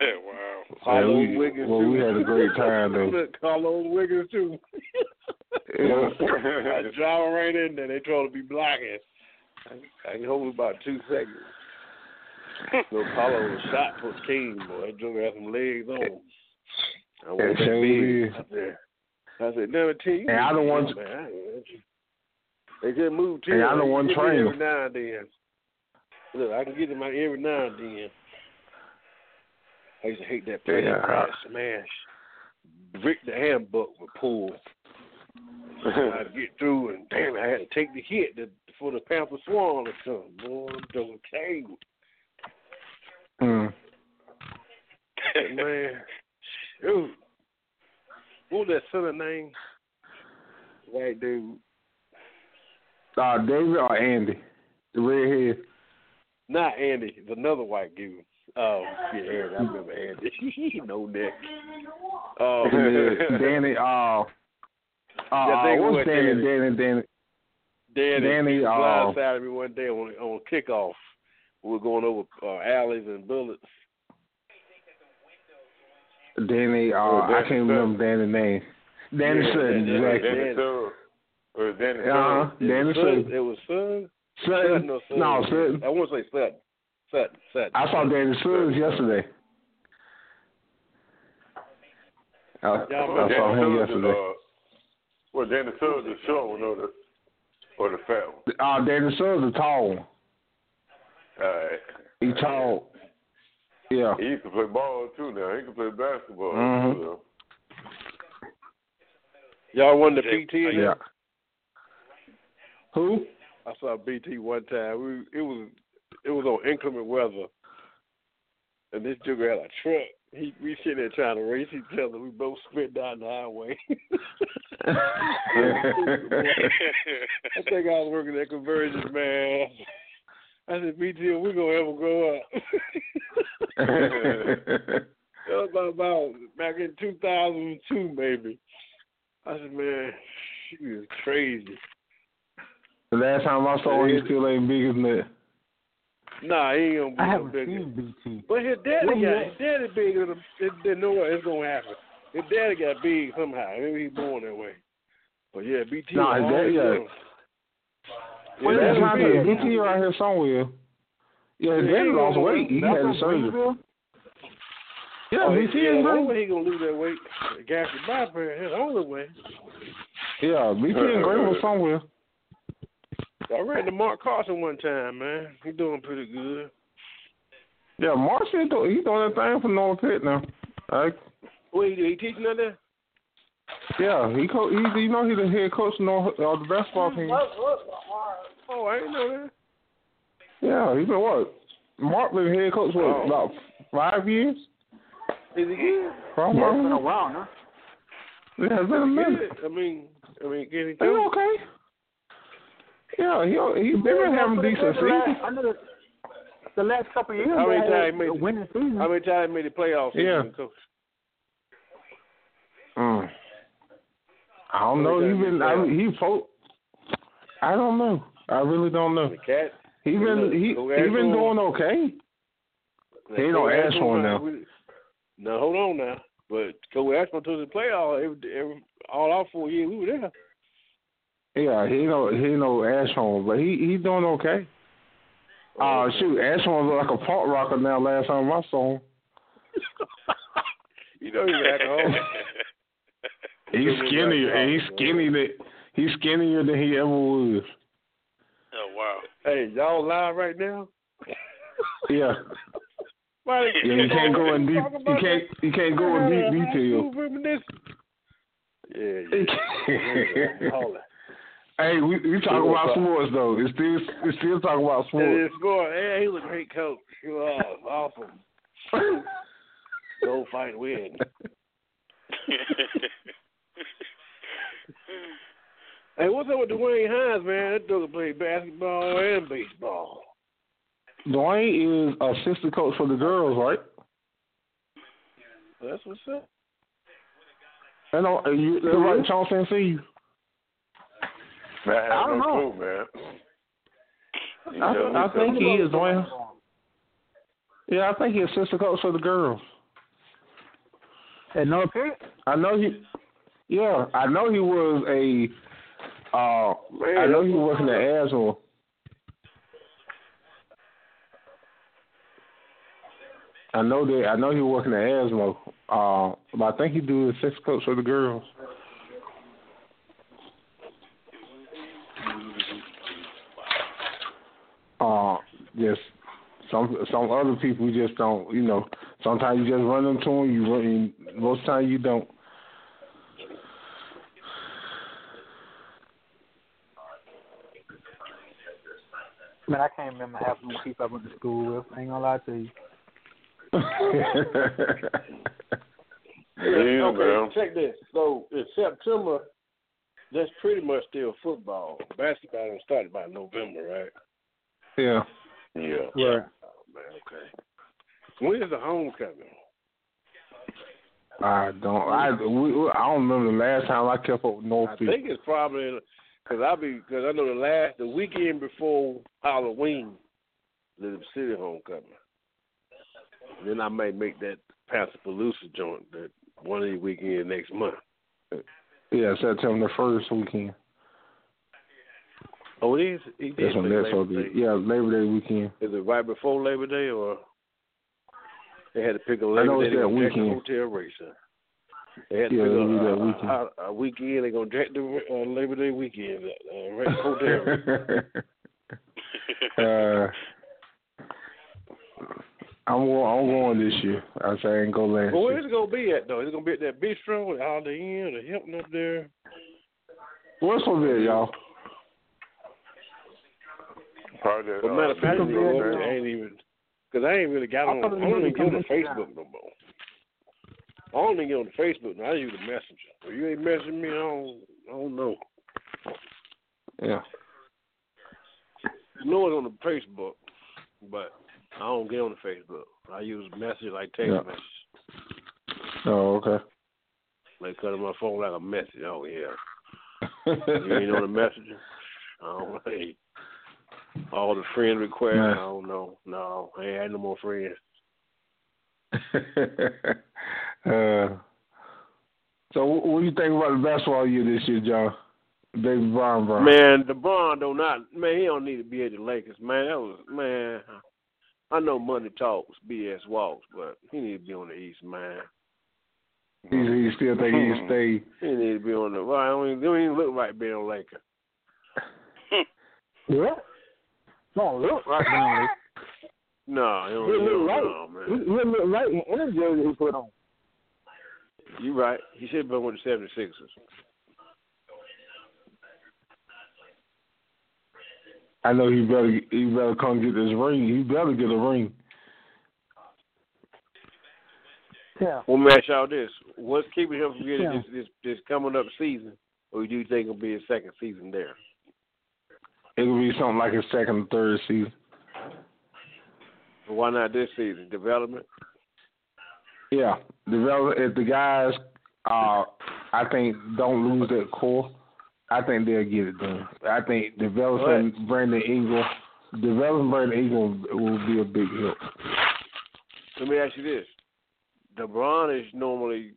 H: Yeah, wow.
K: Carlos
F: we-
K: Wiggins
F: well,
K: too.
F: we had a great time, though.
K: Look, Carlos Wiggins too.
F: Yeah.
K: I drive right in there. They trying to be blocking. I, I can hold about two seconds. No Paulo was shot for King, boy. That joker had some legs on. I
F: Yeah,
K: want that
F: sure
K: big.
F: did.
K: I said, I said, never team.
F: And I don't want to-
K: They just moved to.
F: And I don't want to train
K: every now and then. Look, I can get him out every now and then. I used to hate that play.
F: Yeah.
K: Yeah. Smash. Rick the handbook would pull. I get through and damn, I had to take the hit to, for the Panther Swan to come. Boy, I'm doing tangled.
F: Mm.
K: Man, shoot. What was that son's name? White dude.
F: Uh, David or Andy? The redhead.
K: Not Andy. It's another white dude. Oh, yeah, Andy. I remember Andy. no neck. Oh,
F: Yeah, Danny. Uh, uh,
K: That thing
F: what's
K: with
F: Danny,
K: Danny.
F: Danny, Danny,
K: Danny,
F: Danny,
K: Danny
F: uh,
K: blindsided me one day on on kickoff. We were going over uh, alleys and bullets.
F: Danny? Uh,
K: Oh,
F: I
K: Danny
F: can't remember Danny's name. Danny
K: Yeah,
F: Sutton,
K: Danny-
F: exactly.
K: Danny Sutton.
M: Or Danny
F: Uh-huh,
M: Sutton.
F: Danny Sutton.
K: It was Sutton.
F: Sutton.
K: or
F: No, Sutton.
K: I want to say Sutton. Sutton. Sutton.
F: I saw Danny Suggs yesterday. I, I saw him
M: Well, Danny Suggs is,
F: yesterday.
M: uh, well, Danny Suggs is short one or the or the fat one.
F: Uh, Danny Suggs, a tall one.
M: All right.
F: He tall. Yeah.
M: He used to play ball too. Now he can play basketball.
F: Mhm.
M: Too, though.
K: Y'all won the PT.
M: uh,
K: in
F: Yeah.
K: it?
F: Who?
K: I saw BT one time. We it was it was on inclement weather, and this dude had a truck. He we sitting there trying to race each other. We both spit down the highway. I think I was working at conversions, man. I said, BT, we gonna ever grow up. That was about, about back in 2002, maybe. I said, man, she was crazy.
F: The last time I saw him, he still ain't big as that.
K: Nah, he ain't
P: I
K: gonna
P: haven't
K: be no bigger.
P: seen BT.
K: But his daddy
P: When
K: got
P: was-
K: his daddy bigger than than- than no one. It's gonna happen. His daddy got big somehow. Maybe he's born that way. But yeah, BT.
F: Nah, his daddy got-
K: Well,
F: Well, that's
K: that'll
F: not
K: be
F: that.
K: it.
F: BT right here somewhere. Yeah,
K: Yeah,
F: Danny
K: he
F: lost
K: gonna-
F: weight. He
K: that's
F: had
K: what
F: a surgery.
K: Brazil?
F: Yeah,
K: oh,
F: BT
K: yeah,
F: is
K: Only
F: great.
K: way he gonna lose that weight. Gastric bypass. That's the only way.
F: Yeah, BT and Gray was somewhere.
K: I ran to Mark Carson one time, man. He doing pretty good.
F: Yeah, Marcy, do- he doing that thing for North Pitt now. Like,
K: Wait, he teaching out there?
F: yeah, he co- he's you know he's the head coach of North, uh, the basketball team.
K: Oh, I didn't know that.
F: Yeah, he's been what? Mark been head coach what
K: Oh.
F: about five years?
K: Is he good?
F: Probably.
K: It's been a while,
P: huh?
F: Yeah, it's been a minute.
K: Good. I mean, I mean, can he
F: He
K: do it?
F: okay. Yeah, he he been having a decent season.
P: I know the, the last couple of years.
K: How many
P: they
K: times
P: had
K: he made
P: a winning season?
K: How many times made the playoffs? this
F: Yeah.
K: year, Coach?
F: Mm. I don't know.
K: What
F: He
K: does that
F: been
K: mean?
F: I, he folk. I don't know. I really don't know.
K: Cat.
F: He been he he
K: Go ask
F: been
K: him.
F: doing okay. He don't
K: Coach
F: ask
K: Ashman
F: one
K: might-
F: now.
K: we- Now hold on now, but Coach Ashman to the playoff every, every all our four years we were there.
F: Yeah, he no he no asshole, but he he doing okay.
K: Oh,
F: Uh shoot, asshole look like a punk rocker now. Last time I saw him,
K: You know he's an alcoholic.
F: he's skinnier and he's skinny that he's skinnier than he ever was.
K: Oh wow. Hey, y'all live right now?
F: Yeah,
K: Why
F: yeah. You can't go in deep. You can't you can't go in deep detail.
K: Yeah, yeah. Hold on.
F: hey, we we talking about sports though. It's still it's still talking about
K: It
F: sports.
K: is sport. Yeah, he was a great coach. He was awesome. Go fight, win. hey, what's up with Dwayne Hines, man? That dude can play basketball and baseball.
F: Dwayne is assistant coach for the girls, right?
K: That's what's up.
F: And uh, you, that's right, Chauncey and see
M: Man, I have
F: I don't
M: no
F: know.
M: clue, man.
F: I, I think he is Dwayne. Yeah, I think he's assistant coach for the girls.
P: At North Pitt?
F: I know he. Yeah, I know he was a. Uh, I know he was an asshole. I know that I know he working at Asmo, uh, but I think he do his six coach for the girls. Uh, just some some other people you just don't, you know. Sometimes you just run into them. You run, most time you don't.
P: Man, I can't remember half of the people I went to school with. I ain't gonna lie to you.
M: Yeah,
P: Oh,
K: okay,
M: bro.
K: check this. So in September, that's pretty much still football. Basketball don't start about November, right?
F: Yeah.
M: Yeah.
P: Right.
K: Oh, man, okay. When is the homecoming?
F: I don't. I we, we- I don't remember the last time I kept up with
K: I
F: Northeast.
K: think it's probably because I be because I know the last the weekend before Halloween, the city homecoming. Then I may make that Pasapalooza joint that one of the weekend next month.
F: Yeah, September the first weekend.
K: Oh, it is. It
F: That's
K: is
F: when
K: Labor
F: that's supposed to
K: Day.
F: be. Yeah, Labor Day weekend.
K: Is it right before Labor Day or they had to pick a
F: I know
K: Labor Day
F: it's
K: they
F: that
K: gonna jack the
F: weekend.
K: hotel rates? up. They had to uh,
F: Yeah,
K: pick
F: it'll be
K: a,
F: that
K: a-
F: weekend.
K: A, a weekend they gonna jack the uh, Labor Day weekend up, uh, rate the hotel rates.
F: uh, I'm go- I'm going this year. I say I ain't go last
K: But
F: year.
K: where's it gonna be at though? Is it gonna be at that bistro at Holiday Inn, the Hilton up there?
F: What's for me, y'all?
M: Probably that.
K: But
M: uh,
K: matter of fact,
M: Negro
K: bro,
M: Dance.
K: I ain't even because I ain't really got
M: I
K: on. I
M: thought it was
K: don't even
M: gonna
K: get on
M: come this
K: Facebook no more. I don't even get on the Facebook. Now. I use the messenger. If you ain't messaging me, I don't. I don't know.
F: Yeah.
K: You know it on the Facebook, but I don't get on the Facebook. I use message like text
F: Yeah.
K: message.
F: Oh, okay.
K: They cut on my phone like a message. Oh yeah. You ain't on the messenger. I don't hey. All the friend requests.
F: Nah.
K: I don't know. No, I ain't had no more friends.
F: uh, so, what, what do you think about the basketball year this year, John? Baby Brown, Brown.
K: Man, LeBron do not. Man, he don't need to be at the Lakers. Man, that was man. I know money talks, BS walks, but he need to be on the East, man.
F: he, he still think he can stay.
K: He need to be on the. Well, I don't even, don't even look right being on Laker.
P: What? Don't look right now.
K: No, he don't
P: He
K: even
P: look
K: look
P: right.
K: no,
P: He he
K: man.
P: look right in any jersey he put on.
K: You right. He should have been with the 76ers.
F: I know he better. He better come get this ring. He better get a ring.
P: Yeah.
K: Well, let me ask y'all this: What's keeping him from getting
P: Yeah.
K: this, this this coming up season, or do you think it'll be his second season there?
F: It'll be something like his second or third season.
K: Why not this season? Development.
F: Yeah, develop if the guys. Uh, I think don't lose that core. I think they'll get it done. I think developing Brandon Ingram, developing Brandon Ingram will be a big help.
K: Let me ask you this: LeBron is normally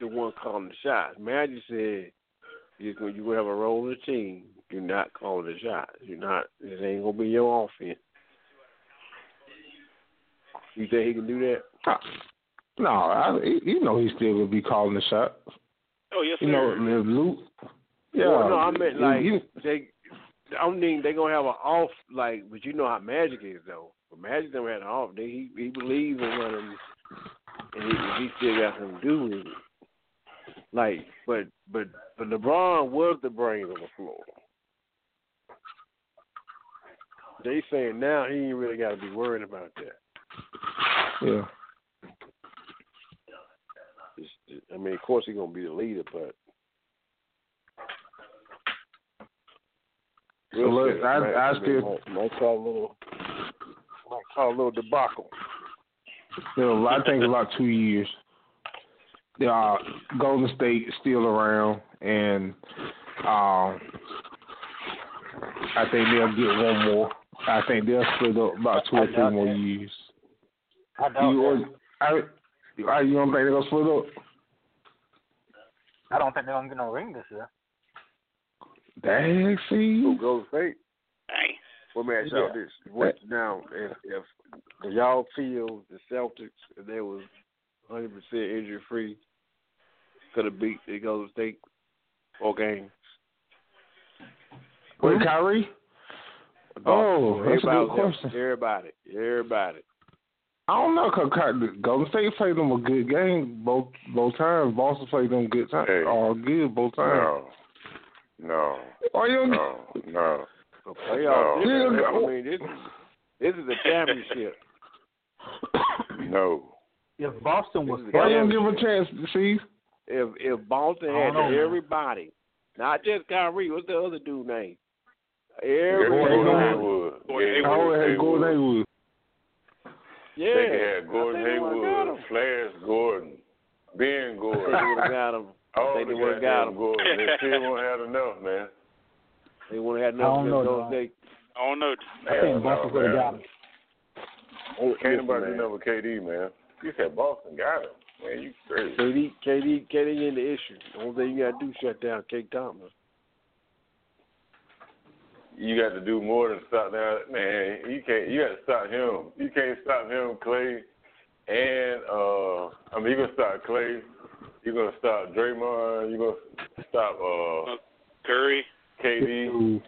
K: the one calling the shots. Magic said you're going to have a role in the team. You're not calling the shots. You're not. This ain't going to be your offense. You think he can do that?
F: No, I, you know he's still gonna be calling the shot.
K: Oh yes,
F: You know, if Luke. Yeah.
K: Well, no, I meant
F: you-
K: like
F: you-
K: they. I don't think they're gonna have an off like, but you know how Magic is though. But Magic never had an off. They, he he believes in what him, and he, he still got some doing. Like, but but but LeBron was the brains on the floor. They saying now he ain't really got to be worried about that.
F: Yeah.
K: It's- I mean, of course he's gonna be the leader, but
F: So look, I,
K: might-
F: I
K: might-
F: still
K: might call a little might call a little debacle.
F: Still, I think about two years. Uh, Golden State still around, and um, I think they'll get one more. I think they'll split up about two or three more years.
P: I
F: You,
P: doubt that.
F: I, I, you don't think they're gonna split up?
P: I don't think they're gonna get no ring this year.
F: Dang, see,
K: Golden State. Well, man, y'all
F: Yeah.
K: this. What now? If, if do y'all feel the Celtics, if they was 100 percent injury free, could have beat the Golden State four games.
F: with Kyrie. Oh, that's a
K: everybody
F: good
K: was healthy.
F: question.
K: Everybody, everybody.
F: I don't know, cause Ky- Golden State played them a good game both both times. Boston played them good time, all good both times.
M: No. No.
K: Uh,
F: Are you?
M: No. No.
K: A playoff. I mean, this, this is a championship.
M: no.
P: If Boston was
F: Why don't give him a chance, Steve?
K: If if Boston
F: I
K: had
F: don't know,
K: everybody, not just Kyrie, what's the other dude name?
M: Gordon
K: Everybody.
M: Hayward.
F: I always had Gordon Hayward.
K: Yeah.
M: They had Gordon
K: I think they would've got
M: Hayward, Flash Gordon, Ben Gordon.
K: They would've got him.
M: All
K: They
M: the
K: would've got
M: goddamn
K: him.
M: Gordon. They still won't have enough, man.
K: They wouldn't have
M: I don't
K: nothing
M: know,
K: in those
M: Don.
K: days.
H: I don't know.
M: I think Boston would've got
P: him.
M: Can't
K: listen,
M: nobody
K: man.
M: remember KD, man. You said Boston got him. Man, you crazy.
K: KD, KD, KD in the issue. The only thing you gotta do is shut down Kate Thomas.
M: You got to do more than stop that man. You can't. You got to stop him. You can't stop him, Clay. And uh, I mean, you're gonna stop Clay. You're gonna stop Draymond. You're gonna stop uh,
H: Curry.
M: KD.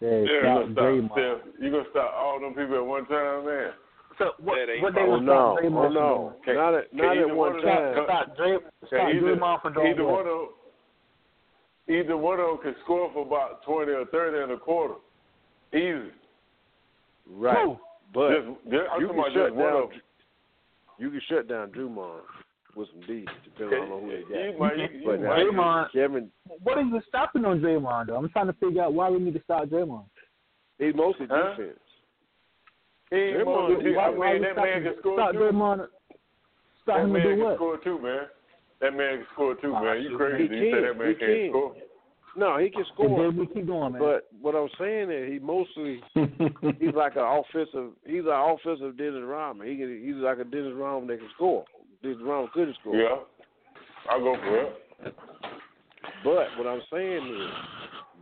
P: Yeah,
M: you're
P: stop
M: gonna stop
P: Draymond.
M: Steph. You're gonna stop all them people at one time, man.
P: So what? what they
K: Oh,
P: gonna
K: no.
P: stop Draymond
K: Oh, no.
P: from doing?
K: Not at- not at one time.
P: Stop Dray- stop
M: either,
P: Draymond from doing
M: either
P: what?
M: one of either one of them can score for about twenty or thirty in a quarter, easy.
K: Right.
M: Who?
K: But
M: Just- just- I'm talking
K: you can
M: about just
K: shut
M: one
K: down.
M: of 'em.
K: You can shut down Drummond with some D's, depending on who they got.
M: You might- you
K: but
P: might- Draymond-
K: Kevin,
P: What are you stopping on Draymond though? I'm trying to figure out why we need to stop Draymond.
K: they mostly
P: Huh?
K: defense.
M: He ain't
P: Draymond,
M: more than-
P: why-
M: I
P: why
M: mean, that
P: we
M: man can
P: stopping-
M: score
P: stop
M: too.
P: Draymond. Stop
M: That
P: him
M: man
P: to do
M: can
P: what?
M: score too, man. That man can score too, man. You crazy?
K: He
M: You say that
K: can,
M: man
K: he
M: can't
K: can.
M: score?
K: No, he can
P: And
K: score.
P: then we keep going, man.
K: But what I'm saying is he mostly he's like an offensive he's an offensive Dennis Rodman. He can, he's like a Dennis Rodman that can score. Dennis Rodman couldn't score.
M: Yeah, I'll go for it.
K: But what I'm saying is,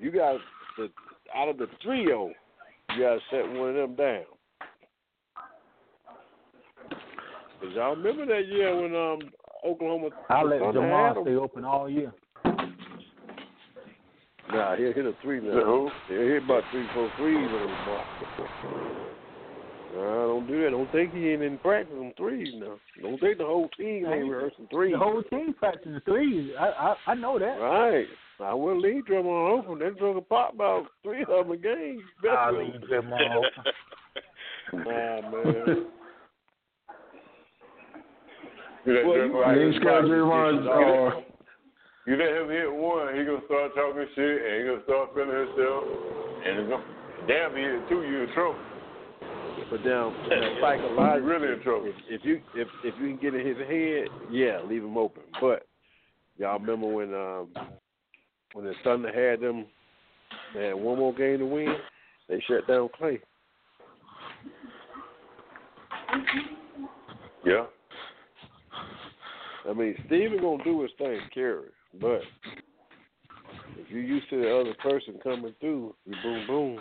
K: you got the out of the trio, you got to set one of them down. Cause y'all remember that year when um Oklahoma
P: I let
K: Thunder had
P: Jamal
K: 'em?
P: stay open all year.
K: Nah, he'll hit a three now.
M: The who?
K: He'll hit about three, four threes on the block. Nah, don't do that. Don't think he ain't in practice on threes now. Don't think the whole team ain't rehearsing threes.
P: The whole team practicing the threes. I I, I know that.
K: Right. I will leave Drummond open. That drug will pop about three of them a game.
P: I leave Draymond open.
K: Nah, man.
M: You let
K: Well,
M: Draymond
K: you-
M: hit
K: you scared
M: his
K: Draymond,
M: shot. You let- You let him hit one, he gonna start talking shit, and he gonna start feeling himself, and it's gonna, damn, if he hit two, you in trouble.
K: But down
M: You really in trouble.
K: If you if if you can get in his head, yeah, leave him open. But y'all remember when um when the Thunder had them, they had one more game to win. They shut down Clay. Hmm.
M: Yeah.
K: I mean, Steven gonna do his thing, Kerry. But if you used to the other person coming through, you boom boom.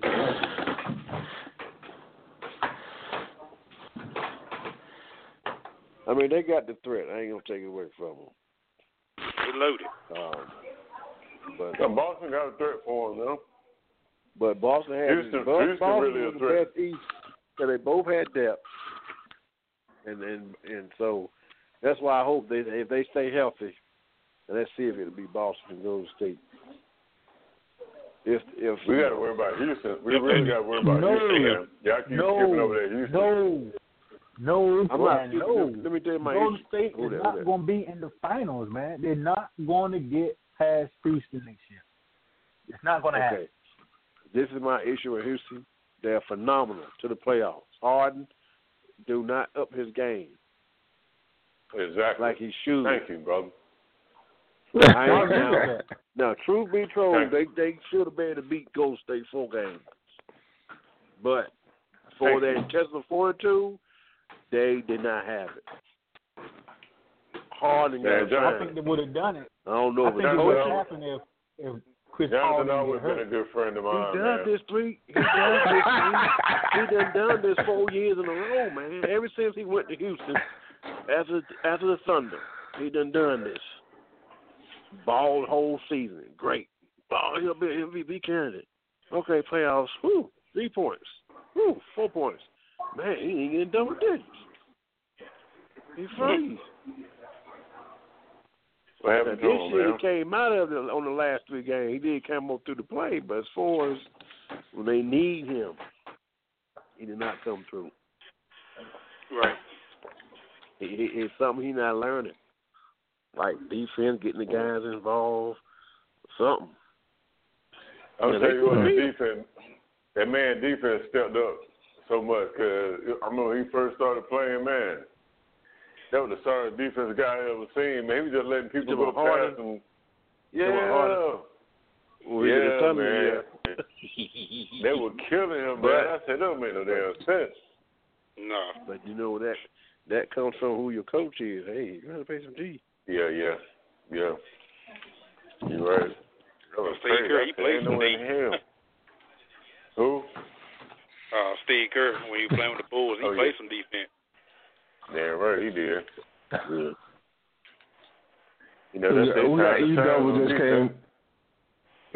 K: I mean, they got the threat. I ain't gonna take it away from them.
H: They loaded.
K: Um, but
M: Yeah, Boston got a threat for him, though.
K: but Boston had
M: Houston-
K: Bo-
M: Houston
K: Boston
M: really
K: was
M: a
K: the
M: threat.
K: best East, so they both had depth, and and and so that's why I hope they if they stay healthy, and let's see if it'll be Boston and Golden State. If if
M: We gotta worry about Houston. We really gotta worry about
K: No.
M: Houston. man. Y'all keep
P: No.
M: skipping over that Houston.
P: No. No,
K: I'm not
P: man,
K: skipping.
P: no.
K: Let me tell you my
P: Golden
K: issue.
P: State
K: Who
P: is
K: that, who
P: not
K: that?
P: going to be in the finals, man. They're not going to get past Houston next year. It's not going to happen.
K: okay, this is my issue with Houston. They're phenomenal to the playoffs. Harden, do not up his game
M: Exactly.
K: like he should.
M: Thank you, brother.
K: I
M: I
K: ain't
M: agree
K: now,
M: with
K: now, truth be told, they they should have been able to beat Golden State four games, but for
M: Thank
K: their
M: you.
K: intestinal fortitude, they did not have it. Harden
M: Yeah,
K: got
M: Jonathan.
P: I think
K: signed.
P: they would have done it.
K: I don't know
P: I
K: if
P: think
K: it's
P: it would have
K: coaching.
P: happened if, if Chris Paul
M: Jonathan
P: didn't
M: always
P: get hurt.
M: been a good friend of mine.
K: He done
M: man.
K: this three. He done this three. He done done this four years in a row, man. Ever since he went to Houston, after after the Thunder, he done done this. Ball whole season, great. Ball, he'll be MVP candidate. Okay, playoffs. Woo, three points. Woo, four points. Man, he ain't getting double digits. He free.
M: What
K: Now,
M: happened
K: this
M: to him,
K: year
M: man?
K: he came out of the on the last three games. He did come up through the play, but as far as when they need him, he did not come through.
H: Right.
K: It, it, it's something he not learning. Like defense, getting the guys involved, something.
M: I'll
K: Yeah,
M: tell
K: they
M: you what, the
K: good.
M: defense, that man defense stepped up so much because I remember when he first started playing, man, that was the sorry defense guy I ever seen. Man, he was just letting people go
K: Jabba Harden.
M: past him.
K: Jabba
M: Yeah.
K: Harden. Well, he was
M: yeah,
K: coming,
M: man. they were killing him,
K: But-
M: man. I said, that don't make no damn sense. No.
K: But you know that that comes from who your coach is. Hey, you gotta pay some D.
M: Yeah, yeah, yeah. You're right. That was
H: Steve
M: crazy.
H: Kerr,
M: I
H: he
M: said,
H: played
M: ain't no
H: for
M: way in
H: Nate.
M: hell. Who?
H: Uh, Steve Kerr, when he was playing with the Bulls, he
M: Oh, yeah.
H: played some defense.
M: Damn right, he did. You know,
F: We
M: that's
F: got-
M: their
F: we got
M: time
F: E
M: to shine on
F: double just
M: defense.
F: came.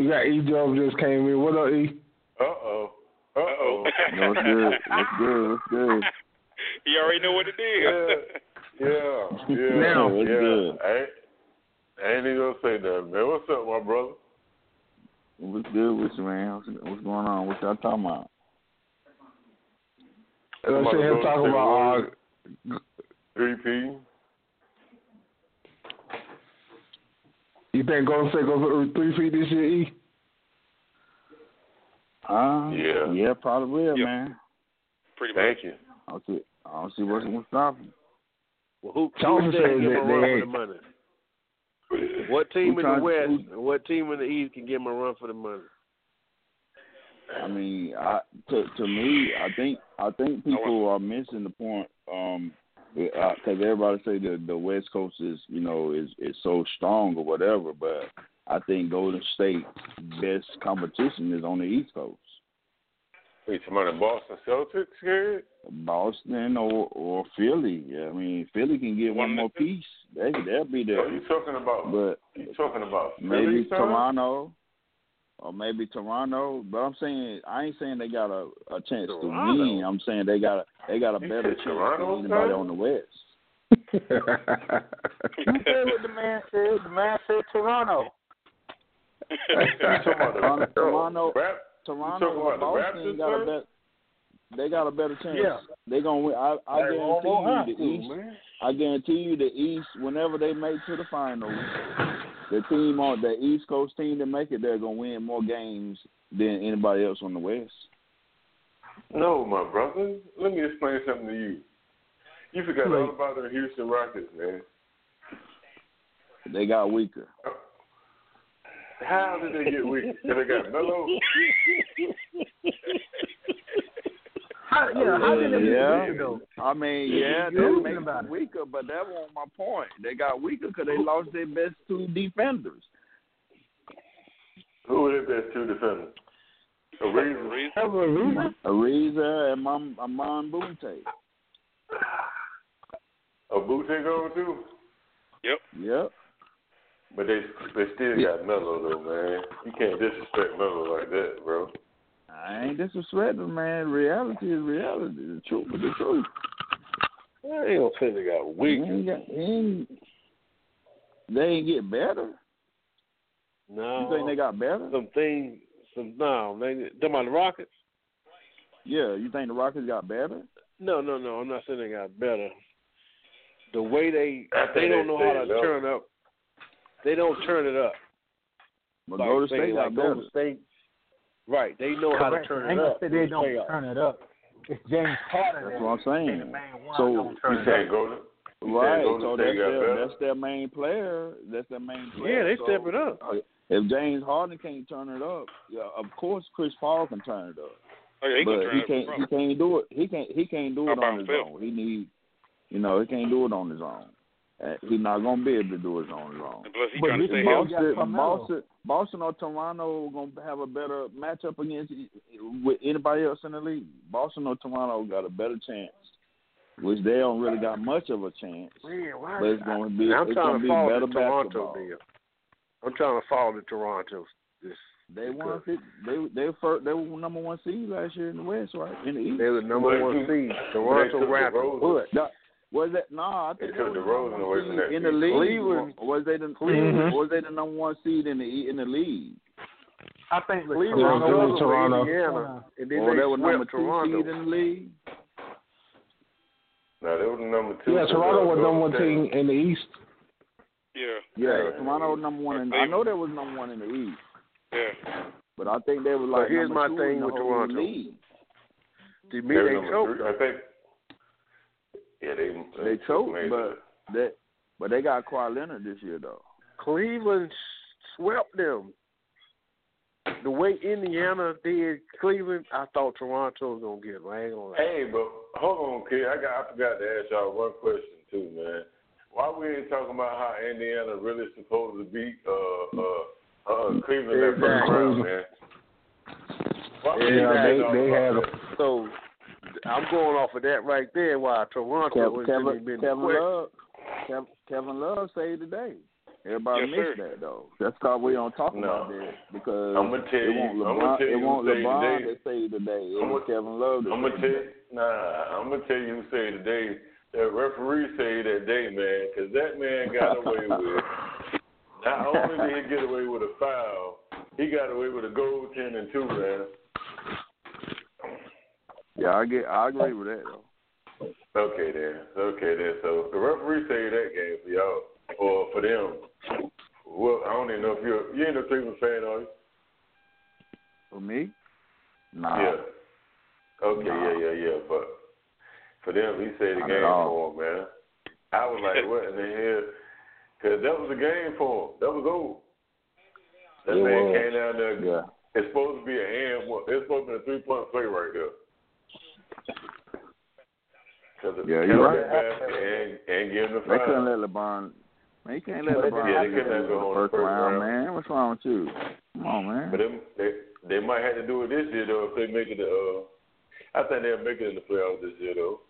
F: We got E double just came in. What up, E?
M: Uh oh. Uh oh.
Q: No, it's good. It's good. It's good.
H: You already know what it is.
M: Yeah, yeah.
Q: Now.
M: yeah.
Q: That's good.
M: I ain't, I ain't even gonna say nothing, man. What's up, my brother?
Q: What's good with you, man? What's, what's going on? What y'all talking about?
F: Let's
M: Somebody
F: sit here
M: go
F: and talk
M: say
F: about. Uh,
M: word. Three P.
F: you think Golden State goes for three feet this year, E?
Q: Uh,
M: yeah.
Q: Yeah, probably will, man.
H: Pretty
M: Thank you.
Q: I don't see, I don't see what's going to stop him.
K: Well, who,
Q: Thompson
K: who said
Q: says
K: give him
Q: that
K: a
Q: they
K: run for
Q: ain't-
K: the money? What team in the West and what team in the East can give him a run for the money?
Q: I mean, I to to me, I think I think people are missing the point. Um, because everybody say that the West Coast is you know is is so strong or whatever, but I think Golden State best competition is on the East Coast,
M: Wait, somebody in Boston Celtics here?
Q: Boston or or Philly. I mean, Philly can get one more piece. They they'll be
M: Are
Q: there,
M: you talking about?
Q: but
M: You talking about?
Q: maybe
M: Philly, son?
Q: Toronto. Or maybe Toronto, but I'm saying I ain't saying they got a, a chance to
M: Toronto?
Q: win. I'm saying they got a they got a
M: You
Q: better chance
M: said Toronto,
Q: than anybody
M: son?
Q: on the West.
P: You said what the man said. The man said Toronto.
Q: Toronto, Toronto,
P: you
Q: Toronto,
P: talking about
Q: or
P: the
Q: Boston
P: Raptors,
Q: got a
P: sir?
Q: better. They got a better chance.
P: Yeah.
Q: They gonna win. I, I
P: They
Q: guarantee
P: almost
Q: you the
P: have to,
Q: East.
P: man.
Q: I guarantee you the East. Whenever they make to the finals, the team on the East Coast team that make it, they're gonna win more games than anybody else on the West.
M: No, my brother. Let me explain something to you. You forgot all about the Houston Rockets, man.
Q: They got weaker.
M: How did they get weak? 'Cause they got Melo.
P: How, yeah, how did it
Q: Yeah.
P: get though?
Q: I mean, yeah, that makes them weaker, but that wasn't my point. They got weaker because they lost their best two defenders.
M: Who were their best two defenders? The Reason.
Q: Ariza and Mom, Amon Bunte.
M: A Boutte going too. Yep.
Q: Yep.
M: But they they still got Melo though, man. You can't disrespect Melo like that, bro.
Q: I ain't disrespecting, man. Reality is reality. The truth is the truth.
K: Well, they don't say they got
Q: They
K: weak.
Q: ain't, got, they ain't, they ain't get better.
K: No.
Q: You think they got better?
K: Some things, some no. They talking about the Rockets?
Q: Yeah, you think the Rockets got better?
K: No, no, no. I'm not saying they got better. The way they
Q: I think
K: they don't
Q: they
K: know how to
Q: stayed up.
K: turn up. They don't turn it up.
Q: But
K: Like
Q: Golden
K: say,
Q: State got
K: like Golden
Q: better.
K: State, right? They know how to
P: Correct.
K: turn
P: I ain't
K: it
P: gonna
K: up.
P: say
K: in
P: they
K: the
P: don't
K: playoffs.
P: turn it up. It's James Harden.
Q: That's what I'm saying. So
M: Hmm. You said Golden. You
Q: right,
M: said Golden
Q: so
M: State
Q: that's
M: got
Q: their,
M: better.
Q: that's their main player. That's their main player.
K: Yeah, they
Q: so, uh,
K: step it up.
Q: If James Harden can't turn it up, yeah, of course Chris Paul can turn it up.
H: Oh, yeah, he
Q: but
H: can turn
Q: he
H: it
Q: can't
H: from.
Q: he can't do it. He can't he can't do
H: How
Q: it
H: about
Q: on his
H: himself?
Q: own. He need you know, he can't do it on his own. Uh, He's not gonna be able to do it on his own.
H: Plus, he
Q: But
H: trying to stay
Q: Boston,
H: healthy.
Q: Boston, Boston or Toronto gonna have a better matchup against with anybody else in the league. Boston or Toronto got a better chance, which they don't really got much of a chance. But it's gonna be
K: I'm
Q: it's
K: trying
Q: gonna
K: to
Q: be
K: follow
Q: better
K: the Toronto
Q: basketball.
K: deal. I'm trying to follow the Toronto. This
Q: They won. fif- They they first, they were number one seed last year in the West, right? In the East.
K: They were number They one took- seed. they Toronto took the Raptors. Rosen. But-
Q: No, was that no? I
M: They
Q: think
M: took
Q: they
M: the
Q: were number
M: Rosen
Q: one
M: away from
Q: seed
M: that
Q: in the
M: team.
Q: league.
M: Cleveland.
K: Mm-hmm.
Q: Was they the
M: Cleveland.
Q: was they the number one seed in the E- in the league?
L: I think
F: Toronto
L: Toronto,
F: was Toronto.
L: Indiana,
K: and then
Q: Well,
K: they
Q: that was
K: swept
Q: number two
K: Toronto.
Q: seed in the league.
M: No, they were the number two.
F: Yeah, Toronto was number one team in the East.
M: Yeah.
Q: Yeah, Toronto was number one. In, I know there was number one in the East,
M: Yeah.
Q: but I think they were
K: But
Q: like
K: here's
Q: number
K: my
Q: two
K: thing
Q: in the
K: with
Q: whole
K: Toronto.
Q: league.
K: To
M: They
K: me,
M: were
K: they
M: number
K: choked.
M: three, I think. Yeah, they
Q: They choked,
M: made
Q: but that but they got Kawhi Leonard this year though.
K: Cleveland swept them. The way Indiana did Cleveland, I thought Toronto was gonna get them. I ain't gonna lie.
M: Hey, but hold on, kid. I got I forgot to ask y'all one question too, man. Why we ain't talking about how Indiana really supposed to beat uh uh, uh Cleveland that first
K: Exactly.
M: round, man? Why we
K: Yeah,
M: ain't
K: they-
M: talking
K: they
M: about
K: had
M: that?
K: So I'm going off of that right there. Why Toronto
Q: Kev,
K: was
Q: Kevin,
K: been
Q: Kevin
K: quick.
Q: Love, Kev, Kevin Love saved the day. Everybody
K: Yes,
Q: missed
K: sir.
Q: that though. That's why we don't talk
M: No.
Q: about that because
M: I'ma tell
Q: it
M: you-
Q: won't
M: I'ma
Q: LeBron,
M: tell
Q: it
M: you who
Q: won't
M: saved the
Q: LeBron
M: day.
Q: that saved the day. It
M: I'ma-
Q: was Kevin Love that
M: I'm gonna
Q: saved
M: tell
Q: the
M: you, nah, I'm gonna tell you who say today. That referee say that day, man, because that man got away with. Not only did he get away with a foul, he got away with a goaltending too, man.
Q: day. Yeah, I get, I agree with that though.
M: Okay then, okay then. So the referee saved that game for y'all or for them. Well, I don't even know if you're you ain't a Cleveland fan, are you?
Q: For me, nah,
M: Yeah. Okay,
Q: Nah.
M: yeah, yeah, yeah. But for them, he saved the
Q: Not at
M: game
Q: all.
M: for him, man. I was like, what in the hell? Because that was a game for him. That was old. That
Q: It
M: man
Q: was.
M: came down there.
Q: yeah.
M: It's supposed to be a hand. one- It's supposed to be a three point play right there. Cause it
Q: Yeah,
M: kept
Q: you're right.
M: that basket and, and give him the
Q: They couldn't
M: foul.
Q: let LeBron. Man, you can't let
M: Yeah,
Q: LeBron
M: they
Q: do
M: couldn't
Q: that
M: let
Q: in
M: go
Q: the
M: on
Q: first
M: the first
Q: round,
M: round.
Q: man. What's wrong with you? Come on, man.
M: But them, they they might have to do it this year though if they make it. Uh, I think they'll make it in the playoffs this year though.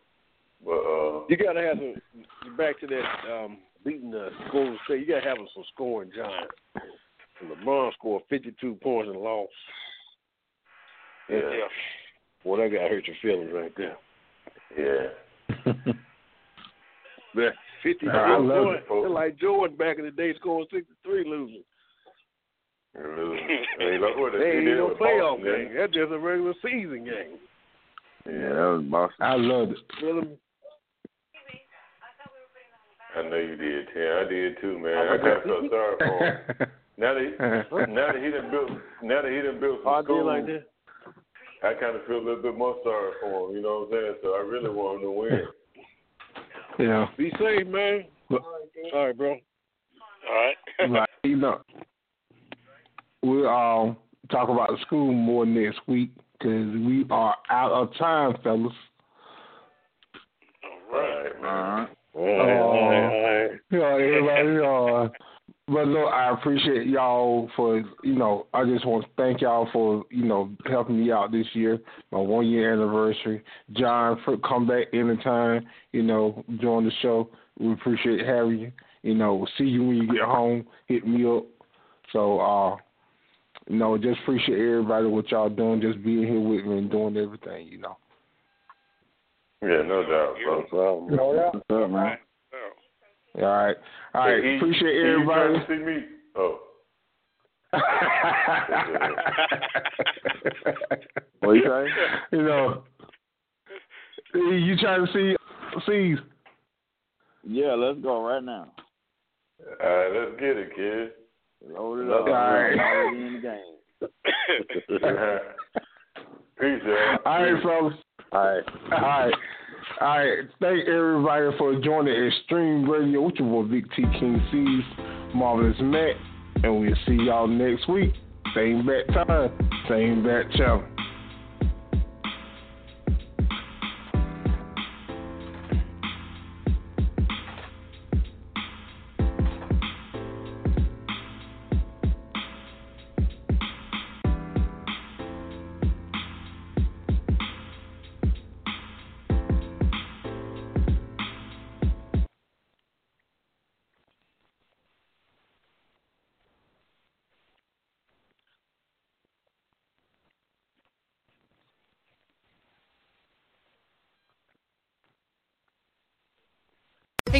M: But uh,
K: You gotta have some back to that um beating the Golden State, you gotta have some scoring giants. LeBron scored fifty two points and lost.
M: yeah,
K: Boy, that guy hurt your feelings right there.
M: yeah.
K: Man, fifty two
M: Nah, I love
K: points.
M: it, folks.
K: They're like Jordan back in the day scoring sixty three losing.
M: They're losing. Hey, look what
K: They ain't
M: did
K: no
M: with
K: playoff
M: Boston,
K: game. That's just a regular season game.
Q: Yeah, that was Boston.
F: I loved it.
K: Really,
M: I know you did, Tim. I did too, man.
K: I
M: I
K: was
M: got
K: like-
M: so sorry for him. Now that he, now that he done built, now that he done built
K: I
M: some
K: did
M: schools,
K: like that.
M: I kind of feel a little bit more sorry for him. You know what I'm saying? So I really want him to win.
F: Yeah.
K: Be safe, man.
F: But-
K: All right, bro.
H: All right.
F: Right. You know, we'll um, talk about the school more next week because we are out of time, fellas.
M: All right, man.
K: All right, all right, all right.
F: You know, Uh, everybody. Uh, but look, I appreciate y'all for you know. I just want to thank y'all for you know helping me out this year, my one year anniversary. John, for come back anytime. You know, join the show. We appreciate having you. You know, see you when you get home. Hit me up. So, uh, you know, just appreciate everybody what y'all doing. Just being here with me and doing everything. You know.
M: Yeah, no doubt, bro.
F: No doubt.
Q: What's up, man?
F: All right, all right.
M: Hey, he-
F: appreciate
M: he
F: everybody.
M: trying to see me. Oh.
Q: What you say?
F: You know, you trying to see see.
Q: Yeah, let's go right now.
M: All right, let's get it, kid.
Q: Load it
M: All
Q: up.
F: right.
Q: We're already in the game.
M: Peace, y'all.
F: All right, fellas.
K: All right.
F: All right. All right. Thank everybody for joining Extreme Radio with your boy Big T King C's Marvelous Matt. And we'll see y'all next week. Same bat time, same bat channel.
R: Hey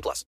S: plus.